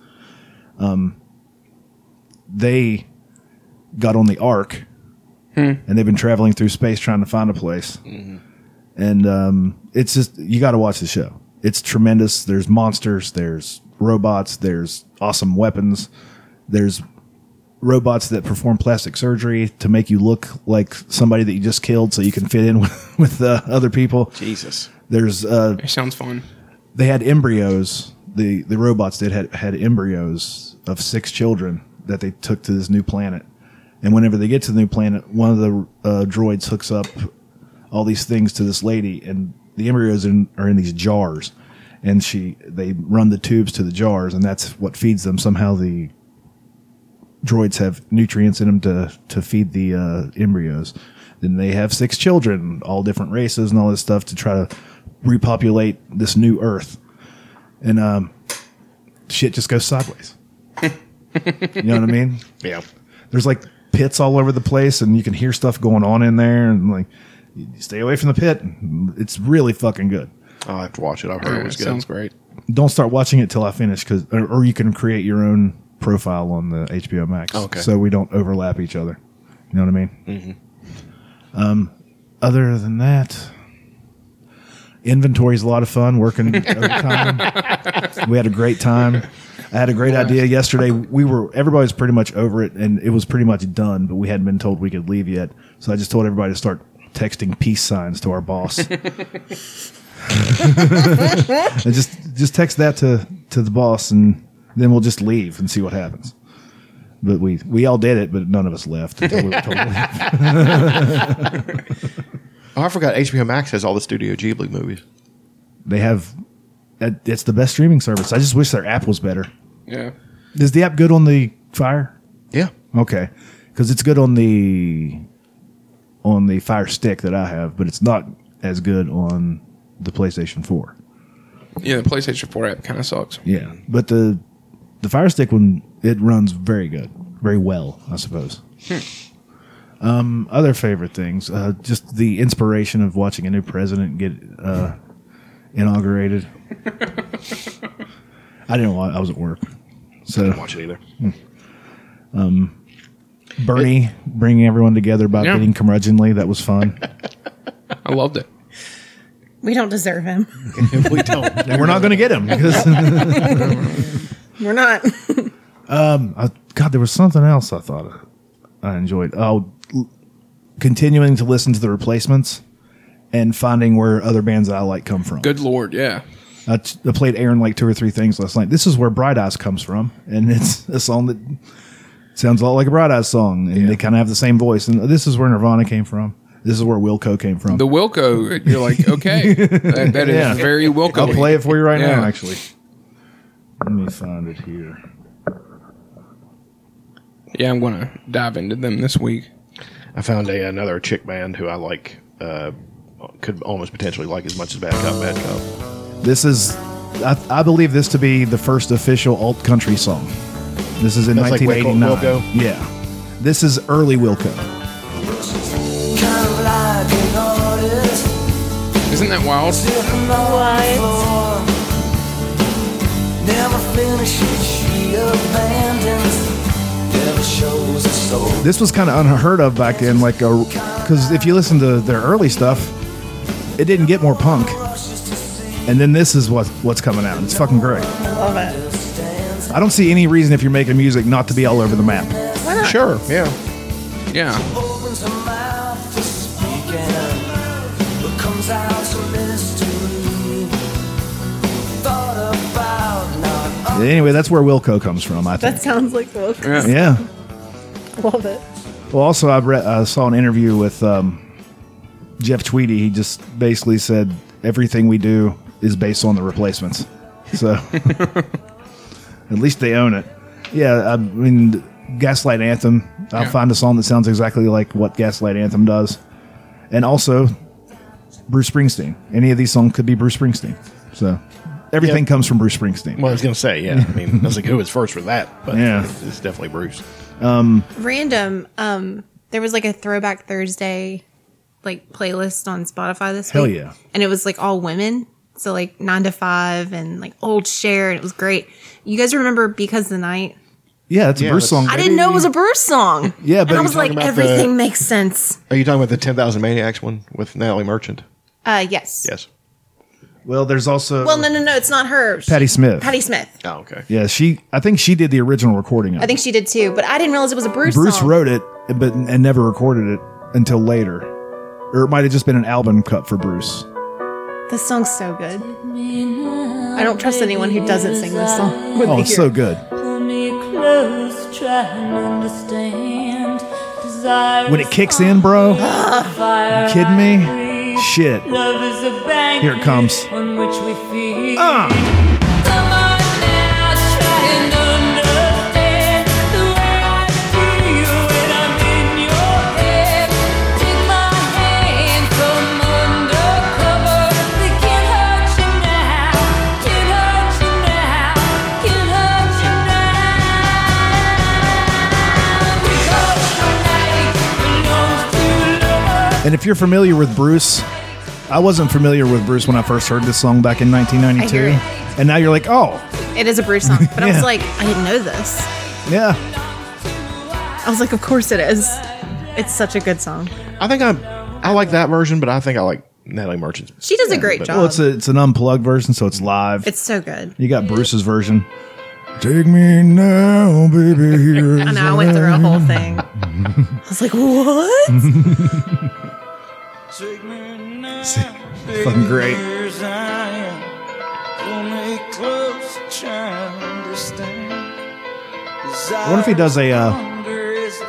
Um, they got on the Ark, and they've been traveling through space trying to find a place. And um, it's just you got to watch the show. It's tremendous. There's monsters. There's robots. There's awesome weapons. There's robots that perform plastic surgery to make you look like somebody that you just killed, so you can fit in with, with uh, other people. Jesus. There's uh, It sounds fun. they had embryos. The the robots did had had embryos of six children that they took to this new planet. And whenever they get to the new planet, one of the uh, droids hooks up all these things to this lady, and the embryos in, are in these jars. And she they run the tubes to the jars, and that's what feeds them. Somehow the droids have nutrients in them to to feed the uh, embryos. Then they have six children, all different races and all this stuff to try to repopulate this new Earth. And um, shit just goes sideways. you know what I mean? Yeah. There's like pits all over the place, and you can hear stuff going on in there, and like you stay away from the pit. It's really fucking good. I'll Oh, have to watch it. I've heard it was good. sounds great. Don't start watching it till I finish, because or, or you can create your own profile on the HBO Max, Okay. so we don't overlap each other. You know what I mean? Mm-hmm. Um, other than that, inventory's a lot of fun. Working overtime, we had a great time. I had a great idea yesterday. We were everybody was pretty much over it, and it was pretty much done. But we hadn't been told we could leave yet, so I just told everybody to start texting peace signs to our boss. And just just text that to to the boss, and then we'll just leave and see what happens. But we we all did it, but none of us left until we were told. to leave. Oh, I forgot HBO Max has all the Studio Ghibli movies. They have that- it's the best streaming service. I just wish their app was better. Yeah. Is the app good on the Fire? Yeah. Okay, because it's good on the on the Fire Stick that I have, but it's not as good on the PlayStation Four. Yeah, the PlayStation 4 app kind of sucks. Yeah, but the the Fire Stick one it runs very good, very well, I suppose. Hmm. Um, other favorite things, uh, just the inspiration of watching a new president get uh, inaugurated. I didn't watch; I was at work, Didn't so watch it either. Bernie bringing everyone together by Yeah. being curmudgeonly that was fun. I loved it. We don't deserve him. If we don't. and we're not going to get him because We're not. I, God, there was something else I thought of- I enjoyed. Oh, l- continuing to listen to the replacements and finding where other bands that I like come from. Good lord, yeah. I, t- I played Aaron like two or three things last night. This is where Bright Eyes comes from, and it's a song that sounds a lot like a Bright Eyes song, and they kind of have the same voice. And this is where Nirvana came from. This is where Wilco came from. The Wilco, you're like, okay, that, that is Yeah. very I'll Wilco. play it for you right Yeah. now, actually. Let me find it here. Yeah, I'm going to dive into them this week. I found a, another chick band who I like, uh, could almost potentially like as much as Bad Cop, Bad Cop. This is, I, I believe this to be the first official alt country song. This is in That's like Wilco- 1989. Wilco? Yeah, this is early Wilco. Isn't that wild? Never finishes, she abandons. Never shows her soul. This was kind of unheard of back then, like a, because if you listen to their early stuff, it didn't get more punk. And then this is what what's coming out. It's fucking great. Love it. I don't see any reason if you're making music not to be all over the map. Sure, yeah. Yeah. Opens her mouth to speak and what comes out a mystery. Thought about not Anyway, that's where Wilco comes from. I think. That sounds like Wilco. yeah. Love it. Well, also, I re- uh, saw an interview with um, Jeff Tweedy. He just basically said everything we do is based on the replacements. So at least they own it. Yeah, I mean, Gaslight Anthem. I'll Yeah. find a song that sounds exactly like what Gaslight Anthem does. And also, Bruce Springsteen. Any of these songs could be Bruce Springsteen. So everything Yeah. comes from Bruce Springsteen. Well, I was going to say, yeah. I mean, I was like, who was first with that? But Yeah. it's, it's definitely Bruce. Random. Um, there was like a Throwback Thursday, like playlist on Spotify this Hell week. yeah. And it was like all women, so like nine to five and like old share, and it was great. You guys remember because the night? Yeah, it's a Yeah, Bruce that's- song. I didn't know it was a Bruce song. Yeah, but and I you're was like, talking about the- everything makes sense. Are you talking about the 10,000 Maniacs one with Natalie Merchant? Uh, yes. Yes. well, there's also Well, no, no, no. It's not her. She- Patti Smith. Patti Smith. Oh, okay. Yeah, she. I think she did the original recording. Of it. I think she did too, but I didn't realize it was a Bruce. Bruce song. wrote it, but and never recorded it until later, or it might have just been an album cut for Bruce. This song's so good. I don't trust anyone who doesn't sing this song. when Oh, they it's hear so it. good. Pull me close, try and understand. Desire When it kicks in, bro. fire. Kidding me? Shit. Love is a bank Here it comes. on which we feed. Uh. Ah, Come on now, try and understand the way I feel when I'm in your head. Take my hand from under cover. They can't hurt you now. Can't hurt you now. Can't hurt you now. Because your life belongs to love. and if you're familiar with Bruce, I wasn't familiar with Bruce when I first heard this song back in I 1992, hear and now you're like, oh, It is a Bruce song, but I Yeah. was like, I didn't know this. yeah. I was like, of course it is. It's such a good song. I think I'm, I like that version, but I think I like Natalie Merchant's. She does a great but- job. Well, it's a, it's an unplugged version, so it's live. it's so good. you got Bruce's version. Take me now, baby. I Here's know. I went through a whole thing. I was like, what? Take me now. fucking great. Here's I am. Pull me close, try and understand. I wonder if he does a uh,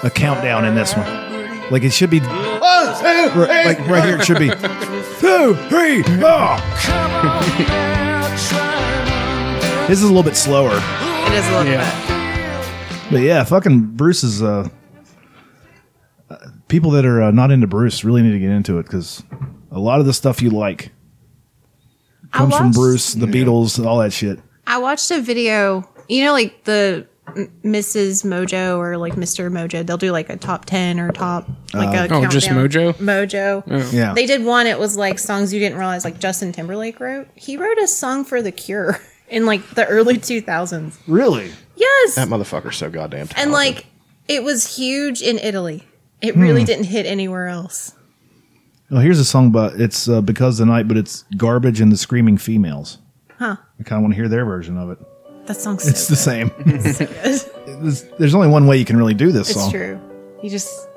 a countdown in this one. Like it should be Right- like right here it should be two, three, oh. four. His is a little bit slower, It is a little bit. but yeah, fucking Bruce is. Uh, uh, people that are uh, not into Bruce really need to get into it because a lot of the stuff you like comes from watched- Bruce, the Beatles, all that shit. I watched a video, you know, like the M- Mrs. Mojo or like Mr. Mojo. They'll do like a top 10 or top, like a Oh, countdown. just Mojo? Oh. Mojo. Uh, Yeah, They did one. It was like songs you didn't realize, like Justin Timberlake wrote. He wrote a song for The Cure in like the early 2000s. really. Yes. That motherfucker's so goddamn talented. and like, it was huge in Italy. It really Hmm. didn't hit anywhere else. Well, here's a song, but it's uh, because the night, but it's garbage and the screaming females. Huh. I kind of want to hear their version of it. That song's It's so the same. good. There's- There's only one way you can really do this it's song. true. You just.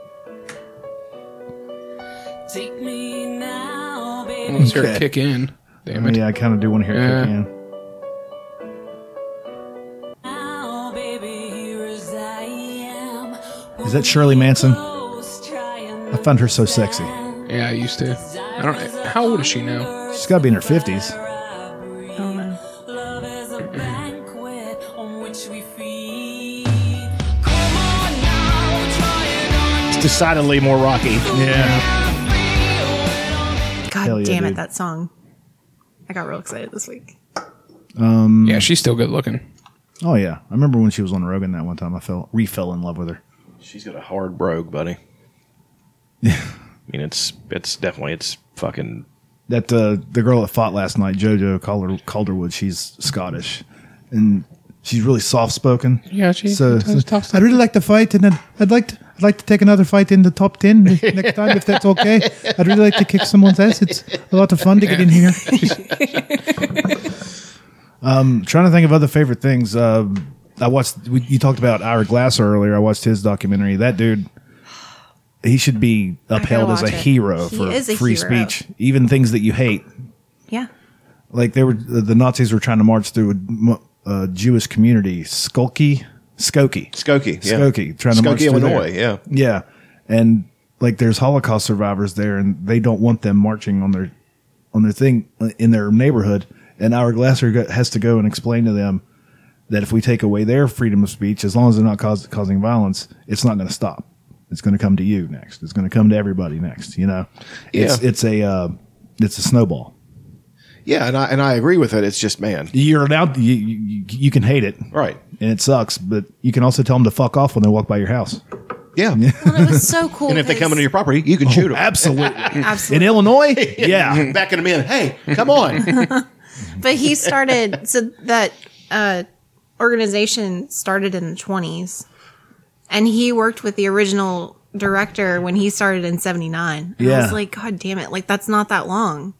Take me now, baby. Let's hear Okay. it kick in. Damn Oh, it. Yeah, I kind of do want to hear it. Yeah. Kick in. Now, baby, here as I am. Is that Shirley Manson? Close, try and I find her so sexy. Yeah, I used to. I don't. How old is she now? She's got to be in her fifties. Love is a banquet on which we feed. Come on now, decidedly more rocky. Yeah. God Hell yeah, damn it, dude. that song. I got real excited this week. Mm. Yeah, she's still good looking. Oh yeah. I remember when she was on Rogan that one time. I fell re-fell in love with her. She's got a hard brogue, buddy. Yeah. I mean, it's it's definitely it's fucking That uh, the girl that fought last night, JoJo Calder, Calderwood, she's Scottish, and she's really soft spoken. Yeah, she- So, she talks like- I'd really like to fight, and I'd, I'd like to, I'd like to take another fight in the top ten next time if that's okay. I'd really like to kick someone's ass. It's a lot of fun to get in here. um, trying to think of other favorite things. Um I watched. We, you talked about Ira Glasser earlier. I watched his documentary. That dude. He should be upheld as a watch it. hero He for is a free hero. speech even things that you hate. Yeah. Like they were, the Nazis were trying to march through a m- a uh, Jewish community, Skolky, Skokie, Skokie. Yeah. Skokie, trying to march Skokie, through Illinois. there. Yeah. yeah, and like there's Holocaust survivors there, and they don't want them marching on their on their thing in their neighborhood. And our Glasser go- has to go and explain to them that if we take away their freedom of speech, as long as they're not caus- causing violence, it's not going to stop. It's going to come to you next. It's going to come to everybody next. You know, it's Yeah. it's a uh, it's a snowball. Yeah, and I and I agree with it. It's just man. you're allowed you, you, you can hate it Right. and it sucks but you can also tell them to fuck off when they walk by your house Yeah. Well, it was so cool. And if they come 'cause- into your property, you Oh, can shoot 'em. shoot them. absolutely in Absolutely. illinois yeah Backing them in. Hey, come on. But he started so that uh organization started in the twenties. And he worked with the original director when he started in seventy nine. I Yeah. was like, God damn it, like that's not that long.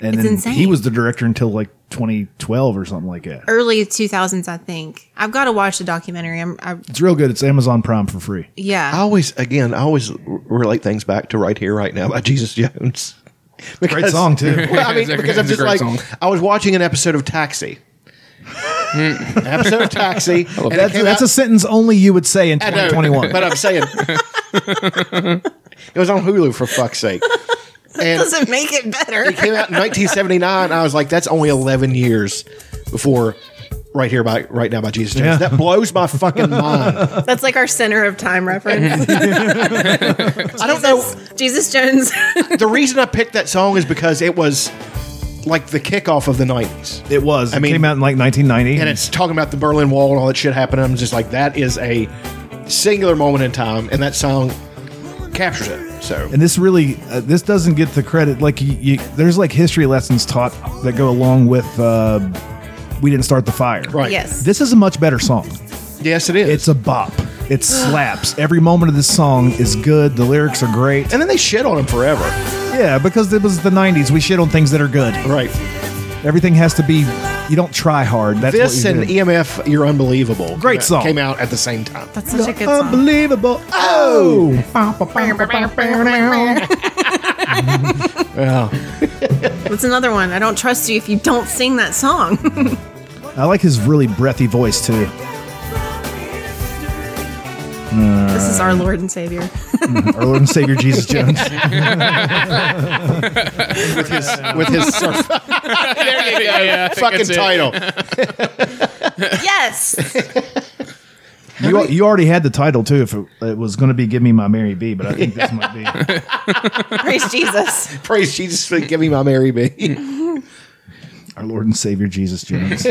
and It's then insane. he was the director until like 2012 or something like that Early two thousands, I think. I've got to watch the documentary. I'm, I, it's real good it's amazon prime for free yeah. I always again, I always r- relate things back to right here, right now by Jesus Jones. Because, great song too Well, I mean, It's a- because I'm it's a just like great song. I was watching an episode of Taxi. an episode of Taxi. and it that's, came that's out- a sentence only you would say in I know, 2021 But I'm saying it was on Hulu for fuck's sake. And doesn't make it better. it came out in 1979. I was like, that's only 11 years before right here by right now by Jesus Jones. Yeah. That blows my fucking mind. That's like our center of time reference. I don't know. Jesus Jones. The reason I picked that song is because it was like the kickoff of the 90s. it was uh, I it mean- came out in like 1990 and it's talking about the Berlin Wall and all that shit happening. I'm just like, that is a singular moment in time, and that song captures it. So, and this really uh, this doesn't get the credit like you, you, there's like history lessons taught that go along with uh, we didn't start the fire right, yes. this is a much better song yes, it is. It's a bop. It slaps. Every moment of this song is good. The lyrics are great. and then they shit on him forever. Yeah, because it was the 90s. We shit on things that are good. Right. Everything has to be, you don't try hard. That's This what you and do. EMF, You're Unbelievable. Great came out- song. Came out at the same time. That's such a good song. Unbelievable. Oh! That's another one. I don't trust you if you don't sing that song. I like his really breathy voice, too. this is our Lord and Savior. Our Lord and Savior Jesus Jones. with his, with his surf. Yeah, yeah, yeah, I think fucking that's it. title. yes. You, you already had the title, too, if it, it was going to be Give Me My Mary B, but I think this might be. Praise Jesus. Praise Jesus for giving me my Mary B. Our Lord and Savior Jesus Jones.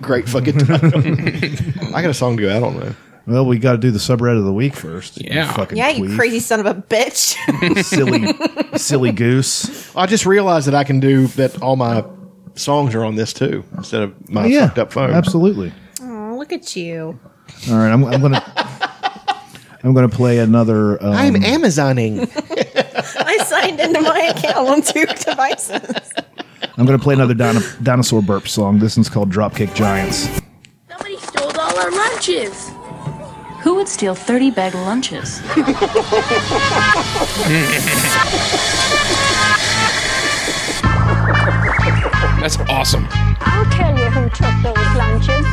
Great fucking title. I got a song to go out on, though. well, we got to do the subreddit of the week first. you Yeah. fucking Yeah, you tweet. crazy son of a bitch. silly, silly goose. I just realized that I can do that. All my songs are on this too, instead of my fucked up phone. absolutely. oh, look at you. All right, I'm, I'm gonna, I'm gonna play another. Um, I'm Amazoning. I signed into my account on two devices. I'm gonna play another dino, dinosaur burp song. This one's called Dropkick Giants. Somebody stole all our lunches. Who would steal 30 bag lunches? That's awesome. I'll tell you who took those lunches.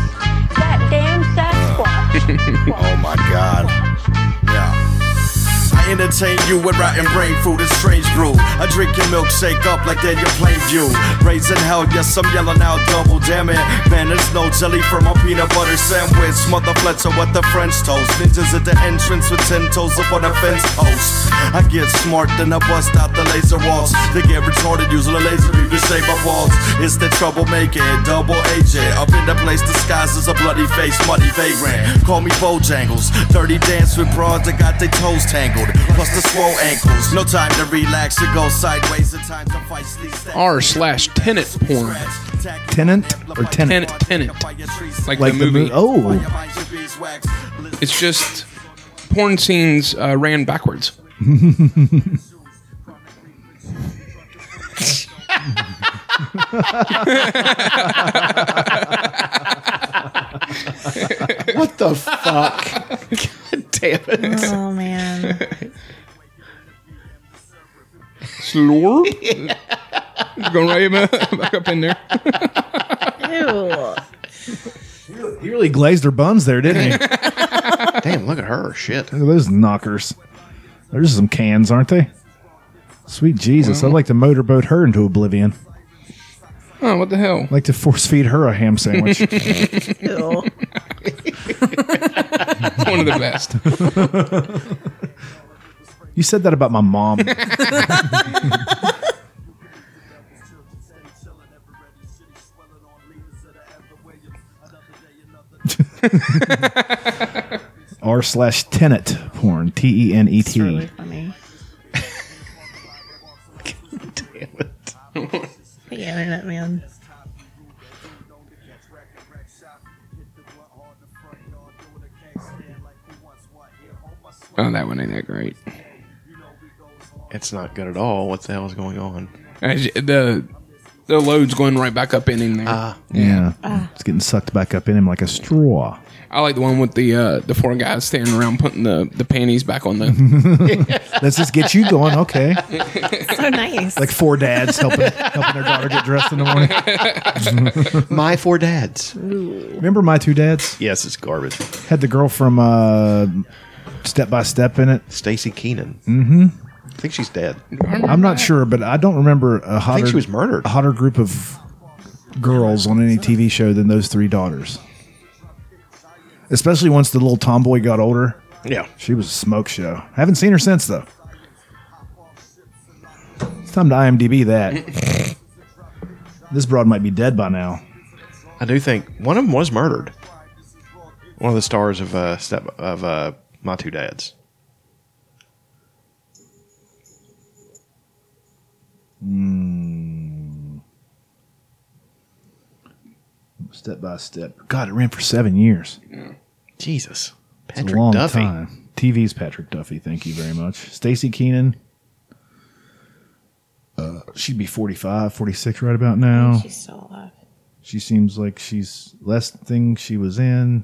That damn Sasquatch. Oh my god. Yeah. I I entertain you with rotten brain food and strange brew. I drink your milkshake up like they're your plain view. Raising hell, yes, I'm yelling out double, damn it. Man, there's no jelly for my peanut butter sandwich. Mother Fletcher with the French toast. Ninjas at the entrance with ten toes up on a fence post. I get smart, then I bust out the laser walls. They get retarded using a laser beam to save my balls. It's the troublemaker, double agent. Up in the place disguised as a bloody face, muddy vagrant. Call me Bojangles. Dirty dance with bras that got their toes tangled. Plus the swole ankles. No time to relax, it goes sideways. The time to fight sleep. R slash tenant porn. Tenant or tenant? Tenant, tenant. Like, Like the movie. mo- oh, It's just porn scenes uh, ran backwards. What the fuck? God damn it. Oh man. Slurp. Going right ba- back up in there. Ew. you really glazed her buns there, didn't you? Damn, look at her. Shit. Look at those knockers. There's some cans, aren't they? Sweet Jesus, I'd like to motorboat her into oblivion. Oh, what the hell? I'd like to force feed her a ham sandwich. Ew. One of the best. you said that about my mom. R slash tenant porn. T E N E T. really funny. Damn it. The internet man. Oh, that one ain't that great. It's not good at all. What the hell is going on? Uh, j- The the load's going right back up in him Ah. there. Yeah. It's getting sucked back up in him like a straw. I like the one with the uh, the four guys standing around putting the, the panties back on the. Let's just get you going. Okay. So nice. Like four dads helping, helping their daughter get dressed in the morning. My four dads. Remember my two dads? Yes, it's garbage. Had the girl from uh, Step by Step in it. Stacy Keenan. Mm-hmm. I think she's dead. I'm not sure, but I don't remember a hotter, she was murdered. a hotter group of girls on any TV show than those three daughters. Especially once the little tomboy got older. Yeah. She was a smoke show. haven't seen her since, though. It's time to IMDb that. this broad might be dead by now. I do think one of them was murdered. One of the stars of uh, step of uh, my two dads. Hmm. Step by step. God, it ran for seven years. Jesus, It's Patrick a long Duffy. time. TV's Patrick Duffy. Thank you very much. Stacy Keenan. Uh, she'd be 45, 46 right about now. She's still alive. She seems like she's last thing she was in.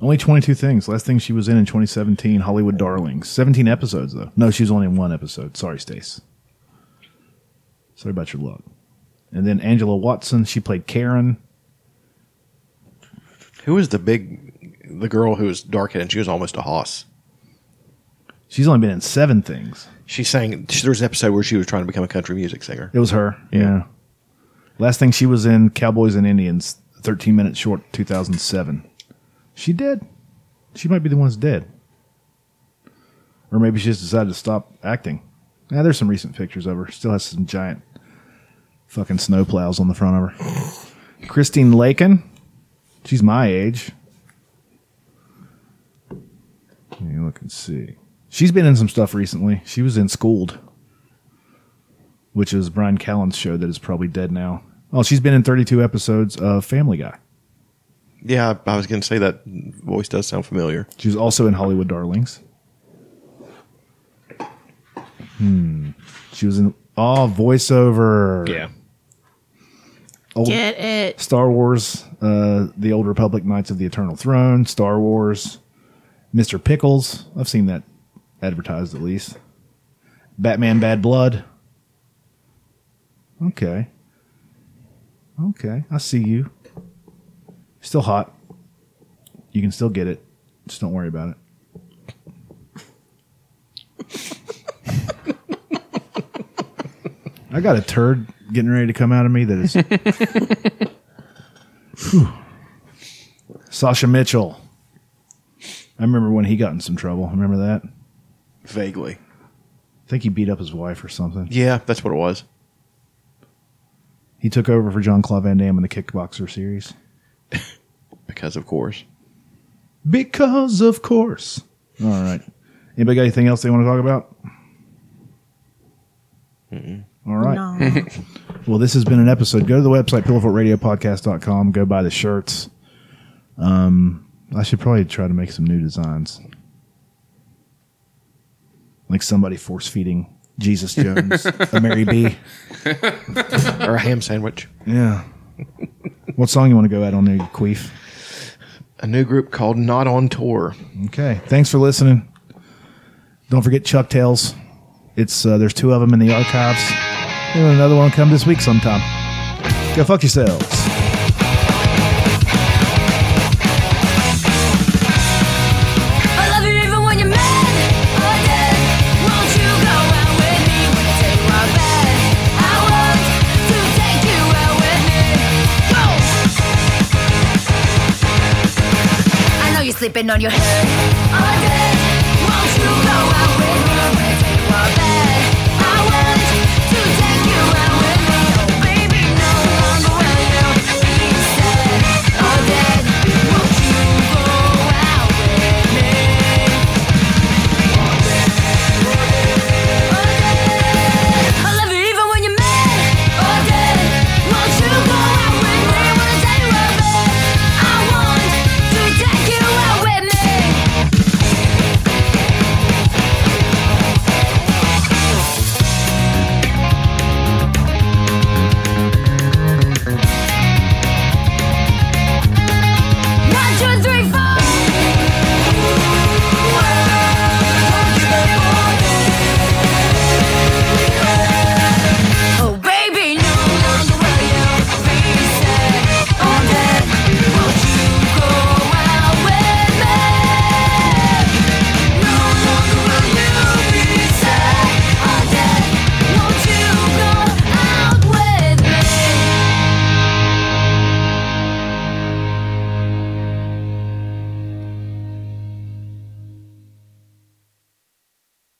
Only 22 things. Last thing she was in in 2017, Hollywood Darlings. 17 episodes, though. No, she was only in one episode. Sorry, Stace. Sorry about your luck. And then Angela Watson, she played Karen. Who was the big, the girl who was dark headed? She was almost a hoss. She's only been in seven things. She sang. There was an episode where she was trying to become a country music singer. It was her. Yeah. Last thing she was in Cowboys and Indians, 13 minutes short, 2007. She dead. She might be the one that's dead. Or maybe she just decided to stop acting. Now there's some recent pictures of her. Still has some giant fucking snow plows on the front of her. Christine Lakin. She's my age. Let me look and see. She's been in some stuff recently. She was in Schooled which is Brian Callen's show that is probably dead now. Oh, she's been in 32 episodes of Family Guy. Yeah, I, I was going to say that voice does sound familiar. She was also in Hollywood Darlings. Hmm. Hmm. She was in oh voiceover. Old Get it. Star Wars, uh, The Old Republic, Knights of the Eternal Throne, Star Wars, Mr. Pickles. I've seen that advertised at least. Batman Bad Blood. Okay. Okay, I see you. Still hot. You can still get it. Just don't worry about it. I got a turd getting ready to come out of me that is. Whew. Sasha Mitchell. I remember when he got in some trouble. Remember that? I Vaguely. think he beat up his wife or something. Yeah, that's what it was. He took over for John Claude Van Damme in the Kickboxer series. Because of course. Because of course. All right. Anybody got anything else they want to talk about? All right. well, this has been an episode. Go to the website, pillowfortradiopodcast.com. Go buy the shirts. Um, I should probably try to make some new designs. Like somebody force feeding Jesus Jones a Mary B. or a ham sandwich. Yeah. what song you want to go at on there, you queef? A new group called Not on Tour. Okay. Thanks for listening. Don't forget Chuck Tales. It's uh, there's two of them in the archives. And another one will come this week sometime. Go fuck yourselves. I love you even when you're mad or dead. Won't you go out with me? Would you take my bed? I want to take you out with me. Go! I know you're sleeping on your head. Oh,